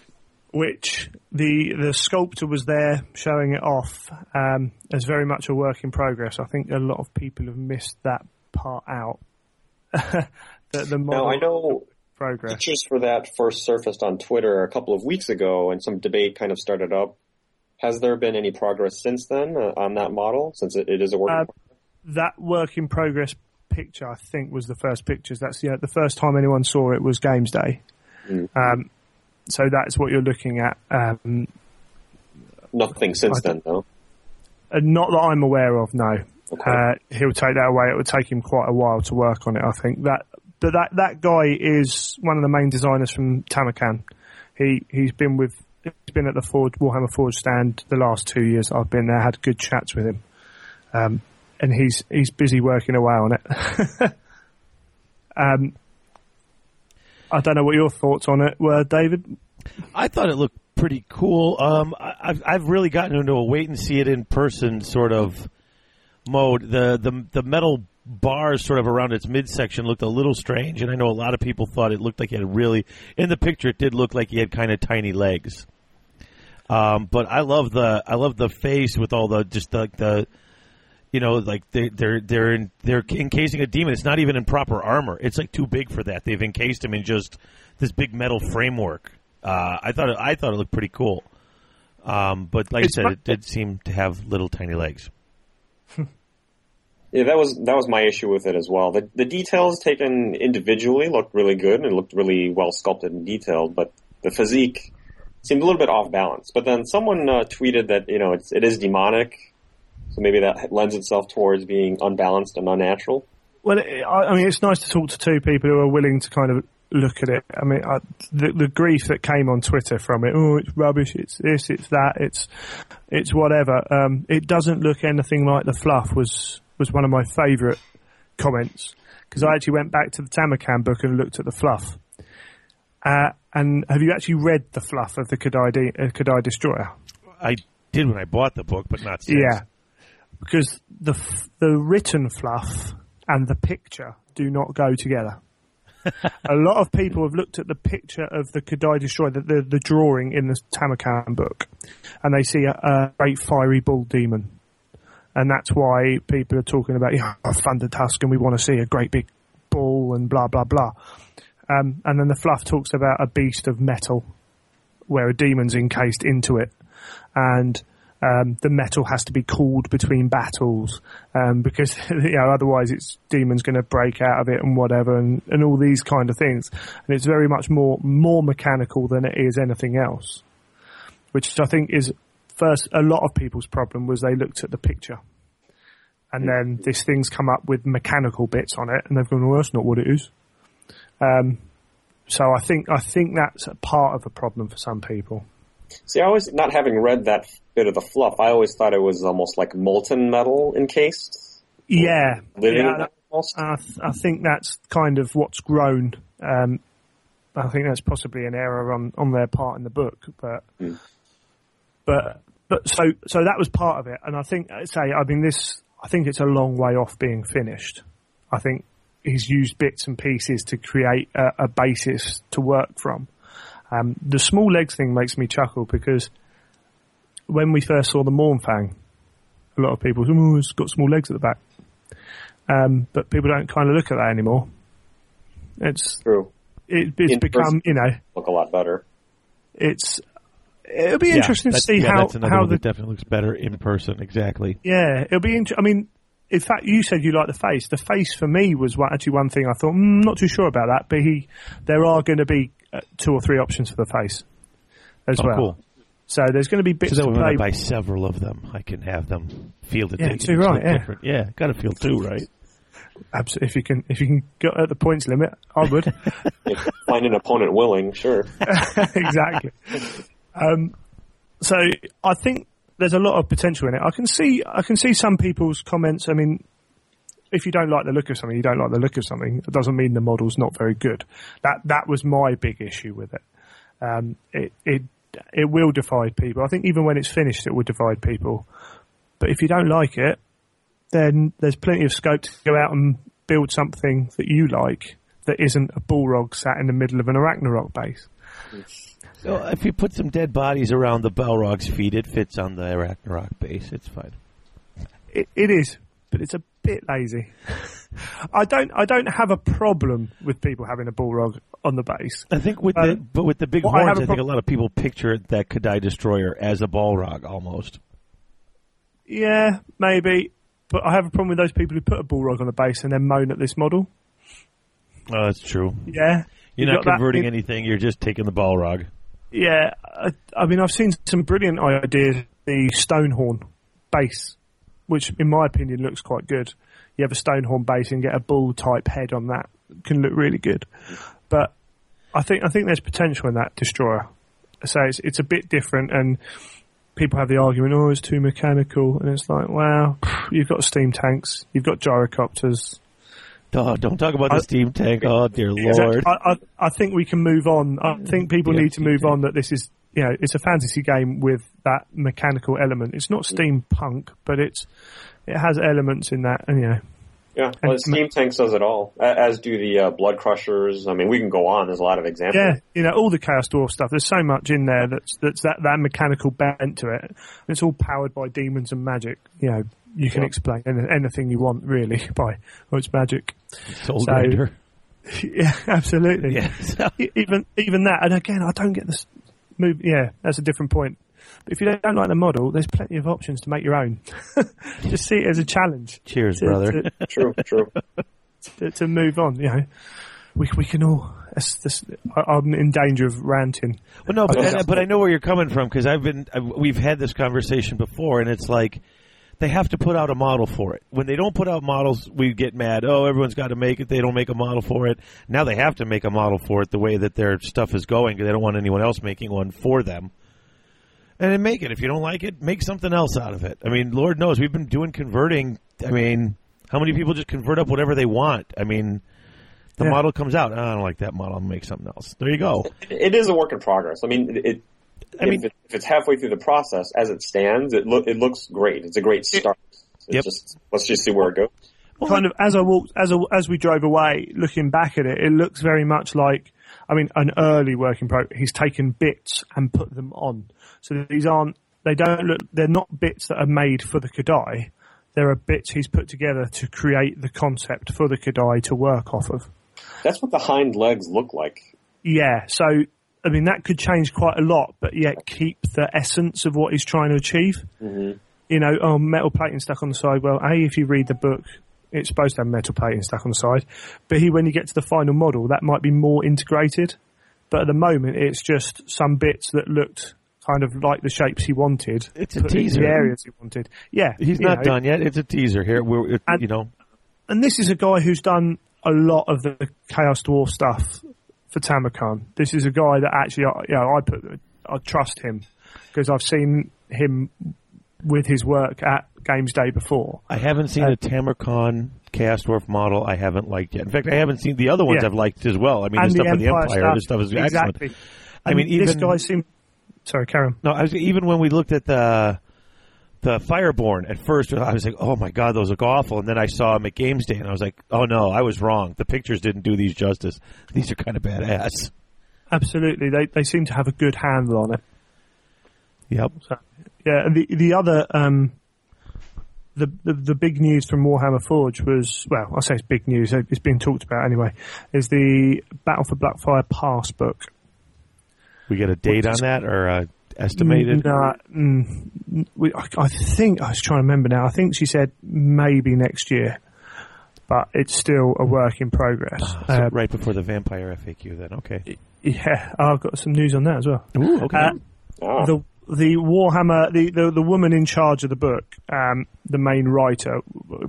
which the the sculptor was there showing it off um, as very much a work in progress. I think a lot of people have missed that part out. [laughs] the, the Now model I know progress. pictures for that first surfaced on Twitter a couple of weeks ago, and some debate kind of started up. Has there been any progress since then uh, on that model? Since it, it is a work. in Uh, that work in progress picture, I think, was the first pictures. That's the, the first time anyone saw it was Games Day. Mm. Um, so that's what you're looking at. Um, progress? nothing since then, though. and not that I'm aware of, no. Okay. Uh, he'll take that away. It would take him quite a while to work on it, I think. That, but that, that guy is one of the main designers from Tamakan. He he's been with he's been at the Ford Warhammer Forge stand the last two years I've been there. Had good chats with him, um, and he's he's busy working away on it. [laughs] um, I don't know what your thoughts on it were, David. I thought it looked pretty cool. Um, I, I've I've really gotten into a wait and see it in person sort of mode. The the the metal bars sort of around its midsection looked a little strange, and I know a lot of people thought it looked like it had really. In the picture, it did look like he had kind of tiny legs. Um, but I love the I love the face with all the just like the. You know, like they, they're they're in, they're encasing a demon. It's not even in proper armor. It's like too big for that. They've encased him in just this big metal framework. Uh, I thought it, I thought it looked pretty cool. Um, but like It's I said, fu- it did seem to have little tiny legs. Yeah, that was that was my issue with it as well. The the details taken individually looked really good and it looked really well sculpted and detailed, but the physique seemed a little bit off balance. But then someone uh, tweeted that you know it's it is demonic, so maybe that lends itself towards being unbalanced and unnatural. Well, it, I, I mean, it's nice to talk to two people who are willing to kind of look at it. I mean, I, the, the grief that came on Twitter from it, oh, it's rubbish, it's this, it's that, it's it's whatever. Um, it doesn't look anything like the fluff was was one of my favourite comments because I actually went back to the Tamakan book and looked at the fluff. Uh, and have you actually read the fluff of the Kadai, De- uh, Kadai Destroyer? I did when I bought the book, but not since. Yeah, because the f- the written fluff and the picture do not go together. a lot of people have looked at the picture of the Kadai Destroyer, the, the, the drawing in the Tamakan book, and they see a, a great fiery bull demon. And that's why people are talking about, yeah, a Thunder Tusk and we want to see a great big bull and blah, blah, blah. Um, and then the fluff talks about a beast of metal where a demon's encased into it. And um, the metal has to be cooled between battles um, because [laughs] you know otherwise its demons going to break out of it and whatever and, and all these kind of things and it's very much more more mechanical than it is anything else which I think is first a lot of people's problem was they looked at the picture and then this thing's come up with mechanical bits on it and they've gone well that's not what it is um, so I think I think that's a part of a problem for some people See, I always not having read that bit of the fluff, I always thought it was almost like molten metal encased, yeah living yeah, that- uh, almost. I, th- I think that's kind of what's grown. Um, I think that's possibly an error on, on their part in the book, but but but so so that was part of it, and I think I'd say I mean this. I think it's a long way off being finished. I think he's used bits and pieces to create a, a basis to work from. Um, the small legs thing makes me chuckle because when we first saw the Mornfang, a lot of people, oh, it's got small legs at the back um, but people don't kind of look at that anymore. It's True, it, it's In become you know look a lot better. it's it'll be interesting to see how that's another how one the that definitely looks better in person. Exactly. yeah it'll be int- I mean in fact you said you like the face the face for me was one, actually one thing I thought mm, not too sure about that but he there are going to be uh, two or three options for the face as Oh, well cool. So there's going to be bits So then to when I play. buy several of them, I can have them fielded. Yeah, two, right, yeah. yeah, got to field two, right? Abs- if you can, if you can go at the points limit, I [laughs] would. If find an opponent willing, sure. [laughs] exactly. Um, so I think there's a lot of potential in it. I can see I can see some people's comments. I mean, if you don't like the look of something, you don't like the look of something. It doesn't mean the model's not very good. That that was my big issue with it. Um, it it it will divide people. I think even when it's finished, it will divide people. But if you don't like it, then there's plenty of scope to go out and build something that you like that isn't a bullrog sat in the middle of an arachnarok base. So if you put some dead bodies around the Balrog's feet, it fits on the Arachnarok base. It's fine. It, it is, but it's a bit lazy. I don't. I don't have a problem with people having a bullrog on the base. I think with Uh, the but with the big well, I horns, have I, a think a prob- lot of people picture that Kadai Destroyer as a Balrog almost. Yeah, maybe, but I have a problem with those people who put a bullrog on the base and then moan at this model. Oh, that's true. Yeah, You're You not got that converting in- anything. You're just taking the Balrog. yeah. I, I mean, I've seen some brilliant ideas. The Stonehorn base, which in my opinion looks quite good. You have a Stonehorn base and get a bull type head on that can look really good. But I think I think there's potential in that destroyer. So it's it's a bit different, and people have the argument, oh, it's too mechanical, and it's like, wow, you've got steam tanks, you've got gyrocopters. Oh, don't talk about the I- steam tank. Oh dear So lord. I, I I think we can move on. I think people Yeah, need to move on. That this is you know it's a fantasy game with that mechanical element. It's not steampunk, but it's it has elements in that, and you know. Yeah, well, And- steam tanks does it all, a- as do the uh, blood crushers. I mean, we can go on. There's a lot of examples. Yeah, you know, all the Chaos Dwarf stuff. There's so much in there that's that's that, that mechanical bent to it. And it's all powered by demons and magic. You know, you can explain any, anything you want really [laughs] by oh, it's magic. Soul so- grinder. [laughs] yeah, absolutely. Yeah. so- E- Even even that, and again, I don't get this move. Yeah, that's a different point. But if you don't, don't like the model, there's plenty of options to make your own. [laughs] Just see it as a challenge. Cheers, To- brother. to- True, [laughs] true. to, to move on. You know, we we can all. It's, this, I, I'm in danger of ranting. Well, no, but, Okay. I, but I know where you're coming from because I've been I've, we've had this conversation before, and it's like they have to put out a model for it. When they don't put out models, we get mad. Oh, everyone's got to make it. They don't make a model for it. Now they have to make a model for it the way that their stuff is going. 'cause They don't want anyone else making one for them. And then make it. If you don't like it, make something else out of it. I mean, Lord knows we've been doing converting. I mean, how many people just convert up whatever they want? I mean, the Yeah. model comes out. "Oh, I don't like that model. I'll make something else. There you go. It is a work in progress. I mean, it. I mean- if, it, if it's halfway through the process, as it stands, it loo- it looks great. It's a great start. It's Yep. just, let's just see where it goes. kind of as I walked as I, as we drove away, looking back at it, it looks very much like I mean an early working pro. He's taken bits and put them on, so these aren't they don't look they're not bits that are made for the Kodai. There are bits he's put together to create the concept for the Kodai to work off of. That's what the hind legs look like. Yeah, so I mean that could change quite a lot, but yet keep the essence of what he's trying to achieve. You know, oh, metal plating stuck on the side. Well, a if you read the book, it's supposed to have metal plating stuck on the side, but he when you get to the final model, that might be more integrated. But at the moment, it's just some bits that looked kind of like the shapes he wanted. It's a put into teaser. The areas he wanted. Yeah, He's you not know. done yet. It's a teaser here. We're, it, And- you know, and this is a guy who's done a lot of the Chaos Dwarf stuff for Tamakon. This is a guy that actually, I- you know, I put, I trust him because I've seen him with his work at Games Day before. I haven't seen a Tamarcon Castworth model I haven't liked yet. In fact, I haven't seen the other ones Yeah. I've liked as well. I mean, the stuff with the Empire, this stuff is excellent. exactly. I mean, And this even- guy seemed. Sorry, Karen. No, I was, even when we looked at the the Fireborn at first, I was like, "Oh my god, those look awful." And then I saw them at Games Day, and I was like, "Oh no, I was wrong. The pictures didn't do these justice. These are kind of badass." Absolutely, they they seem to have a good handle on it. Yep. Yeah, and the the other um, the, the the big news from Warhammer Forge was well, I say it's big news. It's being talked about anyway. Is the Battle for Blackfire Pass book? We get a date on that or uh, estimated? Nah, mm, we, I, I think I was trying to remember now. I think she said maybe next year, but it's still a work in progress. So Uh, right before the Vampire FAQ, then. Okay. yeah, I've got some news on that as well. Ooh, okay. Uh, Ah, the the Warhammer, the, the, the woman in charge of the book, um, the main writer,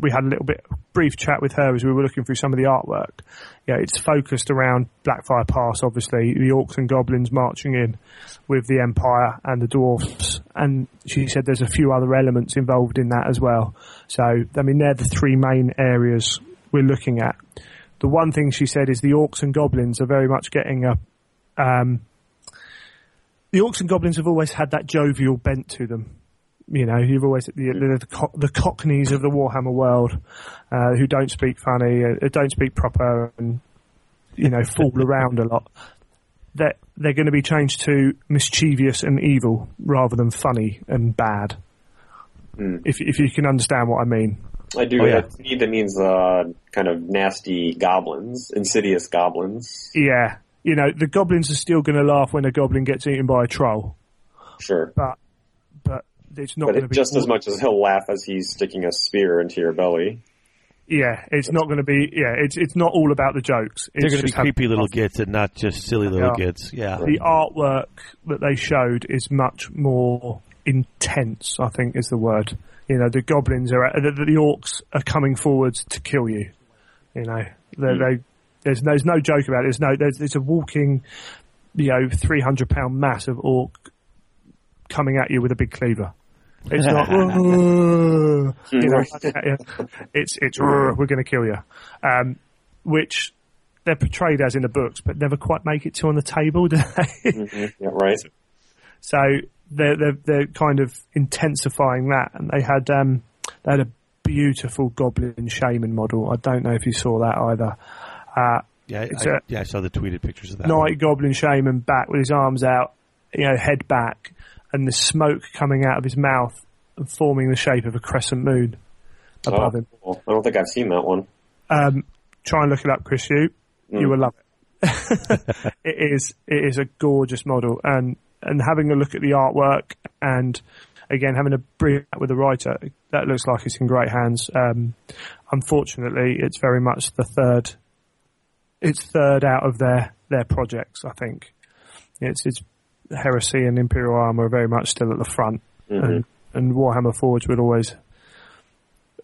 we had a little bit brief chat with her as we were looking through some of the artwork. Yeah, it's focused around Blackfire Pass, obviously, the orcs and goblins marching in with the Empire and the dwarfs. And she said there's a few other elements involved in that as well. So, I mean, they're the three main areas we're looking at. The one thing she said is the orcs and goblins are very much getting a, um, the orcs and goblins have always had that jovial bent to them. You know, you've always the the, the, co- the cockneys of the Warhammer world uh, who don't speak funny, uh, don't speak proper, and you [laughs] know fool around a lot. That they're, going to be changed to mischievous and evil rather than funny and bad. Hmm. If if you can understand what I mean. I do. Oh, yeah. that, to me, that means uh, kind of nasty goblins, insidious goblins. Yeah, you know the goblins are still going to laugh when a goblin gets eaten by a troll, Sure. but but it's not But going to it, be just as much as he'll laugh as he's sticking a spear into your belly. Yeah, it's not going to be. Yeah, it's it's not all about the jokes. It's They're going to be just how- creepy little gits and not just silly little Yeah. gits. Yeah. The artwork that they showed is much more intense. I think is the word. You know, the goblins are the, the, the orcs are coming forward to kill you. You know, they, they there's there's no joke about it. There's no there's it's a walking, you know, three hundred pound mass of orc coming at you with a big cleaver. It's not. "Whoa," you know, it's it's "Whoa, we're going to kill you, um, which they're portrayed as in the books, but never quite make it to on the table, [laughs] do they? Mhm, yeah, right. so they're, they're they're kind of intensifying that, and they had um they had a beautiful goblin shaman model. I don't know if you saw that either. Uh, Yeah, I, It's I- a- yeah, I saw the tweeted pictures of that. one. night goblin shaman back with his arms out, you know, head back, and the smoke coming out of his mouth and forming the shape of a crescent moon above Oh, him. cool. I don't think I've seen that one. Um, try and look it up, Chris. You you will love it. [laughs] it is it is a gorgeous model, and and having a look at the artwork, and again having a brief chat with the writer, that looks like it's in great hands. Um, unfortunately, it's very much the third. It's third out of their their projects. I think it's it's heresy and imperial armor are very much still at the front, and, and Warhammer Forge would always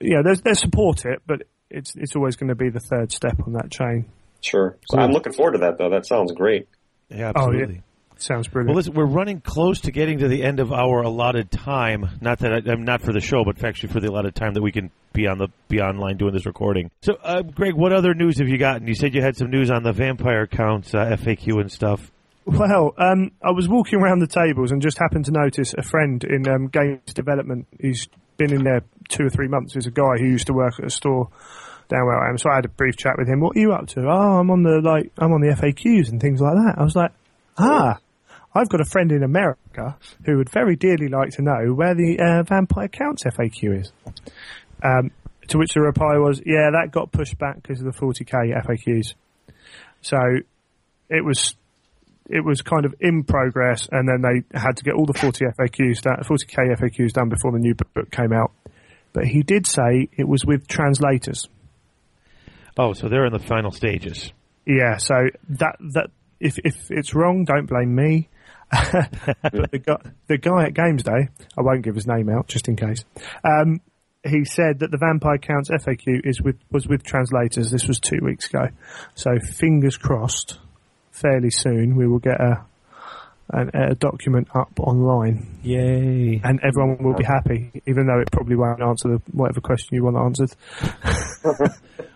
yeah, they they support it, but it's it's always going to be the third step on that chain. Sure. So Hmm. I'm looking forward to that though. That sounds great. Yeah, Oh, absolutely. yeah. Sounds Well, brilliant. listen, we're running close to getting to the end of our allotted time. Not that I, I'm not for the show, but actually for the allotted time that we can be on the be online doing this recording. So, uh, Greg, what other news have you gotten? You said you had some news on the vampire counts, uh, FAQ, and stuff. Well, um, I was walking around the tables and just happened to notice a friend in um, games development. He's been in there two or three months. He's a guy who used to work at a store down where I am. So I had a brief chat with him. What are you up to? Oh, I'm on the like I'm on the FAQs and things like that. I was like, ah. I've got a friend in America who would very dearly like to know where the uh, Vampire Counts FAQ is. Um, to which the reply was, yeah, that got pushed back because of the 40k FAQs. So it was it was kind of in progress, and then they had to get all the 40 FAQs, done, 40k FAQs done before the new b- book came out. But he did say it was with translators. Oh, so they're in the final stages. Yeah, so that that if if it's wrong, don't blame me. [laughs] but the guy, the guy at Games Day, I won't give his name out just in case. Um, he said that the Vampire Counts FAQ is with was with translators. This was two weeks ago, so fingers crossed. Fairly soon, we will get a an, a document up online, Yay! and everyone will be happy, even though it probably won't answer the whatever question you want answered.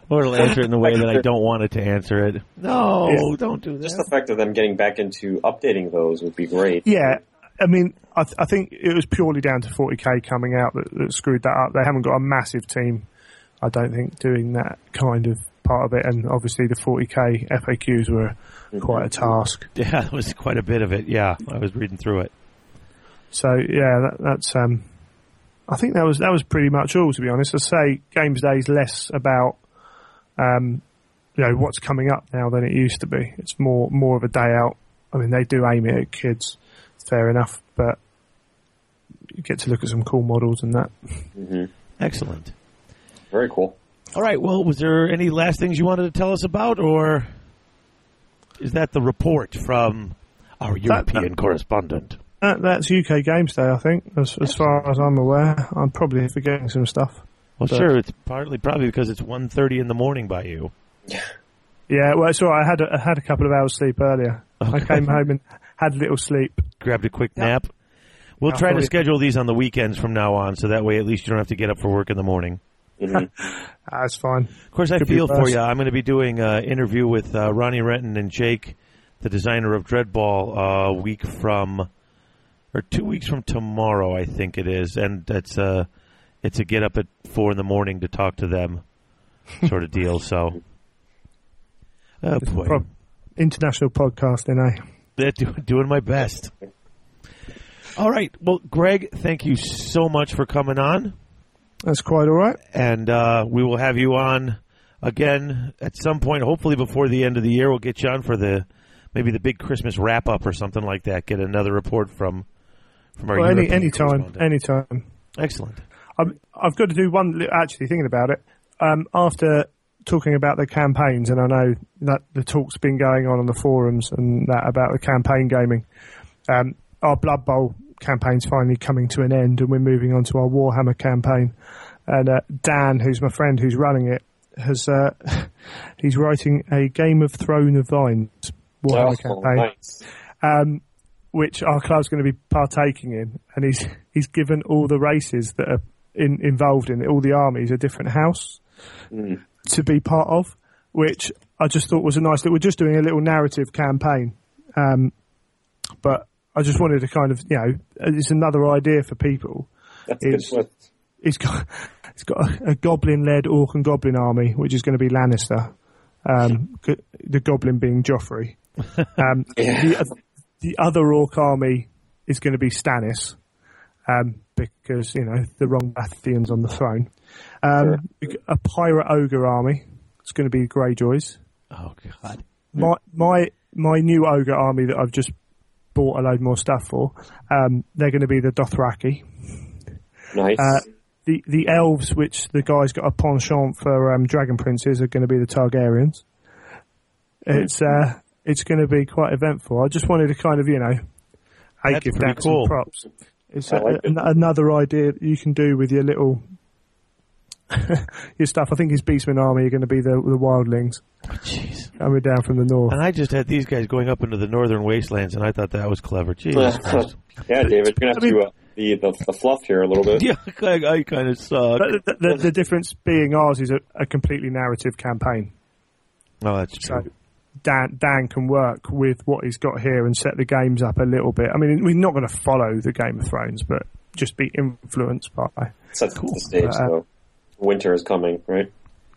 Or it'll answer it in the way that I don't want it to answer it. No, [laughs] Yeah. don't do Just that. the fact of them getting back into updating those would be great. Yeah, I mean, I, th- I think it was purely down to 40k coming out that, that screwed that up. They haven't got a massive team, I don't think, doing that kind of part of it. And obviously, the 40k FAQs were quite a task. Yeah, that was quite a bit of it. Yeah, I was reading through it. So yeah, that, that's. Um, I think that was that was pretty much all. To be honest, I say games day is less about. Um, you know what's coming up now than it used to be. It's more more of a day out. I mean, they do aim it at kids, fair enough, but you get to look at some cool models and that. Excellent. Very cool. All right. Well, was there any last things you wanted to tell us about, or is that the report from our European correspondent? That, that's UK Games Day, I think, as, as far as I'm aware. I'm probably forgetting some stuff. Well, But- sure, it's partly probably because it's 1.30 in the morning by you. Yeah, well, it's all right. I had a, I had a couple of hours sleep earlier. I came home and had little sleep. Grabbed a quick nap. We'll Yeah, try to totally. schedule these on the weekends from now on, so that way at least you don't have to get up for work in the morning. That's Ah, fine. Of course, I Could be feel for worse. you. I'm going to be doing an interview with uh, Ronnie Renton and Jake, the designer of Dreadball, uh, a week from, or two weeks from tomorrow, I think it is, and that's uh, it's a get up at four in the morning to talk to them, sort of deal. [laughs] So, oh boy, Prob- international podcasting, eh? they're do- doing my best. All right, well, Greg, thank you so much for coming on That's quite all right. and uh, we will have you on again at some point. Hopefully, before the end of the year, we'll get you on for the maybe the big Christmas wrap up or something like that. Get another report from from our Well, any European any time, correspondent. any time. Excellent. I'm, I've got to do one. li- Actually, thinking about it, um, after talking about the campaigns, and I know that the talk's been going on on the forums and that about the campaign gaming. Um, our Blood Bowl campaign's finally coming to an end, and we're moving on to our Warhammer campaign. And uh, Dan, who's my friend, who's running it, has uh, [laughs] he's writing a Game of Throne of Vines Warhammer Oh, campaign nice. um, which our club's going to be partaking in, and he's he's given all the races that are in, involved in it, all the armies a different house Hmm. to be part of, which I just thought was a nice. That we're just doing a little narrative campaign, um, but I just wanted to kind of you know it's another idea for people. That's good. It's- flip. It's got it's got a, a goblin-led orc and goblin army, which is going to be Lannister. [laughs] Um, go- the goblin being Joffrey. Um, the, oth- the other orc army is going to be Stannis, um, because you know the wrong Baratheon's on the throne. Um, A pirate ogre army. It's going to be Greyjoys. Oh God. My my my new ogre army that I've just bought a load more stuff for. Um, they're going to be the Dothraki Nice. uh, the the elves, which the guy's got a penchant for um, dragon princes, are going to be the Targaryens. It's uh, it's going to be quite eventful. I just wanted to kind of you know, hey, That's give pretty Dan some cool. props. It's I a- like it. an- another idea that you can do with your little [laughs] your stuff. I think his beastmen army are going to be the the wildlings Oh, Jeez. coming down from the north. And I just had these guys going up into the northern wastelands, and I thought that was clever. Jesus. Christ. [laughs] yeah, David, you're gonna have I mean- to uh, the, the the fluff here a little [laughs] bit. yeah, I, I kind of suck. But the, the, the difference being ours is a, a completely narrative campaign. No, Oh, that's true. So uh, Dan Dan can work with what he's got here and set the games up a little bit. I mean, we're not going to follow the Game of Thrones, but just be influenced by Sets the stage. Uh, so winter is coming, right?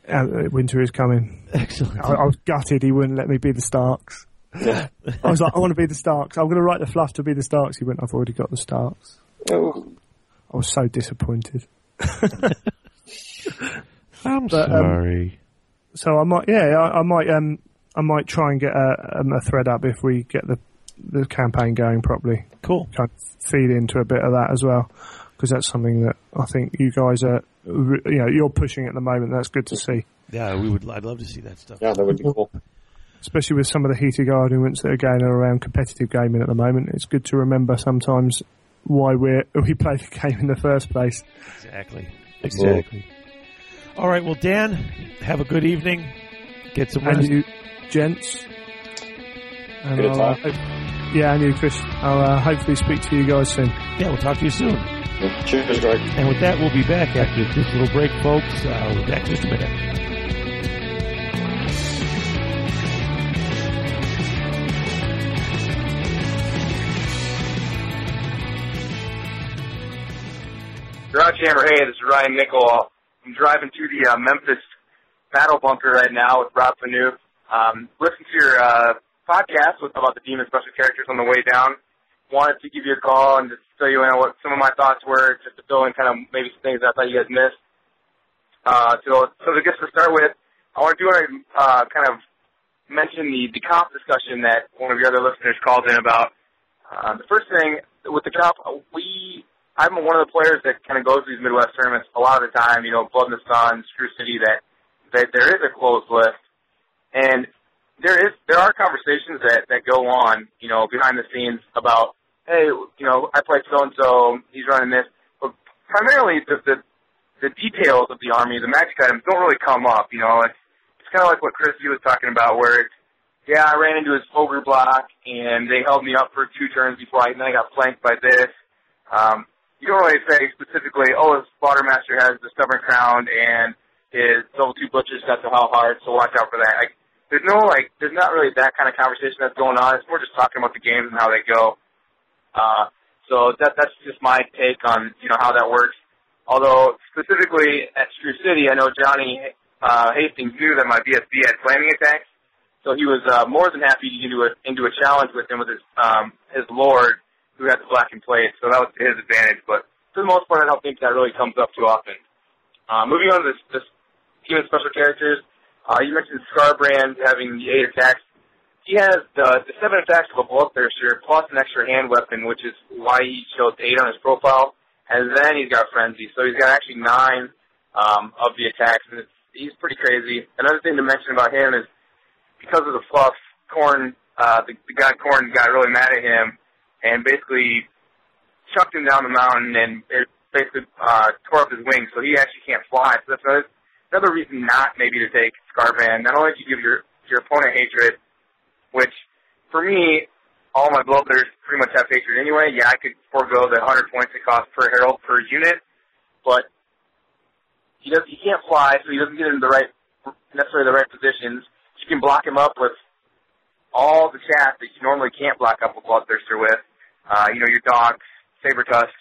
uh, Winter is coming. Excellent. I, I was gutted he wouldn't let me be the Starks. I was like, I want to be the Starks. I'm going to write the fluff to be the Starks. He went, I've already got the Starks. Oh, I was so disappointed. [laughs] I'm But, um, sorry. So I might, yeah, I, I might, um, I might try and get a, um, a thread up if we get the the campaign going properly. cool. kind of feed into a bit of that as well because that's something that I think you guys are you know you're pushing at the moment. That's good to see, Yeah, we would. I'd love to see that stuff. yeah, that would be cool. especially with some of the heated arguments that are going on around competitive gaming at the moment. It's good to remember sometimes why we [laughs] we play the game in the first place. Exactly. Exactly. All right. Well, Dan, have a good evening. Get some And rest. you, gents. And Good I'll, uh, talk. hope- yeah, and you, Chris. I'll uh, hopefully speak to you guys soon. Yeah, we'll talk to you soon. Cheers, Greg. And with that, we'll be back after this little break, folks. Uh, we'll be back in just a minute. Garage Hammer, hey, this is Ryan Nickel. I'm driving to the uh, Memphis Battle Bunker right now with Rob Panu. Um, listen to your uh, podcast with, about the demon special characters on the way down. Wanted to give you a call and just fill you in on what some of my thoughts were, just to fill in kind of maybe some things that I thought you guys missed. Uh, so, so I guess to start with, I want to do want to uh, kind of mention the, the comp discussion that one of your other listeners called in about. Uh, the first thing with the cup, we I'm one of the players that kind of goes to these Midwest tournaments a lot of the time. You know, Blood in the Sun, Screw City. That that there is a closed list, and there is there are conversations that that go on. You know, behind the scenes about hey, you know, I played so and so, he's running this. But primarily, the, the the details of the army, the magic items, don't really come up. You know, it's it's kind of like what Chris you was talking about, where it's, yeah, I ran into his ogre block and they held me up for two turns before I and then I got flanked by this. Um, you don't really say specifically, oh, his slaughtermaster has the stubborn crown and his level two butcher's got the how hard, so watch out for that. Like, there's no like, there's not really that kind of conversation that's going on. It's more just talking about the games and how they go. Uh, so that that's just my take on you know how that works. Although specifically at Screw City, I know Johnny uh, Hastings knew that my BSB had flaming attacks, so he was uh, more than happy to get into a into a challenge with him with his um, his lord who had the black in place. So that was to his advantage. But for the most part, I don't think that really comes up too often. Uh, moving on to this, this team of special characters, uh, you mentioned Scarbrand having the eight attacks he has the, the seven attacks of a bullet thirster plus an extra hand weapon, which is why he shows eight on his profile. And then he's got frenzy, so he's got actually nine um, of the attacks, and it's, he's pretty crazy. Another thing to mention about him is because of the fluff, Corn, uh, the, the god Corn got really mad at him and basically chucked him down the mountain and it basically uh, tore up his wings, so he actually can't fly. So that's another, another reason not maybe to take Scarvan. Not only do you give your your opponent hatred, which for me, all my bloodletters pretty much have hatred anyway. Yeah, I could forego the 100 points it costs per herald per unit, but he does he can't fly, so he doesn't get into the right necessarily the right positions. You can block him up with all the chaff that you normally can't block up a bloodthirster with. Uh, you know your dogs, saber tusks,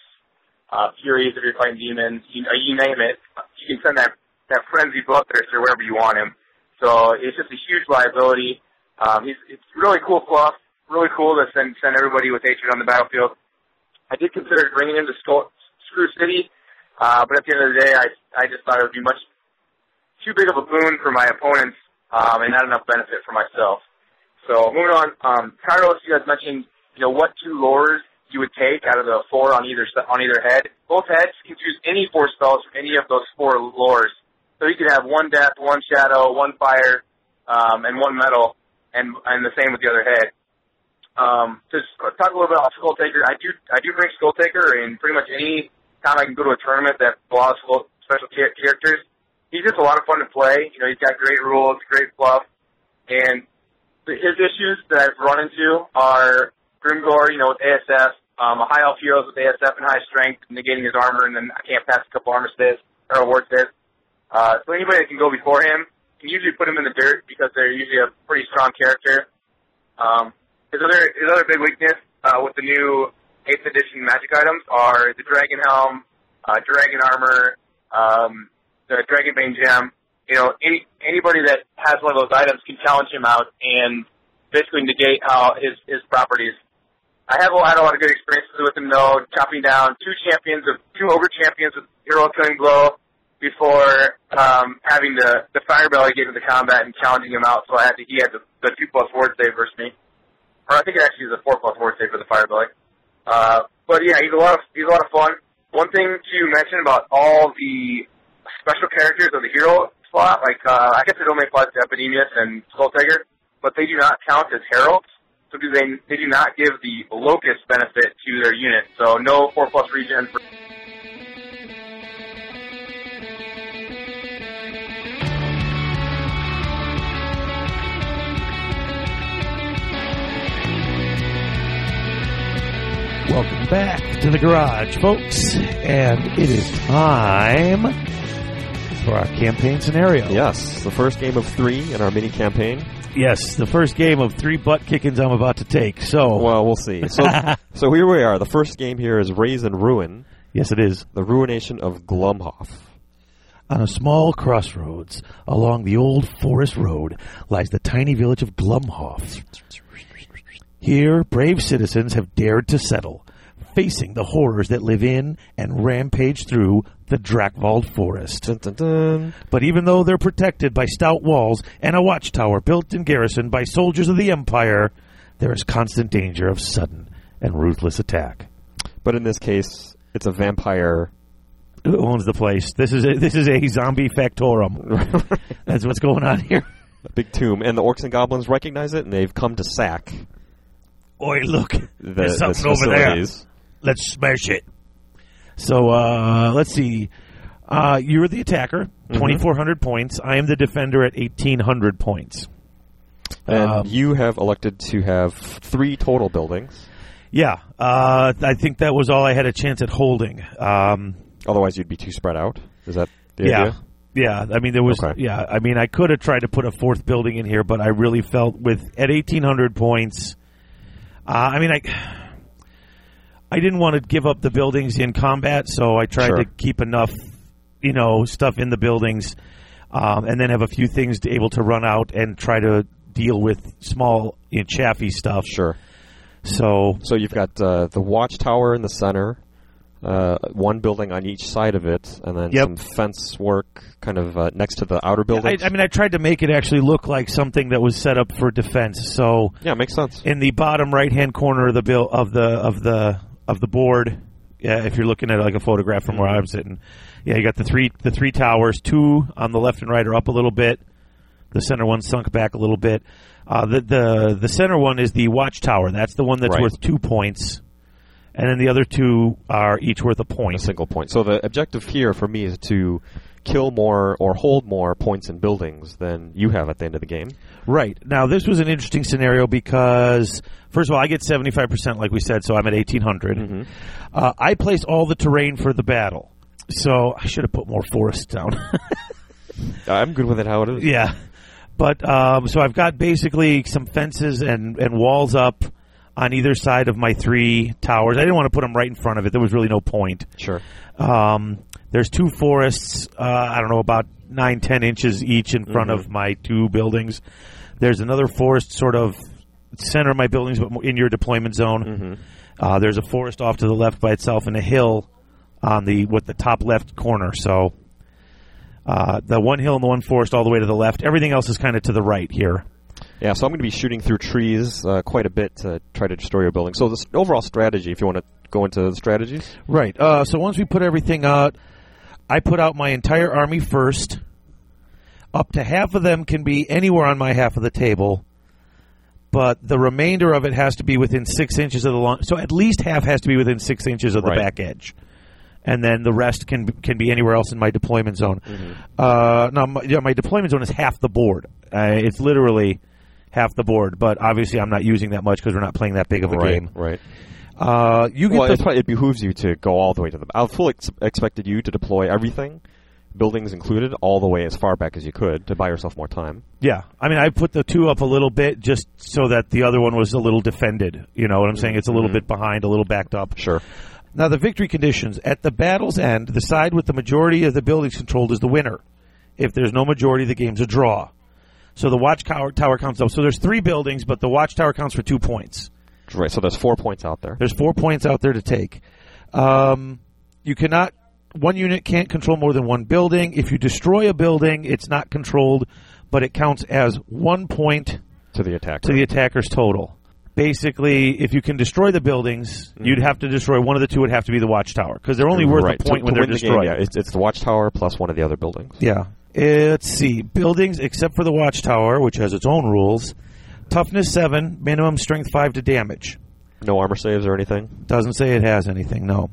uh, furies if you're fighting demons, you, uh, you name it. You can send that that frenzied bloodthirster wherever you want him. So it's just a huge liability. Um, he's, it's really cool fluff. Really cool to send send everybody with hatred on the battlefield. I did consider bringing him to Skull, Screw City, uh, but at the end of the day, I I just thought it would be much too big of a boon for my opponents um, and not enough benefit for myself. So moving on, um, Kairos, you guys mentioned you know what two lures you would take out of the four on either se- on either head. Both heads can choose any four spells from any of those four lures. So you could have one death, one shadow, one fire, um, and one metal and and the same with the other head. Um, to talk a little bit about Skull Taker, I do I do bring Skull Taker in pretty much any time I can go to a tournament that allows full special char- characters. He's just a lot of fun to play. You know, he's got great rules, great fluff, and the, his issues that I've run into are Grimgore, you know, with ASF, um, a high elf heroes with ASF and high strength, negating his armor, and then I can't pass a couple armistices or award this. Uh, so anybody that can go before him, can usually put them in the dirt because they're usually a pretty strong character. Um, his other his other big weakness uh, with the new eighth edition magic items are the dragon helm, uh, dragon armor, um, the dragon bane gem. You know, any anybody that has one of those items can challenge him out and basically negate how his his properties. I have had a lot of good experiences with him though, chopping down two champions of two ogre champions with hero killing blow before um, having the the firebelly get into combat and challenging him out. So I had to, he had the, the two plus ward save versus me, or I think it actually is a four plus ward save for the firebelly. Uh, but yeah, he's a lot of he's a lot of fun. One thing to mention about all the special characters of the hero slot, like uh, I guess it only applies to Epidemus and Skull Tiger, but they do not count as heralds. So do they? They do not give the locust benefit to their unit. So no four plus regen for Welcome back to the garage, folks, and it is time for our campaign scenario. Yes, the first game of three in our mini campaign. Yes, the first game of three butt kickings I'm about to take. So, Oh. Well, we'll see. So, so here we are. The first game here is Raise and Ruin, yes, it is. the ruination of Glumhoff. On a small crossroads along the old forest road lies the tiny village of Glumhoff. Here, brave citizens have dared to settle, facing the horrors that live in and rampage through the Drakvald Forest. Dun, dun, dun. But even though they're protected by stout walls and a watchtower built and garrisoned by soldiers of the Empire, there is constant danger of sudden and ruthless attack. But in this case, it's a vampire. Who owns the place? This is a, this is a zombie factorum. That's what's going on here. Big tomb, and the orcs and goblins recognize it, and they've come to sack Oi, look, the, there's the something over there. facilities. Let's smash it. So uh, let's see. Uh, you're the attacker, Mm-hmm. twenty four hundred points. I am the defender at eighteen hundred points. And Um, you have elected to have three total buildings. Yeah, uh, I think that was all I had a chance at holding. Um, Otherwise, you'd be too spread out. Is that the yeah, idea? yeah. I mean, there was. Okay. Yeah, I mean, I could have tried to put a fourth building in here, but I really felt with at eighteen hundred points. Uh, I mean, I. I didn't want to give up the buildings in combat, so I tried Sure. to keep enough, you know, stuff in the buildings, um, and then have a few things to, able to run out and try to deal with small you know, chaffy stuff. Sure. So So you've got uh, the watchtower in the center, uh, one building on each side of it, and then Yep. some fence work kind of uh, next to the outer I, buildings. I mean, I tried to make it actually look like something that was set up for defense. So yeah, makes sense. in the bottom right-hand corner of the bill of the of the of the board, yeah, if you're looking at like a photograph from where I'm sitting, yeah, you got the three the three towers. Two on the left and right are up a little bit. The center one sunk back a little bit. Uh, the the the center one is the watchtower. That's the one that's Right. worth two points, and then the other two are each worth a a point. single point. So the objective here for me is to kill more or hold more points in buildings than you have at the end of the game. Right. Now, this was an interesting scenario because, first of all, I get 75%, like we said, so I'm at 1800. Uh, I place all the terrain for the battle. So I should have put more forest down. [laughs] Uh, I'm good with it how it is. yeah. But, um, so I've got basically some fences and, and walls up on either side of my three towers. I didn't want to put them right in front of it. There was really no point. Sure. Um, there's two forests. Uh, I don't know about nine, ten inches each in front of my two buildings. There's another forest, sort of center of my buildings, but more in your deployment zone. Uh, there's a forest off to the left by itself, and a hill on the with the top left corner. So uh, the one hill and the one forest all the way to the left. Everything else is kind of to the right here. Yeah, so I'm going to be shooting through trees uh, quite a bit to try to destroy your building. So the s- overall strategy, if you want to go into the strategies, Right. Uh, so once we put everything out, I put out my entire army first. Up to half of them can be anywhere on my half of the table, but the remainder of it has to be within six inches of the long. So at least half has to be within six inches of the Right. back edge, and then the rest can can be anywhere else in my deployment zone. Mm-hmm. Uh, now, my, yeah, my deployment zone is half the board. Uh, it's literally half the board, but obviously I'm not using that much because we're not playing that big of a right, game. right. Uh, you get Well, the it's probably, it behooves you to go all the way to the. I fully ex- expected you to deploy everything, buildings included, all the way as far back as you could to buy yourself more time. Yeah, I mean, I put the two up a little bit just so that the other one was a little defended. You know what I'm saying? It's a little bit behind, a little backed up. Sure. Now, the victory conditions at the battle's end, the side with the majority of the buildings controlled is the winner. If there's no majority, the game's a draw. So the watchtower tower counts up. So there's three buildings, but the watchtower counts for two points. Right. So there's four points out there. There's four points out there to take. Um, you cannot. One unit can't control more than one building. If you destroy a building, it's not controlled, but it counts as one point to the attack. to the attacker's total. Basically, if you can destroy the buildings, you'd have to destroy one of the two. Would have to be the watchtower because they're only worth Mm. right. a point to, when to they're win the game, destroyed. yeah, it's, it's the watchtower plus one of the other buildings. yeah. Uh, Let's see. Buildings, except for the watchtower, which has its own rules. Toughness seven, minimum strength five to damage. No armor saves or anything. Doesn't say it has anything. No.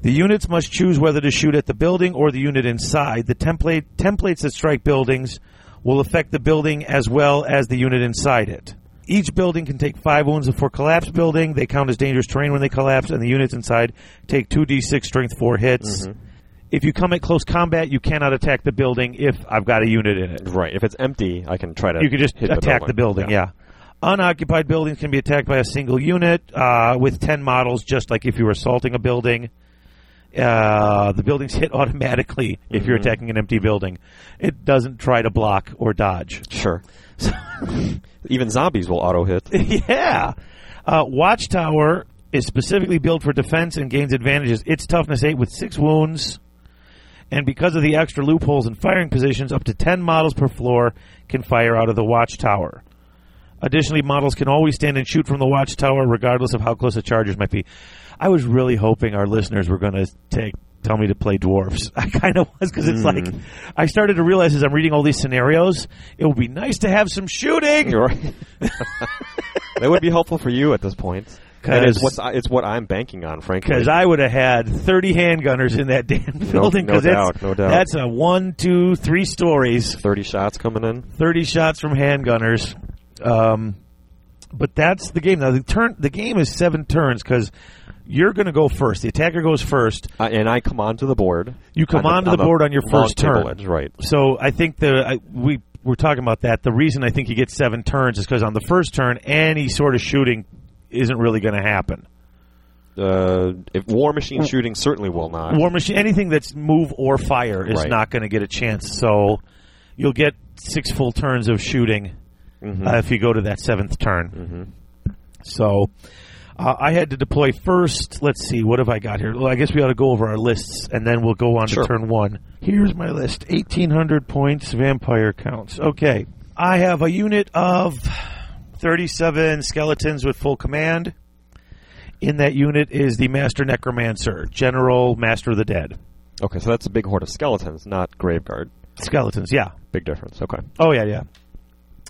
The units must choose whether to shoot at the building or the unit inside. The template templates that strike buildings will affect the building as well as the unit inside it. Each building can take five wounds before collapse building. They count as dangerous terrain when they collapse, and the units inside take two d6 strength four hits. If you come at close combat, you cannot attack the building if I've got a unit in it. Right. If it's empty, I can try to. You could just hit attack the building, yeah. Unoccupied buildings can be attacked by a single unit uh, with 10 models, just like if you were assaulting a building. Uh, the buildings [laughs] hit automatically if you're attacking an empty building. It doesn't try to block or dodge. Sure. [laughs] Even zombies will auto hit. [laughs] yeah. Uh, Watchtower is specifically built for defense and gains advantages. It's toughness 8 with 6 wounds. And because of the extra loopholes in firing positions, up to 10 models per floor can fire out of the watchtower. Additionally, models can always stand and shoot from the watchtower, regardless of how close the chargers might be. I was really hoping our listeners were going to take tell me to play dwarfs. [laughs] I kind of was because it's like I started to realize [laughs] as I'm reading all these scenarios, it would be nice to have some shooting. You're right. That would be helpful for you at this point. 'Cause- And it's what it's what I'm banking on, frankly. Because I would have had 30 handgunners in that [laughs] damn building. no 'cause that's, doubt, no doubt. That's a one, two, three stories, thirty shots coming in. 30 shots from handgunners. Um, but that's the game. Now, the turn, the game is seven turns because you're going to go first. The attacker goes first. Uh, I, and I come onto the board. You come On onto the on board on your long first turn. table edge, right? So I think the I, we we're talking about that. The reason I think he gets seven turns is because on the first turn, any sort of shooting isn't really going to happen. Uh, if war Mm. machine shooting certainly will not. War machine, anything that's move or fire is Right. not going to get a chance. So you'll get six full turns of shooting Mm-hmm. uh, if you go to that seventh turn. So uh, I had to deploy first. Let's see, what have I got here? Well, I guess we ought to go over our lists, and then we'll go on Sure. to turn one. Here's my list: eighteen hundred points, vampire counts. Okay, I have a unit of thirty-seven skeletons with full command. In that unit is the Master Necromancer, General Master of the Dead. Okay, so that's a big horde of skeletons, not graveyard. Skeletons, yeah. Big difference. Okay, Oh yeah, yeah.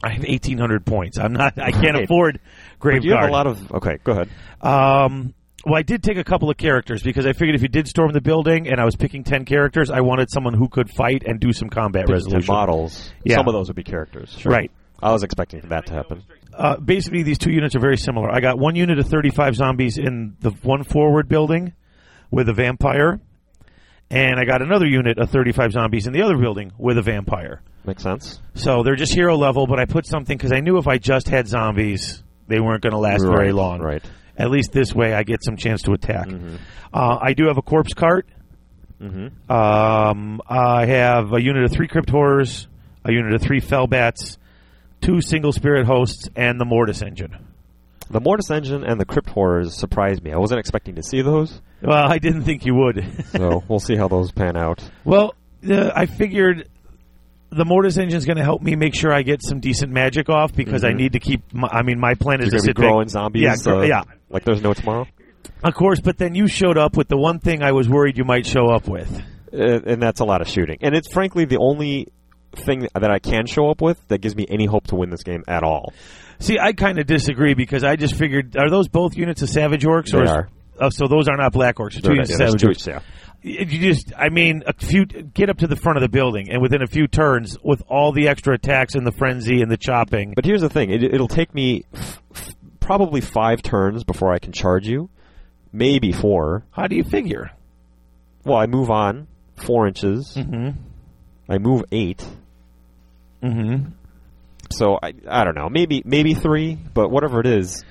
I have eighteen hundred points. I'm not. I can't Right. afford But Graveguard. you have a lot of. Okay, go ahead. Um, well, I did take a couple of characters because I figured if you did storm the building and I was picking 10 characters, I wanted someone who could fight and do some combat And resolution. models. Yeah. Some of those would be characters. Sure. Right. I was expecting that to happen. Uh, basically, these two units are very similar. I got one unit of 35 zombies in the one forward building with a vampire, and I got another unit of 35 zombies in the other building with a vampire. Makes sense. So they're just hero level, but I put something because I knew if I just had zombies, they weren't going to last very Right, long. right. Mm-hmm. At least this way, I get some chance to attack. Uh, I do have a corpse cart. Um, I have a unit of three crypt horrors, a unit of three fell bats, two single spirit hosts, and the mortis engine. The Mortis engine and the Crypt Horrors surprised me. I wasn't expecting to see those, Well, I didn't think you [laughs] would. so we'll see how those pan out. well, uh, I figured the mortis engine is going to help me make sure I get some decent magic off because I need to keep. My, I mean, my plan is to Mm-hmm. You're gonna be sit back- growing zombies. Yeah, gr- uh, yeah. Like there's no tomorrow, Of course, but then you showed up with the one thing I was worried you might show up with. Uh, and that's a lot of shooting. And it's frankly the only thing that I can show up with that gives me any hope to win this game at all. See, I kind of disagree because I just figured are those both units of Savage Orcs? Or They is- are. Oh, so those are not Black Orcs. they're Two Yeah, units of there's Savage two- Orcs. yeah. You just, I mean, a few get up to the front of the building, and within a few turns, with all the extra attacks and the frenzy and the chopping, But here's the thing: it, it'll take me f- f- probably five turns before I can charge you, maybe four. how do you figure? Well, I move on four inches. Mm-hmm. I move 8 Mm-hmm. So I I don't know. Maybe maybe three, but whatever it is,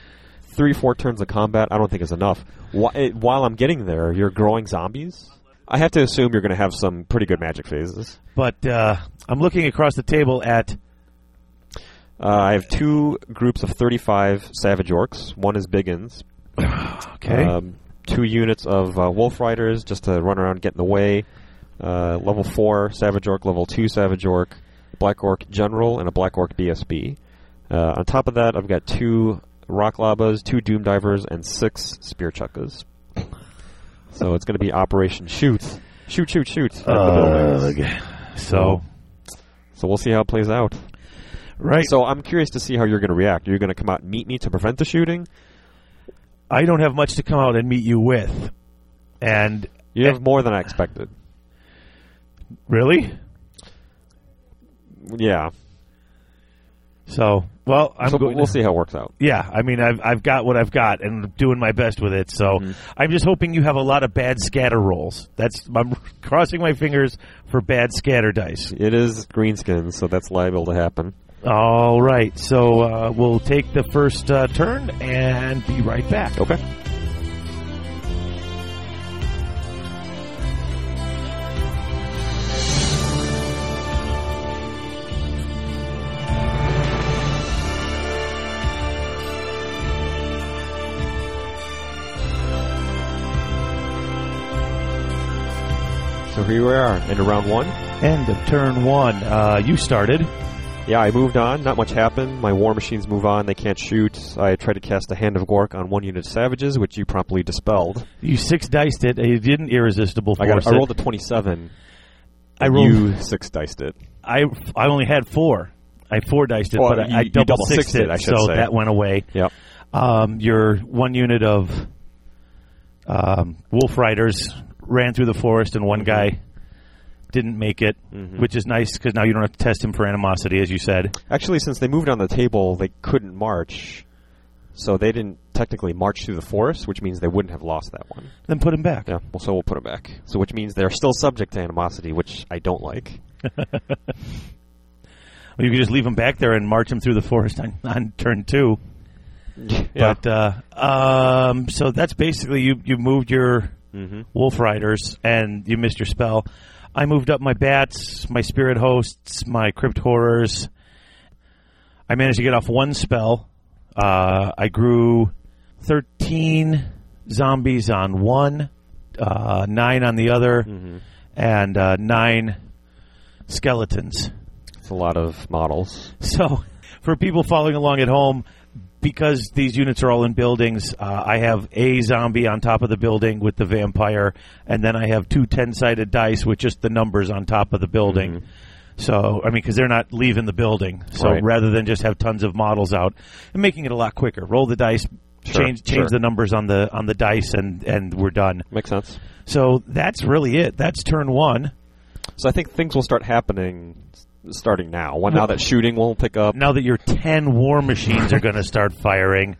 three four turns of combat. I don't think is enough. Wh- eh, while I'm getting there, you're growing zombies. I have to assume you're going to have some pretty good magic phases. But uh, I'm looking across the table at Uh, I have two groups of 35 savage orcs. One is Biggins. okay, Um, two units of uh, wolf riders just to run around, get in the way. Uh, level four savage orc, level two savage orc, black orc general, and a black orc BSB. Uh, on top of that, I've got two rock labas, two doom divers, and six spear chuckas. [laughs] So it's going to be Operation Shoot, shoot, shoot, shoot. at the Uh, buildings. so So we'll see how it plays out. right. So I'm curious to see how you're going to react. Are you going to come out and meet me to prevent the shooting? I don't have much to come out and meet you with, and You have more than I expected. really, Yeah. so well, I'm so going. we'll to- see how it works out. yeah, I mean, I've I've got what I've got, and I'm doing my best with it. So Mm-hmm. I'm just hoping you have a lot of bad scatter rolls. That's I'm [laughs] crossing my fingers for bad scatter dice. It is Greenskins, so that's liable to happen. All right, so uh, we'll take the first uh, turn and be right back. Okay. So here we are, into round one. End of turn one. Uh, you started. Yeah, I moved on. Not much happened. My war machines move on. They can't shoot. I tried to cast a Hand of Gork on one unit of savages, which you promptly dispelled. You six diced it. You didn't irresistible I, force. got, I it. rolled a 27. I and rolled. You six diced it. I I only had four. I four diced it, Well, but I, you- I you double double sixed sixed it, it, I should so say. that went away. Yep. Um, your one unit of um, wolf riders ran through the forest, and one guy didn't make it, which is nice because now you don't have to test him for animosity, as you said. Actually, since they moved on the table, they couldn't march, so they didn't technically march through the forest, which means they wouldn't have lost that one. Then put him back. Yeah, well, so we'll put them back. So, which means they're still subject to animosity, which I don't like. Or you could just leave him back there and march him through the forest on, on turn two. Yeah. But uh, um, so that's basically you. You moved your wolf riders, and you missed your spell. I moved up my bats, my spirit hosts, my crypt horrors. I managed to get off one spell. Uh, I grew thirteen zombies on one, uh, nine on the other, and uh, nine skeletons. It's a lot of models. [laughs] So, for people following along at home, because these units are all in buildings, uh, I have a zombie on top of the building with the vampire, and then I have two 10 sided dice with just the numbers on top of the building. So, I mean, because they're not leaving the building. So, Right. rather than just have tons of models out, and making it a lot quicker, roll the dice. Sure, change change sure. the numbers on the on the dice and and we're done. Makes sense. So that's really it. That's turn one. So I think things will start happening s- starting now. Well, now that shooting won't pick up. now that your 10 war machines are going to start firing.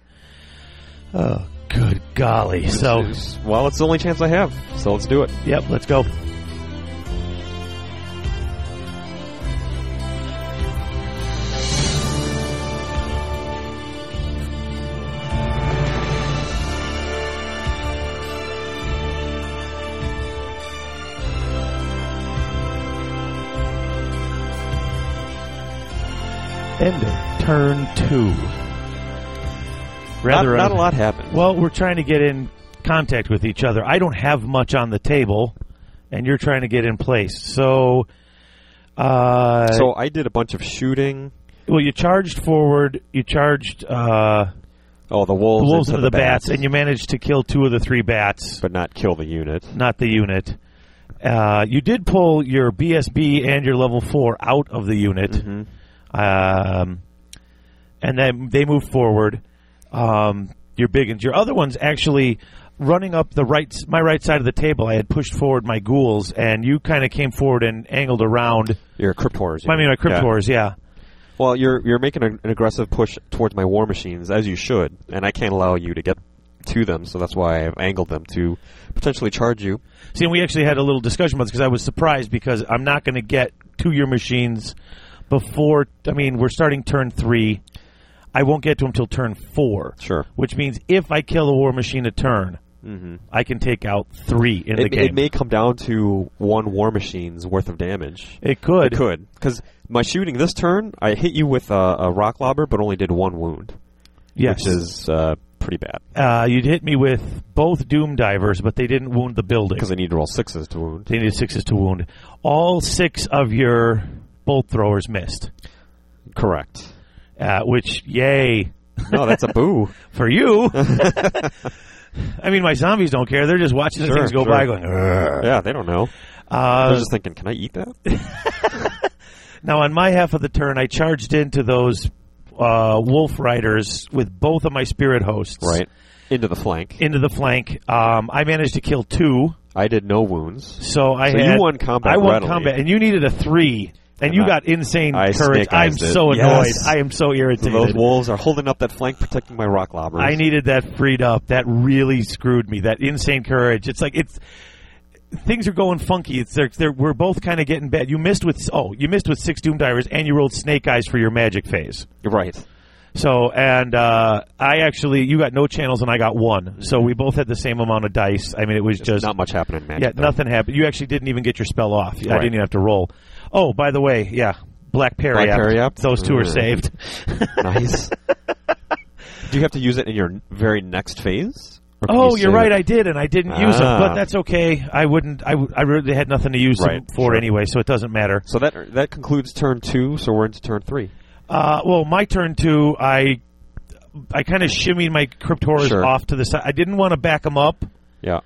Oh, good golly. So, It's- Well, it's the only chance I have, so let's do it. yep, let's go. End of turn two. Not, uh, Rather not a un- lot happened. well, we're trying to get in contact with each other. I don't have much on the table, and you're trying to get in place. So, uh, so I did a bunch of shooting. well, you charged forward. You charged uh, Oh, the the wolves, wolves into of the, bats, and you managed to kill two of the three bats, but not kill the unit. not the unit. Uh, you did pull your BSB and your level four out of the unit, Mm-hmm. um, and then they moved forward. um, your biggins. Your other one's actually running up the right, my right side of the table. I had pushed forward my ghouls, and you kind of came forward and angled around. Your crypt horrors. I mean, my crypt Yeah. horrors, yeah. Well, you're you're making an an aggressive push towards my war machines as you should, and I can't allow you to get to them, so that's why I've angled them to potentially charge you. See, and we actually had a little discussion about this because I was surprised because I'm not going to get to your machines before. I mean, we're starting turn three. I won't get to them till turn four. Sure. Which means if I kill a war machine a turn, I can take out three in the Mm-hmm. It, game. it may come down to one war machine's worth of damage. It could. It could, because my shooting this turn, I hit you with a, a rock lobber, but only did one wound, Yes. which is uh, pretty bad Uh, you'd hit me with both doom divers, but they didn't wound the building. because I need to roll sixes to wound. They needed sixes to wound. All six of your bolt throwers missed, Correct. uh, which yay No, that's a boo. [laughs] [laughs] for you. I mean, my zombies don't care. They're just watching the Sure, things go sure. by, going. "Ugh." yeah, they don't know. I Uh, was just thinking, can I eat that? now, on my half of the turn, I charged into those uh, wolf riders with both of my spirit hosts. Right into the flank. Into the flank. Um, I managed to kill two. I did no wounds. So I So you had, won combat I won readily. combat, and you needed a three, and, And you I- Uh, got insane I courage. I'm snake-eyes it. so annoyed. Yes. I am so So those irritated. wolves are holding up that flank, protecting my rock lobbers. I needed that freed up. That really screwed me. That insane courage. It's like it's things are going funky. It's they're, they're, we're both kind of getting bad. You missed with oh you missed with six doom divers, and you rolled snake eyes for your magic phase. Right. So and uh, I actually you got no channels, and I got one. So we both had the same amount of dice. I mean, it was just Not much happening, man. yeah, nothing happened. You actually didn't even get your spell off. I Right. didn't even have to roll. Oh, by the way, yeah, Black Parry. Black Parryopt? Those two are Mm. saved. [laughs] Nice. Do you have to use it in your very next phase? Or can [laughs] Oh, you you're save right. it? I did, and I didn't use them, Ah. but that's okay. I wouldn't. I, w- I really had nothing to use Right, them for sure. anyway, so it doesn't matter. So that that concludes turn two. So we're into turn three. Uh, well, my turn too. I I kind of shimmied my Cryptoras Sure. off to the side. I didn't want to back them up. Yeah.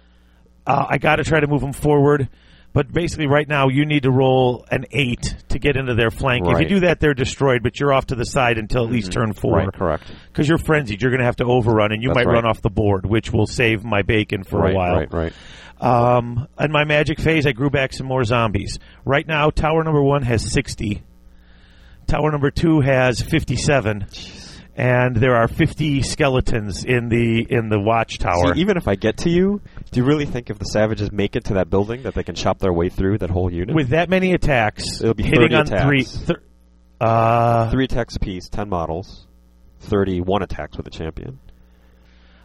Uh, I got to try to move them forward. But basically, right now you need to roll an eight to get into their flank. If Right. Mm-hmm. you do that, they're destroyed. But you're off to the side until at least turn four. Right, correct. Because you're frenzied, you're going to have to overrun, and you That's might right. run off the board, which will save my bacon for right, a while. right, right. Um, in my magic phase, I grew back some more zombies. Right now, tower number one has 60. Tower number two has 57. And there are 50 skeletons in the in the watchtower. See, even if I get to you, do you really think if the savages make it to that building that they can chop their way through that whole unit? With that many attacks, It'll be hitting 30 on attacks. three. Thir- uh, three attacks apiece, ten models, thirty-one attacks with a champion.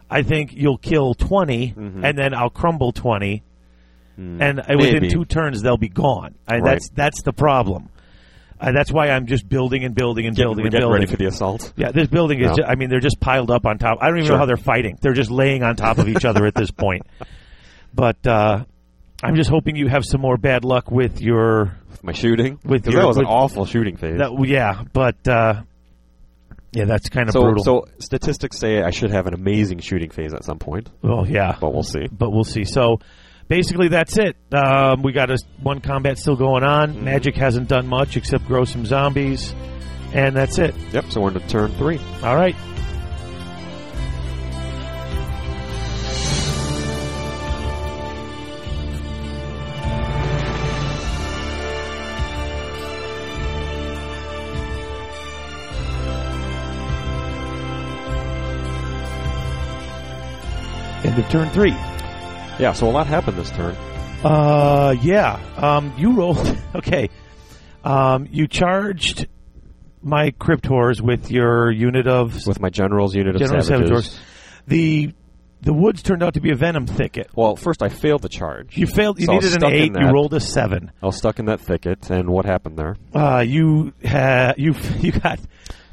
I think you'll kill 20, Mhm. and then I'll crumble 20, and uh, maybe. within two turns they'll be gone. I, Right. That's that's the problem. Uh, that's why I'm just building and building and building We're and getting building. ready for the assault. Yeah, this building is. No. ju- I mean, they're just piled up on top. I don't even Sure. know how they're fighting. They're just laying on top of each other at this point. [laughs] But uh, I'm just hoping you have some more bad luck with your. My shooting. With 'Cause your- that was an with- awful shooting phase. That, yeah, but uh, yeah, that's kind of so, brutal. so statistics say I should have an amazing shooting phase at some point, well, yeah, but we'll see. but we'll see. So basically, that's it. Um, we got a, one combat still going on. Magic hasn't done much except grow some zombies, and that's it. Yep. So we're into turn three. All right. End of turn three. Yeah. So a lot happened this turn. Uh, yeah. Um, you rolled. [laughs] Okay. Um, you charged my crypt whores with your unit of with my general's unit of General savages. Savageworks. The the woods turned out to be a venom thicket. Well, first I failed the charge. You failed. You So I was needed an stuck in eight. You that. rolled a seven. I was stuck in that thicket, and what happened there? Uh, you ha- you [laughs] you got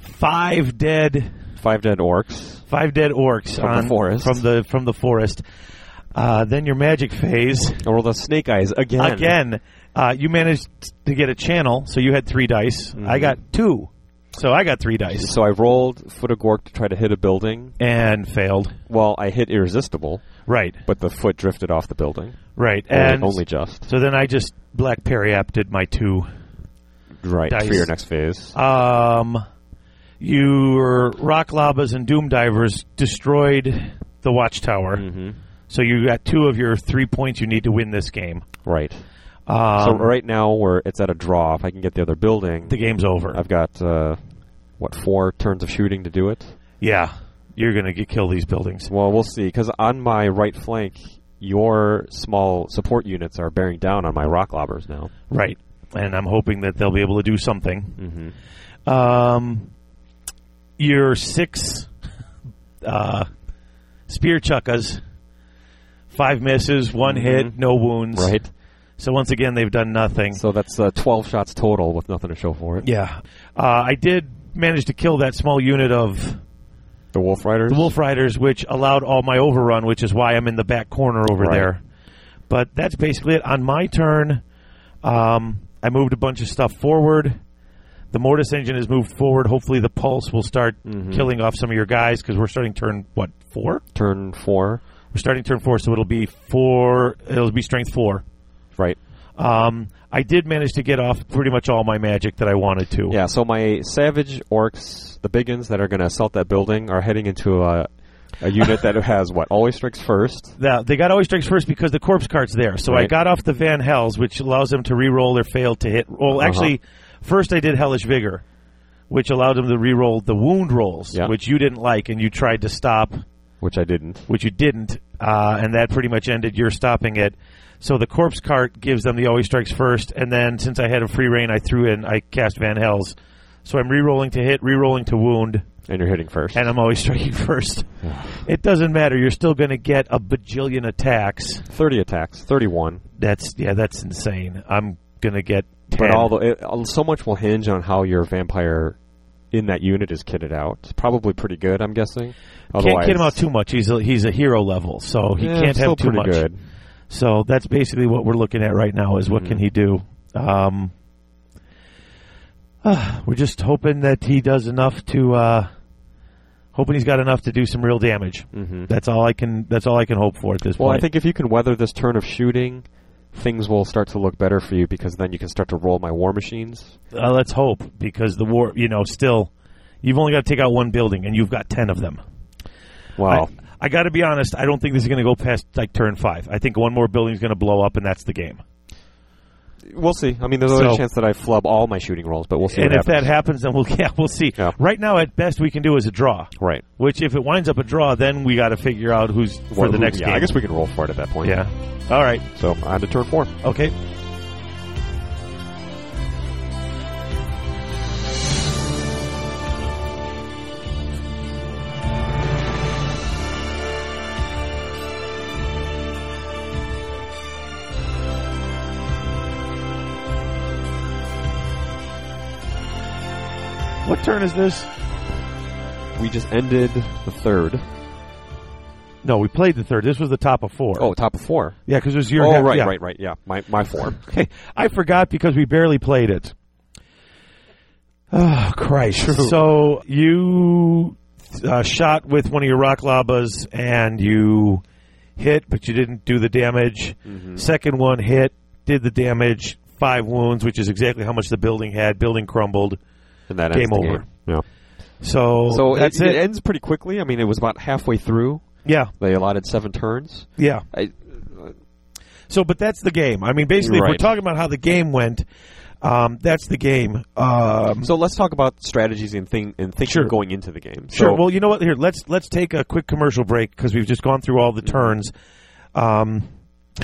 five dead Five dead orcs. five dead orcs From the on- forest. from the from the forest. Uh, then your magic phase I rolled a snake eyes again. again. Uh, you managed to get a channel, so you had three dice. I got two, so I got three dice So I rolled foot of gork to try to hit a building. and failed. Well, I hit irresistible, Right, but the foot drifted off the building. right, Only- and only just. so then I just black periapted my two. Right. Dice. For your next phase. Um, your rock lavas and doom divers destroyed the watchtower. So you got two of your three points you need to win this game. right. Um, so right now we're it's at a draw. If I can get the other building, the game's over. I've got uh, what four turns of shooting to do it. yeah, you're gonna get kill these buildings. Well, we'll see. Because on my right flank, your small support units are bearing down on my rock lobbers now. Right. And I'm hoping that they'll be able to do something. Mm-hmm. Um, your six uh, spear chuckas, five misses, one hit, no wounds. Right. So once again, they've done nothing. So that's uh, 12 shots total with nothing to show for it. Yeah, uh, I did manage to kill that small unit of The Wolf Riders. the Wolf Riders, which allowed all my overrun, which is why I'm in the back corner over Right. there. But that's basically it. On my turn, um, I moved a bunch of stuff forward. The Mortis engine has moved forward. Hopefully, the Pulse will start killing off some of your guys because we're starting turn what four? Turn four. We're starting turn four, so it'll be four. It'll be strength four. Right. Um, I did manage to get off pretty much all my magic that I wanted to. Yeah, so my Savage Orcs, the biggins that are going to assault that building, are heading into a, [laughs] a unit that has, what, always strikes first. Now, they got always strikes first because the corpse card's there. So I Right. got off the Van Hells, which allows them to re-roll their failed to hit. Well, actually, first I did Hellish Vigor, which allowed them to re-roll the wound rolls, Yeah. which you didn't like, and you tried to stop, Which I didn't. which you didn't, uh, and that pretty much ended your stopping it. So the corpse cart gives them the always strikes first, and then since I had a free reign, I threw in I cast Van Hells. So I'm re-rolling to hit, re-rolling to wound, And you're hitting first. and I'm [laughs] always striking first. it doesn't matter; you're still going to get a bajillion attacks. 30 attacks, 31. That's yeah, that's insane. I'm gonna get ten. But all the, it, all- so much will hinge on how your vampire in that unit is kitted out. It's probably pretty good, I'm guessing. can't kid him out too much. He's a, he's a hero level, so he yeah, can't eh, still have too pretty much. good. So that's basically what we're looking at right now: is what can he do? Um, [sighs] ah, we're just hoping that he does enough to. Uh, Hoping he's got enough to do some real damage. Mm-hmm. That's all I can. That's all I can hope for at this Well, point. I think if you can weather this turn of shooting things will start to look better for you because then you can start to roll my war machines. Uh, let's hope because the war, you know, still you've only got to take out one building and you've got ten of them. Wow. I, I got to be honest. I don't think this is going to go past like turn five. I think one more building is going to blow up, and that's the game. we'll see. I mean, there's always So- a chance that I flub all my shooting rolls, but we'll see. and what if that happens, then we'll [laughs] yeah, we'll see. Yeah. Right now, at best, we can do is a draw. right. Which, if it winds up a draw, then we got to figure out who's for Well, the who- next yeah, game. I guess we can roll for it at that point. yeah. All right. So on to turn four. Okay. What turn is this? We just ended the third. No, we played the third. This was the top of four. Oh, top of four. yeah, because it was your. oh, half- right, yeah. right, right. Yeah, my my four. Okay, I forgot because we barely played it. [sighs] Oh, Christ. So you uh, shot with one of your rock labas and you hit, but you didn't do the damage. Second one hit, did the damage, five wounds, which is exactly how much the building had. Building crumbled. And that Game ends the over. game. Yeah. So, So it- that's it, it. ends pretty quickly. I mean, it was about halfway through. Yeah, They allotted seven turns. yeah. I, So, but that's the game. I mean, basically, if we're Right. talking about how the game went. Um, that's the game. Um, so let's talk about strategies and thing and thinking Sure. going into the game. So, Sure. Well, you know what? Here, let's let's take a quick commercial break because we've just gone through all the turns. Um, [laughs]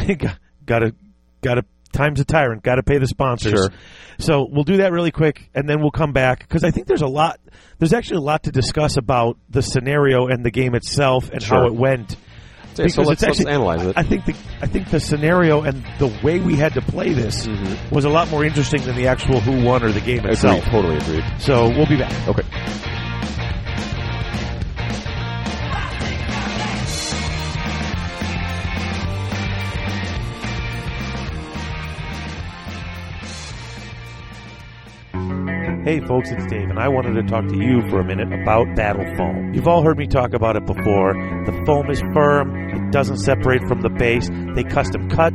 got to got to times a tyrant. Got to pay the sponsors. Sure. So we'll do that really quick, and then we'll come back because I think there's a lot. There's actually a lot to discuss about the scenario and the game itself and how Sure. it went. yeah, so let's, let's analyze it. I, I think the I think the scenario and the way we had to play this was a lot more interesting than the actual who won or the game Mm-hmm. Agreed. itself. Totally agreed. So we'll be back. Okay. Hey folks, it's Dave, and I wanted to talk to you for a minute about Battle Foam. You've all heard me talk about it before. The foam is firm, it doesn't separate from the base. They custom cut,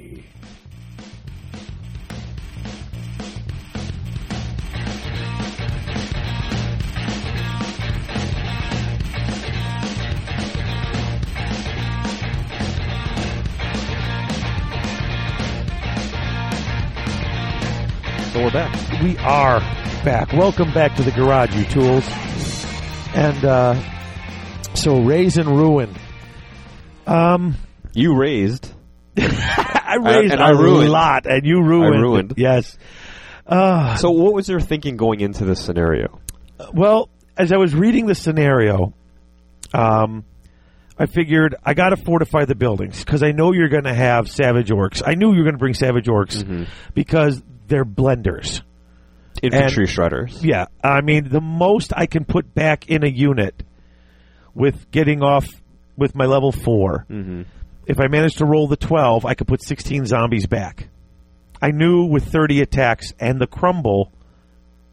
So we're back. We are back. Welcome back to the garage, you tools. And uh, so, raise and ruin. Um, You raised. [laughs] I raised and I a ruined. lot, and you ruined. ruined. Yes. Ah. So what was your thinking going into this scenario? Well, as I was reading the scenario, um, I figured I got to fortify the buildings because I know you're going to have savage orcs. I knew you were going to bring savage orcs because they're blenders. Infantry shredders. Yeah, I mean the most I can put back in a unit with getting off with my level 4 If I manage to roll the twelve, I could put sixteen zombies back. I knew with thirty attacks and the crumble,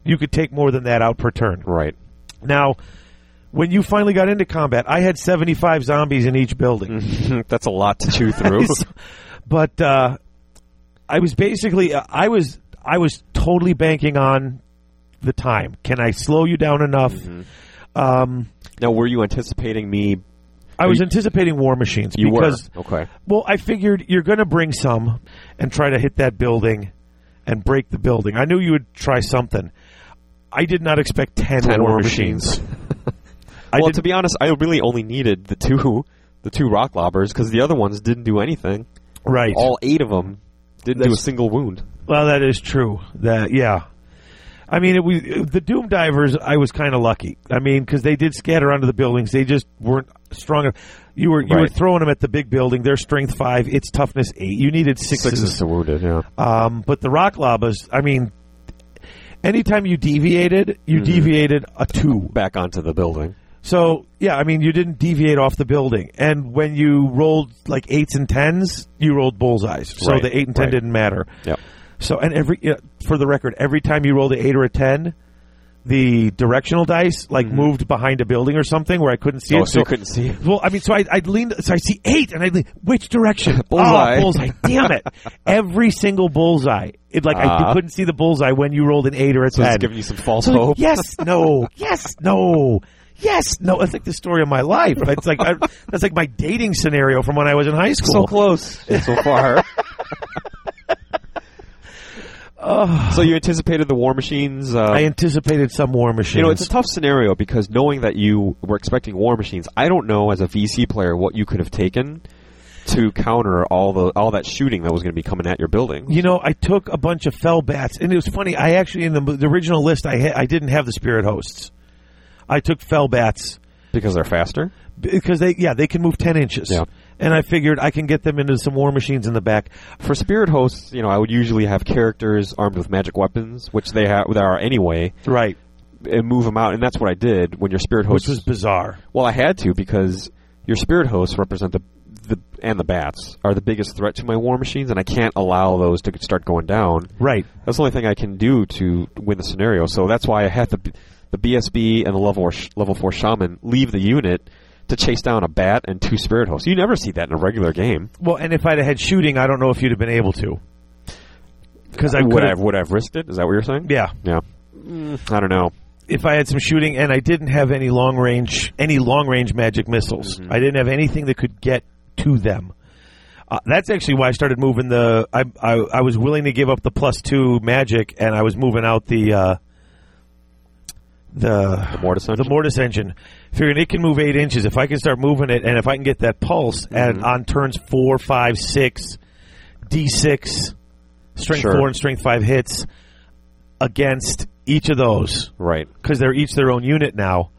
you could take more than that out per turn. [laughs] Right. Now, when you finally got into combat, I had seventy-five zombies in each building. That's a lot to chew through. but uh, I was basically uh, I was I was totally banking on the time. Can I slow you down enough? Um, now, were you anticipating me? I was you- anticipating war machines You because were okay. well, I figured you're going to bring some and try to hit that building and break the building. I knew you would try something. I did not expect [laughs] ten, war, machines. [laughs] I well, did to be honest, I really only needed the two, the two rock lobbers because the other ones didn't do anything. right. All eight of them didn't do a single wound. Well, that is true. That yeah. I mean, it was the Doom Divers. I was kind of lucky. I mean, because they did scatter onto the buildings. They just weren't strong enough. You were you were Right. throwing them at the big building. Their strength five, its toughness eight. You needed sixes. Sixes to wounded, yeah. Um, but the rock lavas. I mean, anytime you deviated, you deviated a two. Back onto the building. So yeah, I mean, you didn't deviate off the building. And when you rolled like eights and tens, you rolled bullseyes. So Right, the eight and ten right. didn't matter. Yep. So, and every yeah, for the record, every time you rolled an eight or a ten, the directional dice like moved behind a building or something where I couldn't see Mm-hmm. Oh, it. so you couldn't see it. Well, I mean, so I I leaned, so I see eight, and I lean which direction? [laughs] Bullseye. Oh, bullseye! [laughs] Damn it! every single bullseye. It like I Ah. couldn't see the bullseye when you rolled an eight or a So [laughs] ten. it's giving you some false So, like, hope. [laughs] yes, no, yes, no, yes, no. It's like the story of my life. It's like I, that's like my dating scenario from when I was in high school. So [laughs] close. And so [laughs] far. so you anticipated the war machines. Uh, I anticipated some war machines. you know, it's a tough scenario because knowing that you were expecting war machines, I don't know as a VC player what you could have taken to counter all the all that shooting that was going to be coming at your building. You know, I took a bunch of fell bats, and it was funny. I actually in the, the original list, I ha- I didn't have the spirit hosts. I took fell bats Because they're faster. because they yeah they can move ten inches, Yeah. and I figured I can get them into some war machines in the back. For spirit hosts, you know, I would usually have characters armed with magic weapons, which they have there are anyway, Right, and move them out. And that's what I did when your spirit which hosts was bizarre. Well, I had to because your spirit hosts represent the, the and the bats are the biggest threat to my war machines, and I can't allow those to start going down. Right, That's the only thing I can do to win the scenario. So that's why I had the the BSB and the level or sh- level four shaman leave the unit to chase down a bat and two spirit hosts. You never see that in a regular game. well, and if I'd have had shooting, I don't know if you'd have been able to. Because I would could I would I have risked it. Is that what you're saying? yeah. Yeah. I don't know. If I had some shooting, and I didn't have any long range any long range magic missiles, Mm-hmm. I didn't have anything that could get to them. Uh, that's actually why I started moving the. I, I I was willing to give up the plus two magic, and I was moving out the uh, the Mortis the mortis engine, figuring it can move eight inches. If I can start moving it, and if I can get that pulse, and on turns four, five, six, D six, strength Sure. four and strength five hits against each of those right. because they're each their own unit now.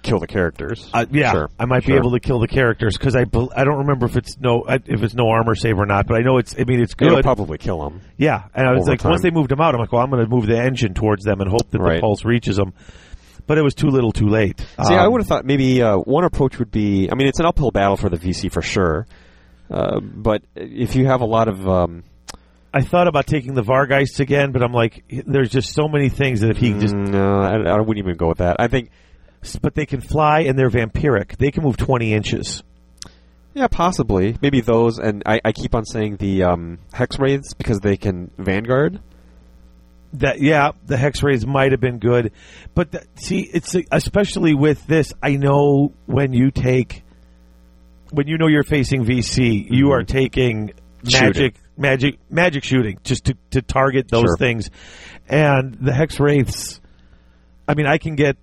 Kill the characters. Uh, yeah, Sure. I might be Sure. able to kill the characters because I bel- I don't remember if it's no I- if it's no armor save or not, but I know it's. I mean, it's It'll good. probably kill them. Yeah, and I was Over like, time. once they moved them out, I'm like, well, I'm going to move the engine towards them and hope that the Right. pulse reaches them. But it was too little, too late. See, I Um, would have thought maybe uh, one approach would be. I mean, it's an uphill battle for the VC for sure. Uh, but if you have a lot of, um, I thought about taking the Vargeist again, but I'm like, there's just so many things that if he just, mm, no, I, I wouldn't even go with that. I think, but they can fly and they're vampiric. They can move 20 inches. yeah, possibly, maybe those. And I, I keep on saying the um, hex wraiths because they can vanguard. That yeah, the hex rays might have been good, but that, see, it's especially with this. I know when you take, when you know you're facing VC, you are taking magic, Shooting. magic, magic shooting just to to target those Sure. things, and the hex wraiths. I mean, I can get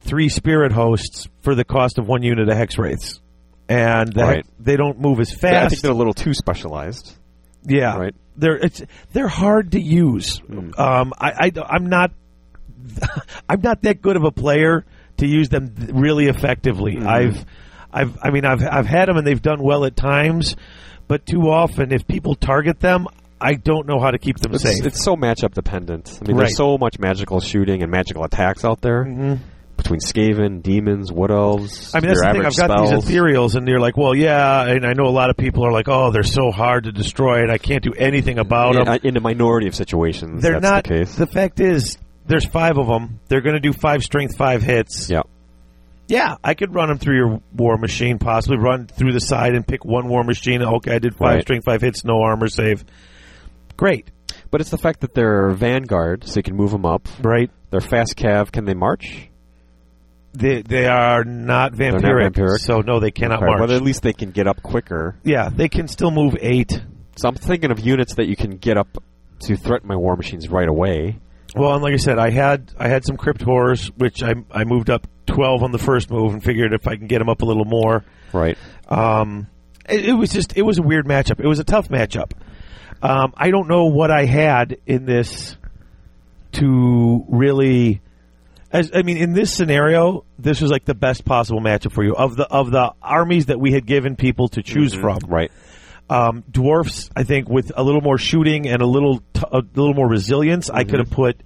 three spirit hosts for the cost of one unit of hex wraiths, and the Right. hex- they don't move as I think fast. they're a little too specialized. yeah, right. They're it's they're hard to use. Um, I, I am not [laughs] I'm not that good of a player to use them th- really effectively. I've I've I mean I've I've had them and they've done well at times, but too often if people target them, I don't know how to keep them It's, safe. it's so matchup dependent. I mean, Right. Mm-hmm. there's so much magical shooting and magical attacks out there. Between Skaven, demons, wood elves, I mean, that's their the thing. average I've got spells. these ethereals, and you're like, well, yeah. And I know a lot of people are like, oh, they're so hard to destroy, and I can't do anything about them. in, in a minority of situations, they're that's not. the case. fact is, there's five of them. They're going to do five strength, five hits. yeah. Yeah, I could run them through your war machine, possibly run through the side and pick one war machine. Okay, I did five Right. strength, five hits, no armor save. Great, But it's the fact that they're vanguard, so you can move them up. right? They're fast cav. Can they march? They they are not vampiric, not vampiric. so no, they cannot Or march. whether at least they can get up quicker. yeah, they can still move eight. So I'm thinking of units that you can get up to threaten my war machines right away. Well, and like I said, I had I had some crypt horrors, which I I moved up twelve on the first move and figured if I can get them up a little more, Right. Um, it, it was just it was a weird matchup. It was a tough matchup. Um, I don't know what I had in this to really. As, I mean, in this scenario, this was like the best possible matchup for you of the of the armies that we had given people to choose from. Right. Um, dwarfs, I think, with a little more shooting and a little t- a little more resilience, I could have put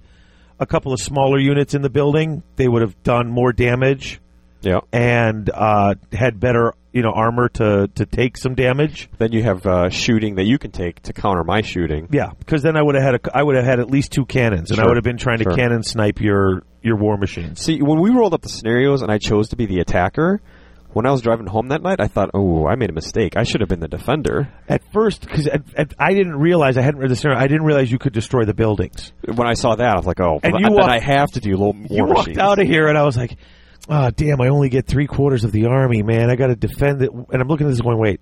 a couple of smaller units in the building. They would have done more damage Yeah. and uh, had better you know armor to to take some damage. Then you have uh, shooting that you can take to counter my shooting. Yeah, because then I would have had a, I would have had at least two cannons, and I Sure. would have been trying Sure. to cannon snipe your your war machines. See, when we rolled up the scenarios and I chose to be the attacker, when I was driving home that night, I thought, oh, I made a mistake. I should have been the defender. At first, because at, at, I didn't realize I hadn't read the scenario. I didn't realize you could destroy the buildings. When I saw that, I was like, oh, And then you then walked- I have to do low war you walked machines. out of here, and I was like, "Ah, damn! I only get three quarters of the army, man. I got to defend it." And I'm looking at this going, "Wait,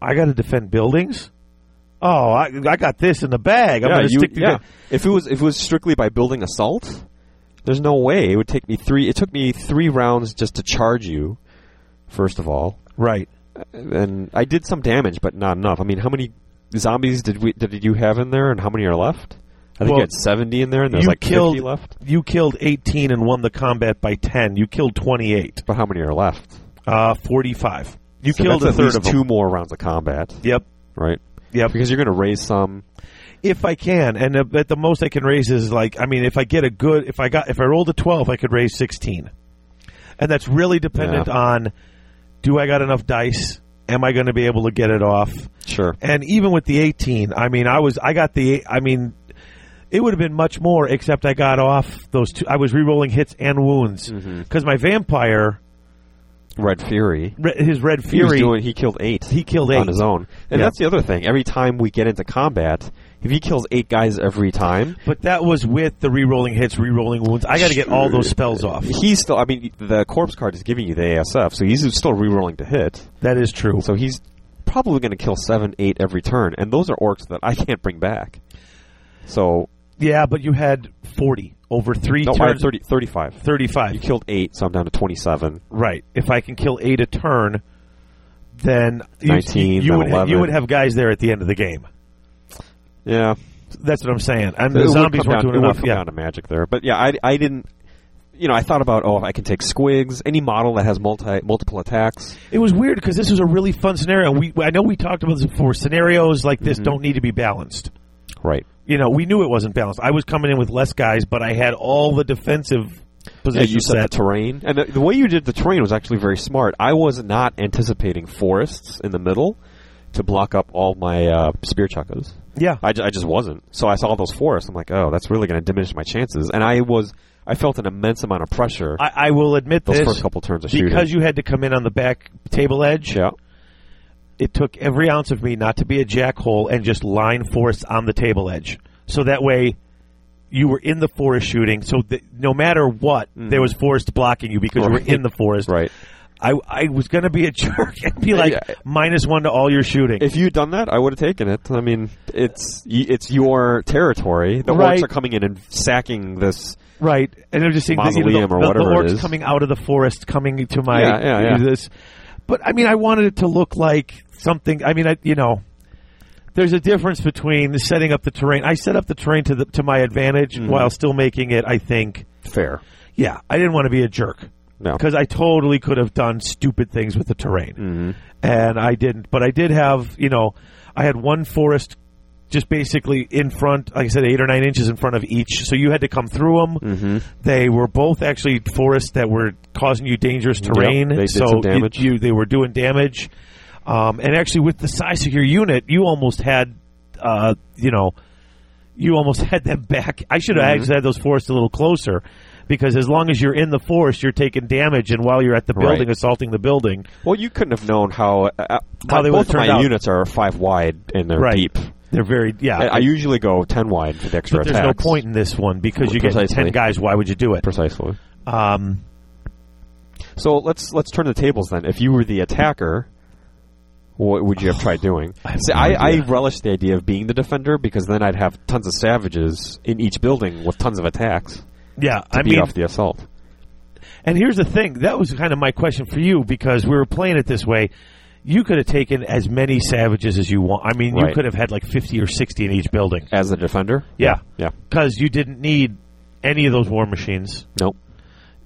I got to defend buildings? Oh, I, I got this in the bag. I'm yeah, gonna you, stick to yeah. If it was if it was strictly by building assault, there's no way it would take me three. It took me three rounds just to charge you. First of all, Uh, right." and I did some damage, but not enough. I mean, how many zombies did we did you have in there, and how many are left? I think Well, you had seventy in there, and there's you like killed fifty left. you killed 18 and won the combat by 10. You killed 28, But how many are left? uh, 45. You So killed a that's at third least of them. two more rounds of combat, Yep, right? yep. Because you're going to raise some. If I can, and uh, but the most I can raise is like, I mean, if I get a good, if I got, if I rolled a 12, I could raise 16, and that's really dependent Yeah. on do I got enough dice? Am I going to be able to get it off? Sure. And even with the 18, I mean, I was, I got the, I mean, it would have been much more, except I got off those two. I was re-rolling hits and wounds because Mm-hmm. my vampire, Red Fury. re- his red He, was fury, doing, he killed eight. he killed eight. on his own. And Yeah. that's the other thing. Every time we get into combat, if he kills eight guys every time, But that was with the re-rolling hits, re-rolling wounds. I got to get all those spells off. he's still. I mean, the corpse card is giving you the ASF, so he's still rerolling to hit. That is true. So he's probably going to kill seven, eight every turn, and those are orcs that I [laughs] can't bring back. So Yeah, but you had 40 over three no, I had turns. 30, 35. You 35. killed eight, so I'm down to twenty-seven. Right. If I can kill eight a turn, then you, 19, you then would ha- 11. you would have guys there at the end of the game. Yeah, That's what I'm saying. And It the would zombies come weren't down, doing it would enough. come Yeah. down to magic there, but yeah, I, I didn't. You know, I thought about oh, I can take squigs, any model that has multi multiple attacks. It was weird because this was a really fun scenario. And we I know we talked about this before. Scenarios like Mm-hmm. this don't need to be balanced. Right. You know, we knew it wasn't balanced. I was coming in with less guys, but I had all the defensive Yeah, positions you set set. the terrain, and the, the way you did the terrain was actually very smart. I was not anticipating forests in the middle to block up all my uh, spear chuckas. yeah. I, ju- I just wasn't. So I saw those forests. I'm like, oh, that's really going to diminish my chances. And I was, I felt an immense amount of pressure I, I will admit those this first couple turns of shooting. because you had to come in on the back table edge. yeah, It took every ounce of me not to be a jackhole and just line force on the table edge, so that way you were in the forest shooting. So that no matter what, there was forest blocking you because you Mm-hmm. Right. were in the forest. right. I, I was going to be a [laughs] jerk and be like Yeah. minus one to all your shooting. If you'd done that, I would have taken it. I mean, it's y- it's your territory. The Right. orcs are coming in and sacking this. Right, and I'm just seeing the, you know, Mausoleum the, or the- the whatever it orcs is. coming out of the forest, coming to my Yeah, yeah, yeah. this. But I mean, I wanted it to look like something. I mean, I, you know, there's a difference between setting up the terrain. I set up the terrain to the, to my advantage while still making it. I think, Fair. yeah, I didn't want to be a jerk No. because I totally could have done stupid things with the terrain, and I didn't. But I did have, you know, I had one forest just basically in front. Like I said, eight or nine inches in front of each, so you had to come through them. They were both actually forests that were causing you dangerous terrain. they did so some it- damage. you, they were doing damage, um, and actually with the size of your unit, you almost had, uh, you know. You almost [laughs] had them back. I should have Mm-hmm. actually had those forests a little closer, because as long as you're in the forest, you're taking damage, and while you're at the building, Right. assaulting the building, Well, you couldn't have known how. Uh, uh, How my- they both would've of my turned out. units are five wide and they're Right. deep. they're very yeah. I, I usually go ten wide for the extra but there's no attacks. point in this one because you get Precisely. ten guys. Why would you do it? Precisely. Um, So let's let's turn the tables then. If you were the attacker, what would you have [sighs] tried doing? See, I, I relish the idea of being the defender because then I'd have tons of savages in each building with tons of attacks to yeah, I beat mean, off the assault. And here's the thing that was kind of my question for you because we were playing it this way. You could have taken as many savages as you want. I mean, you Right. could have had like 50 or 60 in each building. As the defender? Yeah. Yeah. Because you didn't need any of those war machines. Nope.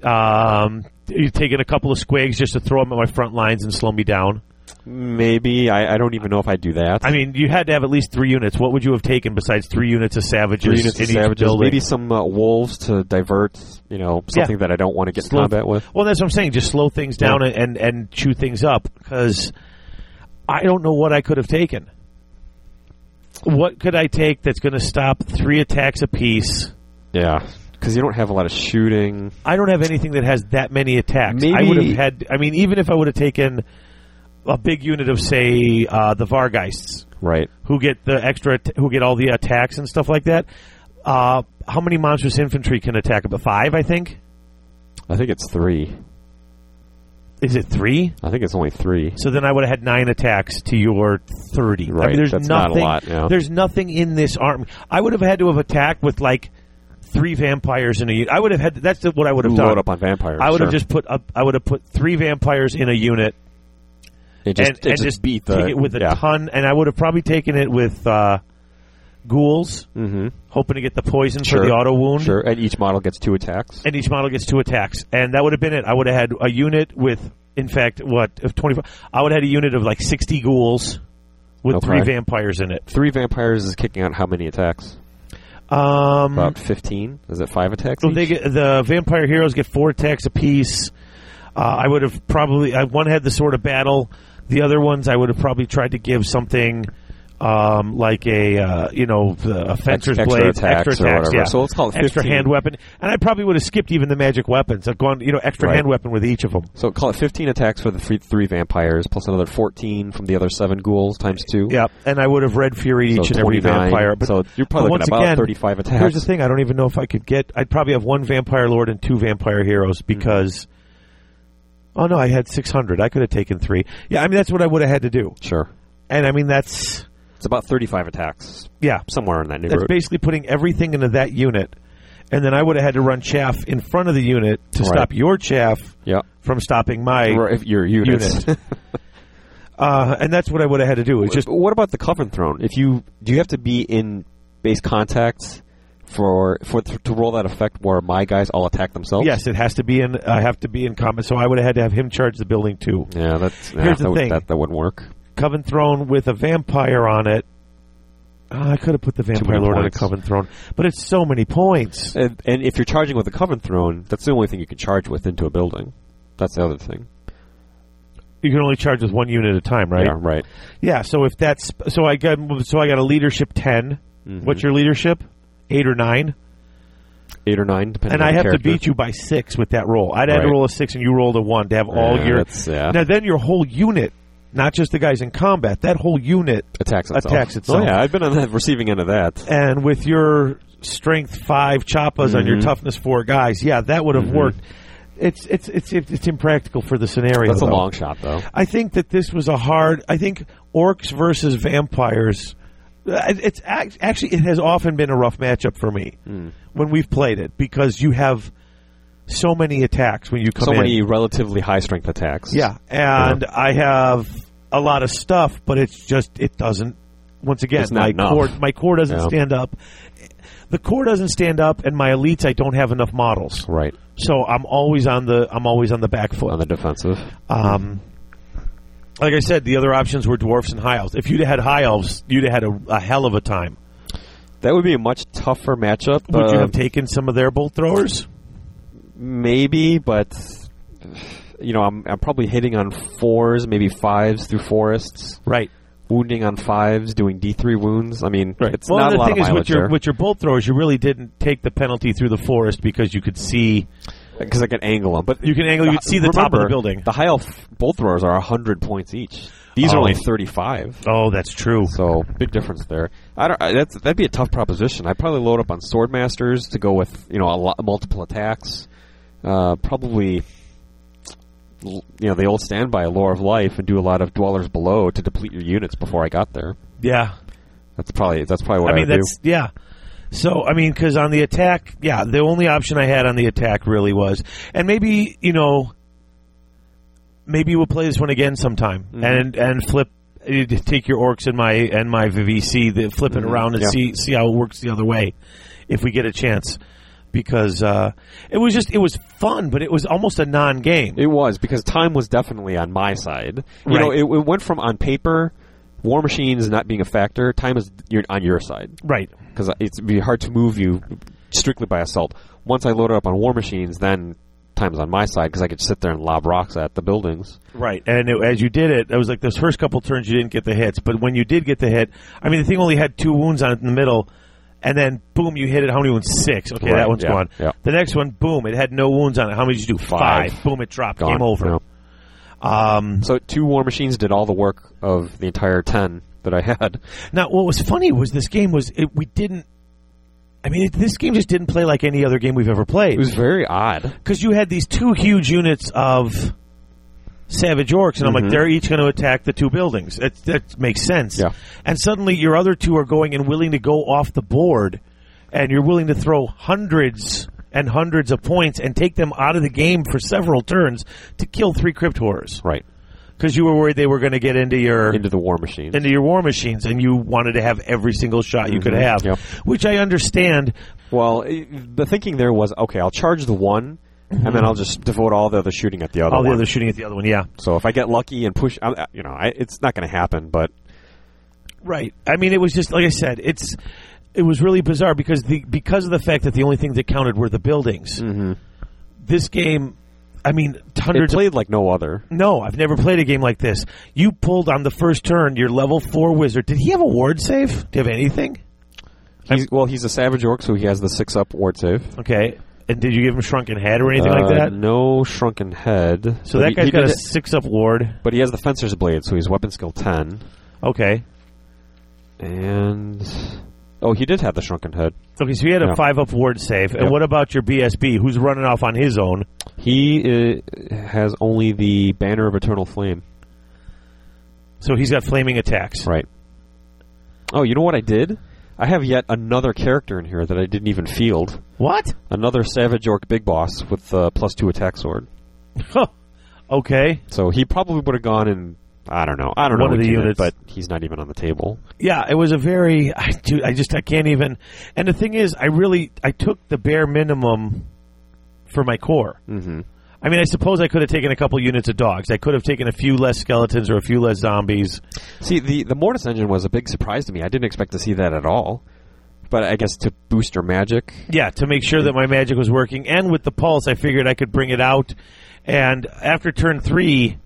Um, you've taken a couple of squigs just to throw them at my front lines and slow me down. Maybe I, I don't even know if I do that. I mean, you had to have at least three units. What would you have taken besides three units of savages? Three units in of each savages, building? maybe some uh, wolves to divert. You know, something that I don't want to get in Slow- combat with. Well, that's what I'm saying. Just slow things down Yeah. and, and chew things up because I don't know what I could have taken. What could I take that's going to stop three attacks apiece? Yeah, because you don't have a lot of shooting. I don't have anything that has that many attacks. I Maybe- would have had. I mean, even if I would have taken a big unit of, say, uh, the Vargeists, Right. who get the extra, att- who get all the attacks and stuff like that. Uh, how many monstrous infantry can attack? About five, I think. I think it's three. Is it three? I think it's only three. So then I would have had nine attacks to your thirty. I Right, mean, there's that's not a nothing. lot, yeah. There's nothing in this army. I would have had to have attacked with like three vampires in a unit. I would have had. That's what I would have Load done. up on vampires. I would have sure. just put. Up, I would have put three vampires in a unit It just, and, it and just beat the take it with a yeah. ton. And I would have probably taken it with uh, ghouls, Mm-hmm. hoping to get the poison Sure. for the auto wound. Sure, and each model gets two attacks. and each model gets two attacks, and that would have been it. I would have had a unit with, in fact, what of twenty five. I would have had a unit of like sixty ghouls with Okay. three vampires in it. Three vampires is kicking out how many attacks? Um, About fifteen. Is it five attacks? so each? they get, the vampire heroes get four attacks apiece. Uh, I would have probably I, one had the sword of battle. The other ones I would have probably tried to give something um, like a uh, you know the a fencer's extra blade, attacks extra or attacks, whatever. yeah. So let's call it extra 15. hand weapon. And I probably would have skipped even the magic weapons. I've gone you know extra Right. hand weapon with each of them. So call it 15 attacks for the three, three vampires, plus another 14 from the other seven ghouls times two. Yeah, and I would have read Fury So each and every 29. vampire. But So you're probably but looking once at about again, 35 attacks. Here's the thing: I don't even know if I could get. I'd probably have one vampire lord and two vampire heroes because. Oh no, I had six hundred. I could have taken three. Yeah, I mean that's what I would have had to do. Sure. And I mean that's It's about 35 attacks, yeah, somewhere in that that's neighborhood. basically putting everything into that unit, and then I would have had to run chaff in front of the unit to Right. stop your chaff yeah. from stopping my. Or if your units. [laughs] Unit. Uh, and that's what I would have had to do. It's just But what about the coven throne? If you do, you have to be in base contact for for to roll that effect where my guys all attack themselves. yes, it has to be in. I have to be in combat, so I would have had to have him charge the building too. Yeah, that's yeah, Here's the that, would- thing. that that wouldn't work. Coven Throne with a vampire on it. Ah, I could have put the Vampire many Lord points. on a Coven Throne, but it's so many points. And, and if you're charging with a coven throne, that's the only thing you can charge with into a building. That's the other thing. You can only charge with one unit at a time, right? Yeah, right. Yeah, so if that's so, I got so I got a leadership 10 Mm-hmm. What's your leadership? Eight or nine, Eight or nine, depending. and on I the have to character. beat you by six with that roll. I'd had to Right. roll a six, and you rolled a one to have all Yeah, your. that's- yeah. Now then, your whole unit, not just the guys in combat, that whole unit attacks itself. attacks itself. Oh yeah, I've been on the receiving end of that. and with your strength five choppas on your toughness four guys, yeah, that would have worked. It's it's it's it's impractical for the scenario. That's a though. long shot though. I think that this was a hard. I think orcs versus vampires. uh, It's act- actually it has often been a rough matchup for me when we've played it because you have so many attacks when you come So in. many relatively high strength attacks. Yeah, and I have a lot of stuff, but it's just it doesn't. Once again, It's not my enough. core my core doesn't Yeah. stand up. The core doesn't stand up, and my elites I don't have enough models, Right. so I'm always on the I'm always on the back On foot. the defensive. Um, like I said, the other options were dwarfs and high elves. If you'd had high elves, you'd have had a, a hell of a time. That would be a much tougher matchup. Would you uh, have taken some of their bolt throwers? maybe, but you know, I'm I'm probably hitting on fours, maybe fives through forests, Right. wounding on fives, doing D three wounds. I mean, it's well, not and a the lot thing of is, with mileage your with your bolt throwers, you really didn't take the penalty through the forest because you could see because I could angle them, but You can angle. You'd see the top of the building. The high elf bolt throwers are hundred points each. These are Oh. only thirty five. Oh, that's true. So big difference there. I don't. I, that's that'd be a tough proposition. I'd probably load up on sword masters to go with you know a lot, multiple attacks. Uh, probably l- you know the old standby lore of life and do a lot of dwellers below to deplete your units before I got there. Yeah, That's probably that's probably I what I, mean would that's yeah. So I mean, because on the attack, yeah, the only option I had on the attack really was, and maybe you know, maybe we'll play this one again sometime, and and flip, eh, take your orcs and my and my VVC, the, flip it around and yeah. see see how it works the other way, if we get a chance. because uh, it was just it was fun, but it was almost a non-game. It was because time was definitely on my side. You know, Right. it, it went from on paper, War Machines not being a factor. Time is you're on your side right. because it's it'd be hard to move you strictly by assault. Once I loaded up on War Machines, then time's on my side because I could sit there and lob rocks at the buildings. Right, and it, as you did it, it was like those first couple turns you didn't get the hits, but when you did get the hit, I mean, the thing only had two wounds on it in the middle, and then boom, you hit it. How many wounds? Six. Okay, Right, that one's yeah, gone. yeah. The next one, boom, it had no wounds on it. How many did you do? Five. Boom, it dropped. Gone, Game over. you know. Um, So two War Machines did all the work of the entire ten that I had. now, what was funny was this game was it, we didn't. I mean, it, this game just didn't play like any other game we've ever played. It was very odd. because you had these two huge units of savage orcs, and I'm like, they're each going to attack the two buildings. That that makes sense. Yeah. And suddenly, your other two are going and willing to go off the board, and you're willing to throw hundreds and hundreds of points and take them out of the game for several turns to kill three crypt horrors Right because you were worried they were going to get into your into the War Machines. into your war machines, and you wanted to have every single shot you could Mhm. have, Yep. which I understand. Well, i- the thinking there was okay, I'll charge the one, and then I'll just devote all the other shooting at the other Mm-hmm. All the one. other shooting at the other one, yeah. so if I get lucky and push, I, I- you know, I, it's not going to happen. But Right. I mean, it was just like I said. It's it was really bizarre because the because of the fact that the only thing that counted were the buildings. This game, I mean, it hundreds. of- Mm-hmm. played like no other. no, I've never played a game like this. You pulled on the first turn your level four wizard. Did he have a ward save? Do you have anything? He's, well, he's a savage orc, so he has the six up ward save. Okay. And did you give him shrunken head or anything Uh, like that? No shrunken head. So But that he- guy's he got a did it- six up ward. But he has the fencer's blade, so he's weapon skill ten. Okay. And oh, he did have the shrunken head. Okay, so he had a Yeah. five up ward save. And Yep. what about your BSB, who's running off on his own? He uh, has only the banner of eternal flame. So he's got flaming attacks. Right. Oh, you know what I did? I have yet another character in here that I didn't even field. What? Another Savage Orc Big Boss with uh, plus two attack sword. [laughs] okay. So he probably would have gone in. I don't know. I don't One know of which the unit, units. but he's not even on the table. yeah, it was a very. I, do, I just I can't even. And the thing is, I really I took the bare minimum for my core. Mm-hmm. I mean, I suppose I could have taken a couple units of dogs. I could have taken a few less skeletons or a few less zombies. See, the the Mortis engine was a big surprise to me. I didn't expect to see that at all. But I guess to boost your magic, Yeah, to make sure that my magic was working. And with the pulse, I figured I could bring it out. And after turn three,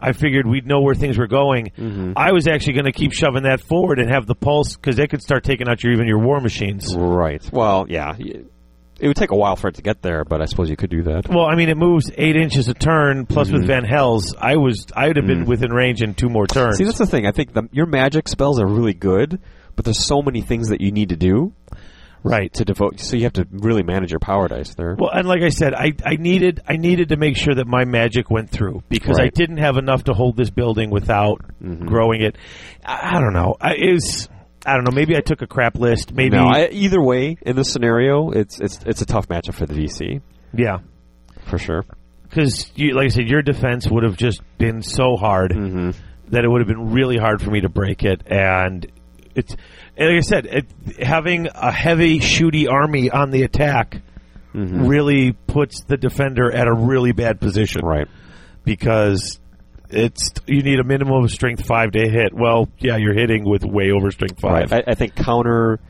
I figured we'd know where things were going. Mm-hmm. I was actually going to keep shoving that forward and have the pulse because they could start taking out your even your war machines. right? Well, yeah. y- It would take a while for it to get there, but I suppose you could do that. Well, I mean, it moves eight inches a turn. Plus, Mm-hmm. with Van Hels, I was I'd have been within range in two more turns. Mm. See, that's the thing. I think the, your magic spells are really good, but there's so many things that you need to do right. to devote. So you have to really manage your power dice there. Well, and like I said, I, I needed I needed to make sure that my magic went through because I Right. Mm-hmm. didn't have enough to hold this building without growing it. I, I don't know. I, is I don't know. Maybe I took a crap list. Maybe no, I, either way, in this scenario, it's it's it's a tough matchup for the VC yeah. for sure. Because like I said, your defense would have just been so hard Mm-hmm. that it would have been really hard for me to break it. And it's and like I said, it, having a heavy shooty army on the attack. Mm-hmm. Really puts the defender at a really bad position. Right. because it's you need a minimum of strength five to hit. Well, yeah, you're hitting with way over strength five. Right. I, I think counter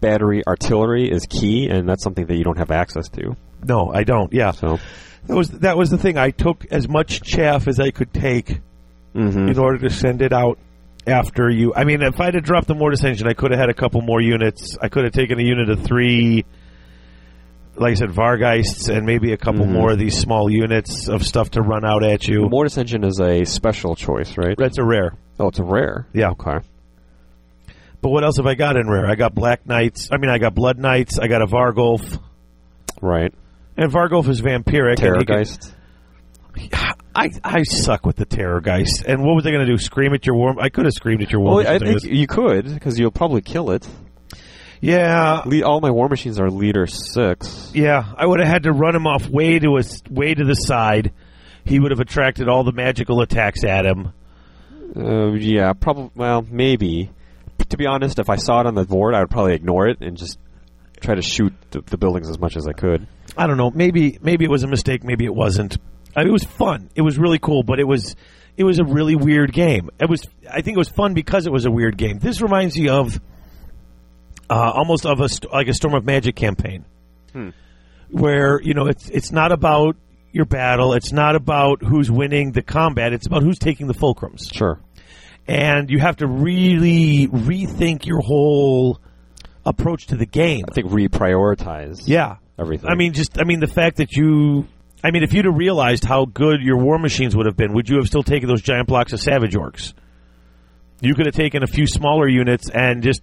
battery artillery is key, and that's something that you don't have access to. no, I don't. Yeah, So that was that was the thing. I took as much chaff as I could take in order to send it out after you. I mean, if I'd have dropped the mortis engine, I could have had a couple more units. I could have taken a unit of three. Like I said, Vargeists and maybe a couple more of these small units of stuff to run out at you. mortis engine is a special choice, right? That's a rare. Oh, it's a rare. Yeah. Okay. But what else have I got in rare? I got Black Knights. I mean, I got Blood Knights. I got a Vargolf. Right. And Vargolf is vampiric. and he can- Terrorgeist. I, I suck with the Terrorgeist. And what was I going to do? Scream at your worm? I could have screamed at your worm. Well, I think you could because you'll probably kill it. yeah, Le- all my war machines are leader six. yeah. I would have had to run him off way to his way to the side. He would have attracted all the magical attacks at him. Uh, yeah, probably. Well, maybe. To be honest, if I saw it on the board, I would probably ignore it and just try to shoot the, the buildings as much as I could. I don't know. Maybe maybe it was a mistake. Maybe it wasn't. I mean, it was fun. It was really cool, but it was it was a really weird game. It was. I think it was fun because it was a weird game. This reminds me of uh, almost of a st- like a Storm of Magic campaign, where you know it's it's not about your battle. It's not about who's winning the combat. It's about who's taking the fulcrums, Sure. and you have to really rethink your whole approach to the game. I think reprioritize. Yeah, Everything. I mean, just I mean the fact that you. I mean, if you'd have realized how good your war machines would have been, would you have still taken those giant blocks of savage orcs? You could have taken a few smaller units and just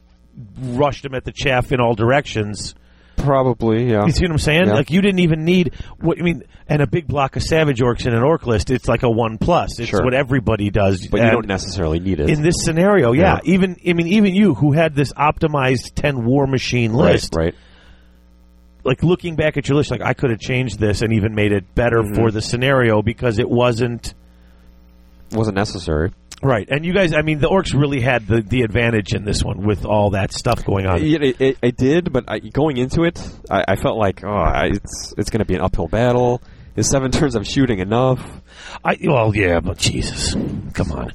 rushed them at the chaff in all directions. probably. Yeah. You see what I'm saying? Yeah. Like you didn't even need what I mean, and a big block of savage orcs in an orc list. It's like a one plus. It's Sure. what everybody does. but you And- don't necessarily need it. in this scenario, yeah. Even I mean, even you who had this optimized ten war machine right. list, Right. like looking back at your list, like I could have changed this and even made it better Mm-hmm. for the scenario because it wasn't Wasn't necessary. right. And you guys, I mean, the orcs really had the, the advantage in this one with all that stuff going on. Yeah, it, it, I did, but I, going into it, I, I felt like, oh, I, it's it's going to be an uphill battle. Is seven [laughs] turns I'm shooting enough? I well, yeah, but Jesus, come on,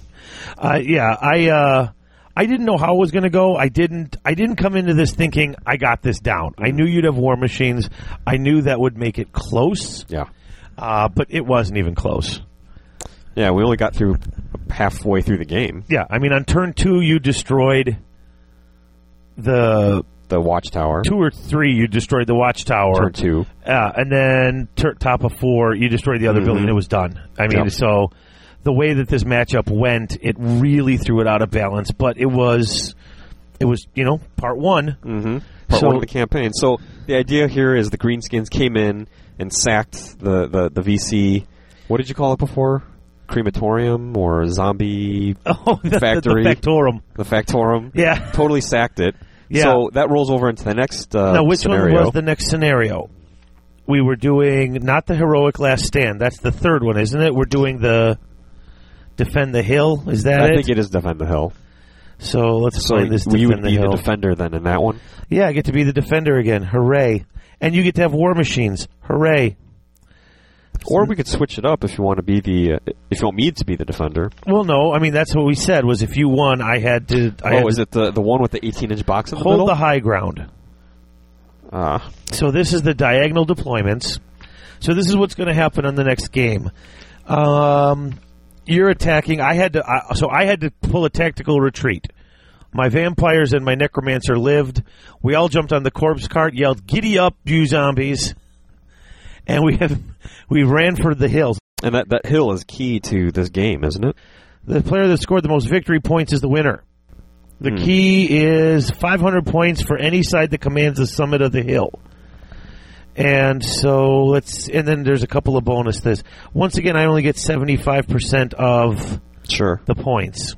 uh, yeah, I uh, I didn't know how it was going to go. I didn't I didn't come into this thinking I got this down. I knew you'd have war machines. I knew that would make it close, Yeah, uh, but it wasn't even close. yeah. We only got through halfway through the game. Yeah, I mean, on turn two, you destroyed the The watchtower. two or three. You destroyed the watchtower, turn two. uh, and then tur top of four, you destroyed the other building. It was done. I mean, Yep. so the way that this matchup went, it really threw it out of balance. But it was, it was, you know, part one. Mm-hmm. Part So- one of the campaign. So the idea here is the Greenskins came in and sacked the, the, the VC. What did you call it before? Crematorium or zombie? [laughs] Oh, the, the- the Factory. factorum. The Factorum. Yeah. Totally sacked it. Yeah. So that rolls over into the next uh, now, which scenario. one was the next scenario? We were doing not the heroic last stand. That's the third one, isn't it? We're doing the defend the hill. Is that I it? think it is defend the hill. So let's So play this you would defend the be the hill. defender then in that one. yeah, I get to be the defender again. Hooray! And you get to have war machines. Hooray! Or we could switch it up if you want to be the uh, if you want me to be the defender. Well, no, I mean that's what we said was if you won, I had to. I had oh, is to it the the one with the 18 inch box in the hold middle? the high ground? Ah, So this is the diagonal deployments. So this is what's going to happen on the next game. Um, you're attacking. I had to. I, so I had to pull a tactical retreat. My vampires and my necromancer lived. We all jumped on the corpse cart, yelled "Giddy up, you zombies!" And we have [laughs] we ran for the hills. and that that hill is key to this game, isn't it? The player that scored the most victory points is the winner. The key is 500 points for any side that commands the summit of the hill. And so let's, and then there's a couple of bonus this. Once again, I only get 75% of Sure. the points.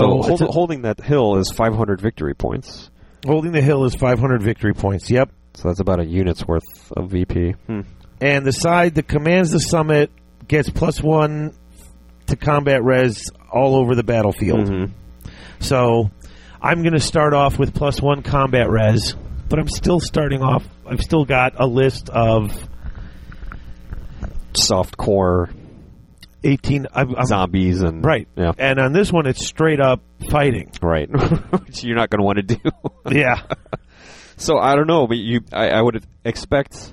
So, hold, it's a- holding that hill is 500 victory points. holding the hill is 500 victory points. Yep. So that's about a unit's worth of VP. Hmm. And the side that commands the summit gets plus one to combat res all over the battlefield. Mm-hmm. So I'm going to start off with plus one combat res, but I'm still starting off. I've still got a list of Soft core 18. I'm, I'm- zombies and Um, Right. yeah, And on this one, it's straight up fighting. right. [laughs] Which you're not going to want to do. [laughs] Yeah. so I don't know, but you, I, I would expect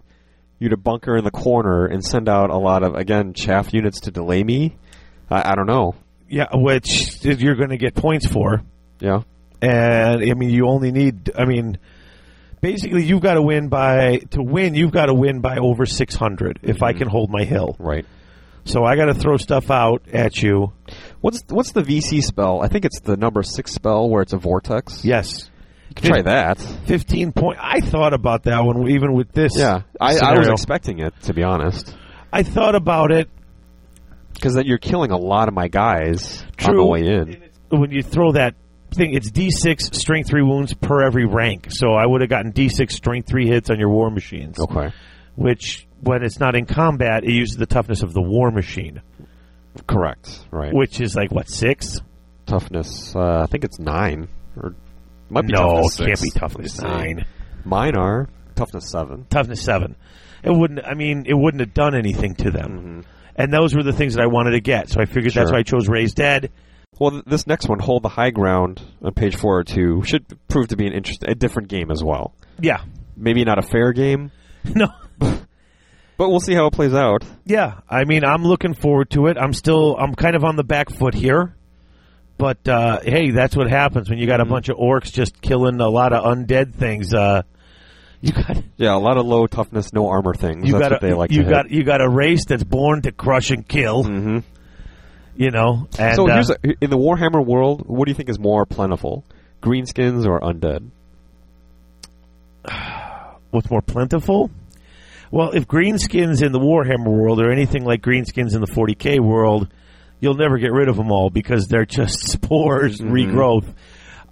you to bunker in the corner and send out a lot of again chaff units to delay me. I, I don't know. Yeah, which you're going to get points for. Yeah. and I mean you only need I mean basically you've got to win by to win you've got to win by over 600 if I can hold my hill. Right. So I got to throw stuff out at you. What's what's the VC spell? I think it's the number six spell where it's a vortex. Yes. Try that. 15 point I thought about that one even with this. Yeah. I, I was scenario. expecting it to be honest. I thought about it Because then you're killing a lot of my guys on True. the way in. when you throw that thing it's d6 strength 3 wounds per every rank. So I would have gotten d6 strength 3 hits on your war machines, Okay. which when it's not in combat it uses the toughness of the war machine, Correct. Right. which is like what 6? toughness, uh, I think it's nine. Or might be no, toughness it can't six. be toughness Let's see. nine. Mine are toughness seven. toughness seven. It wouldn't. I mean, it wouldn't have done anything to them. And those were the things that I wanted to get. So I figured that's Sure. why I chose Raised Dead. Well, th- this next one, hold the high ground on page four or two, should prove to be an interest a different game as well. Yeah. Maybe not a fair [laughs] game, No. but we'll see how it plays out. Yeah. I mean, I'm looking forward to it. I'm still. I'm kind of on the back foot here. But uh, hey, that's what happens when you got a bunch of orcs just killing a lot of undead things. Uh, you got Yeah, a lot of low toughness, no armor things. you That's got what a, they like. you to got Hit. you got a race that's born to crush and kill. Mhm. You know. And, so uh, here's a, in the Warhammer world, what do you think is more plentiful, greenskins or undead? what's more plentiful? Well, if greenskins in the Warhammer world are anything like greenskins in the 40k world, you'll never get rid of them all because they're just spores, Mm-hmm. regrowth.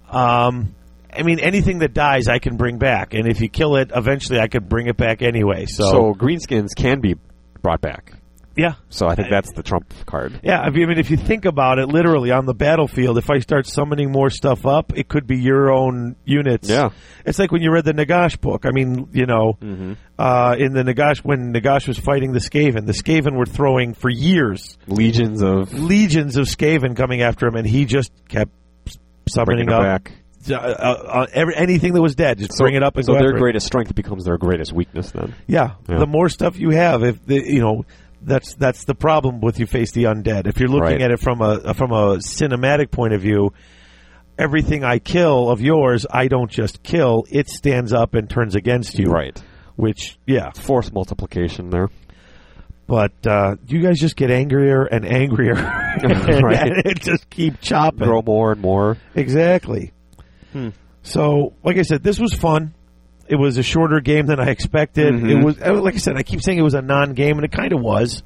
Um, I mean, anything that dies, I can bring back, and if you kill it, eventually I could bring it back anyway. So, So greenskins can be brought back. yeah, So I think that's the trump card. yeah. I mean, if you think about it, literally on the battlefield, if I start summoning more stuff up, it could be your own units. Yeah. It's like when you read the Nagash book. I mean, you know, uh, in the Nagash when Nagash was fighting the Skaven, the Skaven were throwing for years Legions of legions of Skaven coming after him, and he just kept s- bringing summoning them up back. uh, uh, uh, every, anything that was dead. Just bring it up and so go their after it. greatest strength becomes their greatest weakness. Then Yeah, Yeah. the more stuff you have, if the, you know. That's that's the problem with you face the undead. If you're looking Right. at it from a from a cinematic point of view, everything I kill of yours, I don't just kill. It stands up and turns against you. right, Which yeah, force multiplication there. but uh, you guys just get angrier and angrier, [laughs] and, Right. and it just keep chopping. Grow more and more. Exactly. So, like I said, this was fun. It was a shorter game than I expected. It was, uh, like I said, I keep saying it was a non-game, and it kind of was.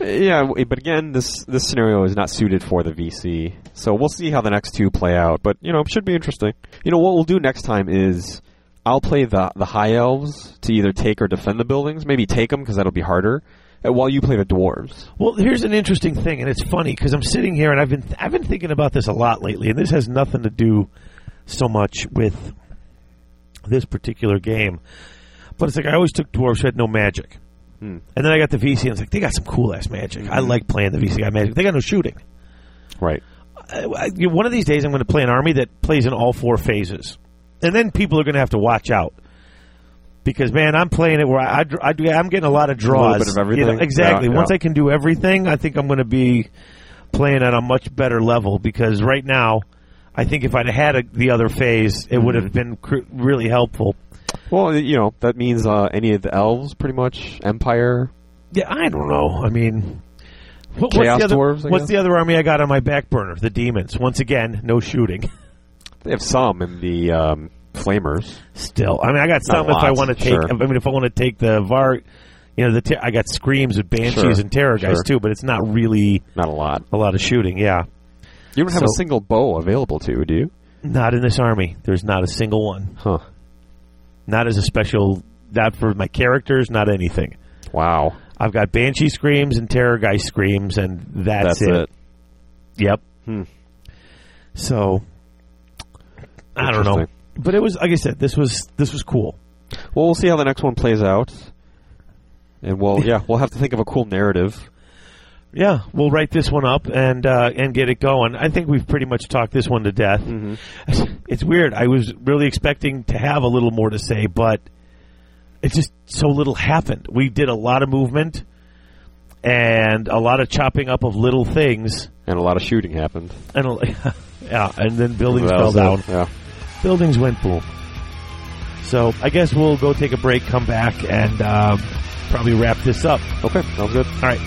Yeah, w- but again, this this scenario is not suited for the VC, so we'll see how the next two play out. But you know, it should be interesting. You know, what we'll do next time is I'll play the the high elves to either take or defend the buildings. Maybe take them because that'll be harder. And while you play the dwarves, Well, here's an interesting thing, and it's funny because I'm sitting here and I've been I've been thinking about this a lot lately, and this has nothing to do so much with this particular game, but it's like I always took dwarves who had no magic, Hmm. and then I got the VC, and it's like they got some cool ass magic. I like playing the VC guy magic. They got no shooting. right? I- I- you know, one of these days I'm going to play an army that plays in all four phases, and then people are going to have to watch out because man, I'm playing it where I, I, dr- I do- I'm getting a lot of draws. bit of you know, everything. exactly. Yeah, Once yeah. I can do everything, I think I'm going to be playing at a much better level because right now, I think if I'd had a, the other phase, it would have been cr- really helpful. Well, you know that means uh, any of the elves, pretty much empire. Yeah, I don't know. I mean. What, Chaos what's the other, dwarves, I What's guess? the other army I got on my back burner? The demons. Once again, no shooting. [laughs] They have some in the um, flamers. Still, I mean, I got Not some if I lots, want to take. sure. I mean, if I want to take the var, you know, the ter- I got screams of banshees Sure, and terror guys sure. too, but it's not really Not a lot. a lot of shooting. Yeah, You don't have a So- single bow available to, you, do you? not in this army. There's not a single one. Huh. Not as a special. Not for my characters. Not anything. Wow. I've got banshee screams and terror guy screams, and that's, That's it. Yep. Hmm. So, I don't know. Interesting. But it was like I said. This was this was cool. Well, we'll see how the next one plays out, and [laughs] we'll yeah, we'll have to think of a cool narrative. Yeah, we'll write this one up and uh, and get it going. I think we've pretty much talked this one to death. It's weird. I was really expecting to have a little more to say, but it just so little happened. We did a lot of movement and a lot of chopping up of little things, And a lot of shooting happened. and a- [laughs] yeah, and then buildings That fell was down. it. Yeah. Buildings went boom. So I guess we'll go take a break, come back, and uh, probably wrap this up. Okay. Sounds good. All right.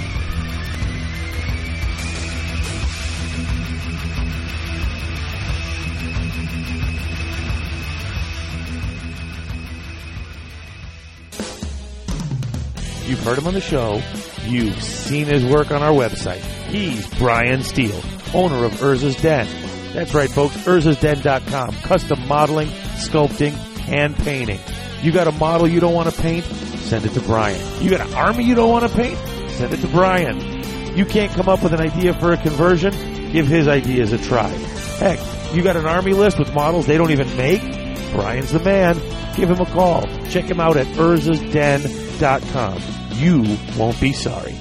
You've heard him on the show. You've seen his work on our website. He's Brian Steele, owner of Urza's Den. That's right, folks. Urza'sDen.com. Custom modeling, sculpting, hand painting. You got a model you don't want to paint? Send it to Brian. You got an army you don't want to paint? Send it to Brian. You can't come up with an idea for a conversion? Give his ideas a try. Heck, you got an army list with models they don't even make? Brian's the man. give him a call. Check him out at urzasden.com. You won't be sorry.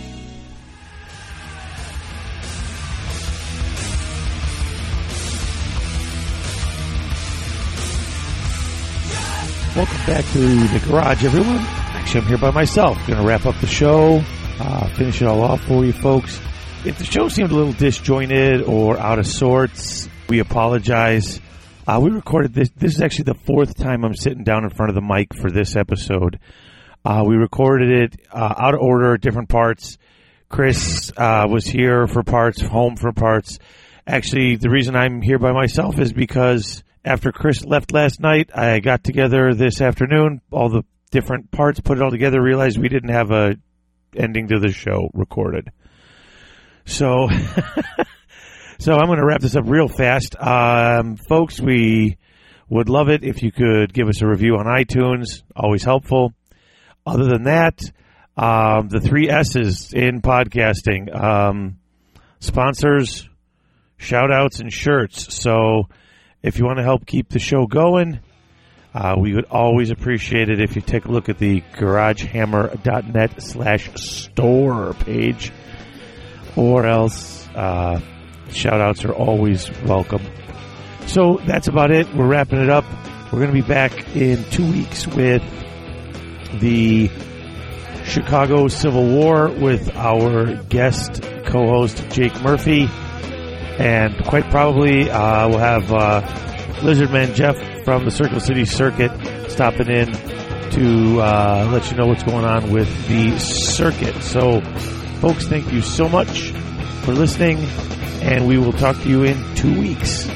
Welcome back to the garage, everyone. Actually, I'm here by myself. Going to wrap up the show, uh, finish it all off for you folks. If the show seemed a little disjointed or out of sorts, we apologize. Uh, we recorded this. This is actually the fourth time I'm sitting down in front of the mic for this episode. Uh, we recorded it uh, out of order, different parts. Chris uh, was here for parts, home for parts. Actually, the reason I'm here by myself is because after Chris left last night, I got together this afternoon, all the different parts, put it all together, realized we didn't have a ending to the show recorded. So, [laughs] so I'm going to wrap this up real fast, um, folks. We would love it if you could give us a review on iTunes. Always helpful other than that, um, the three S's in podcasting um, sponsors, shout outs, and shirts. So if you want to help keep the show going, uh, we would always appreciate it if you take a look at the garagehammer.net slash store page or else uh, shout outs are always welcome. So that's about it. We're wrapping it up. We're going to be back in two weeks with the Chicago Civil War with our guest co host Jake Murphy. And quite probably uh, we'll have uh, Lizardman Jeff from the Circle City Circuit stopping in to uh, let you know what's going on with the circuit. So, folks, thank you so much for listening, and we will talk to you in two weeks.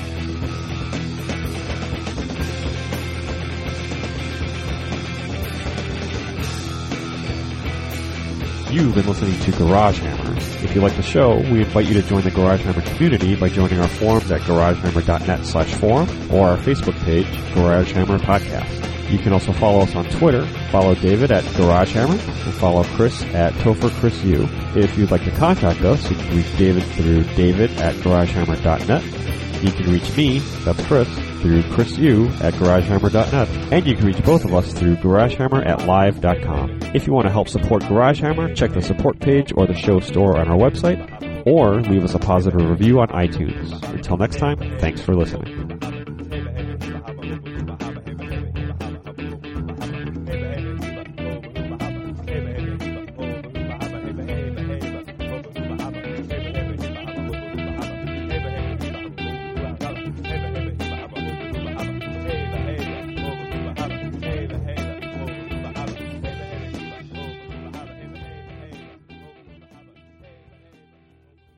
You've been listening to Garage Hammer. If you like the show, we invite you to join the Garage Hammer community by joining our forums at garagehammer.net slash forum or our Facebook page, Garage Hammer Podcast. You can also follow us on Twitter. Follow David at Garage Hammer and follow Chris at Topher Chris U. If you'd like to contact us, you can reach David through david at garagehammer.net. You can reach me, that's Chris, through Chris U at GarageHammer.net. And you can reach both of us through GarageHammer at Live.com. If you want to help support GarageHammer, check the support page or the show store on our website, or leave us a positive review on iTunes. Until next time, thanks for listening.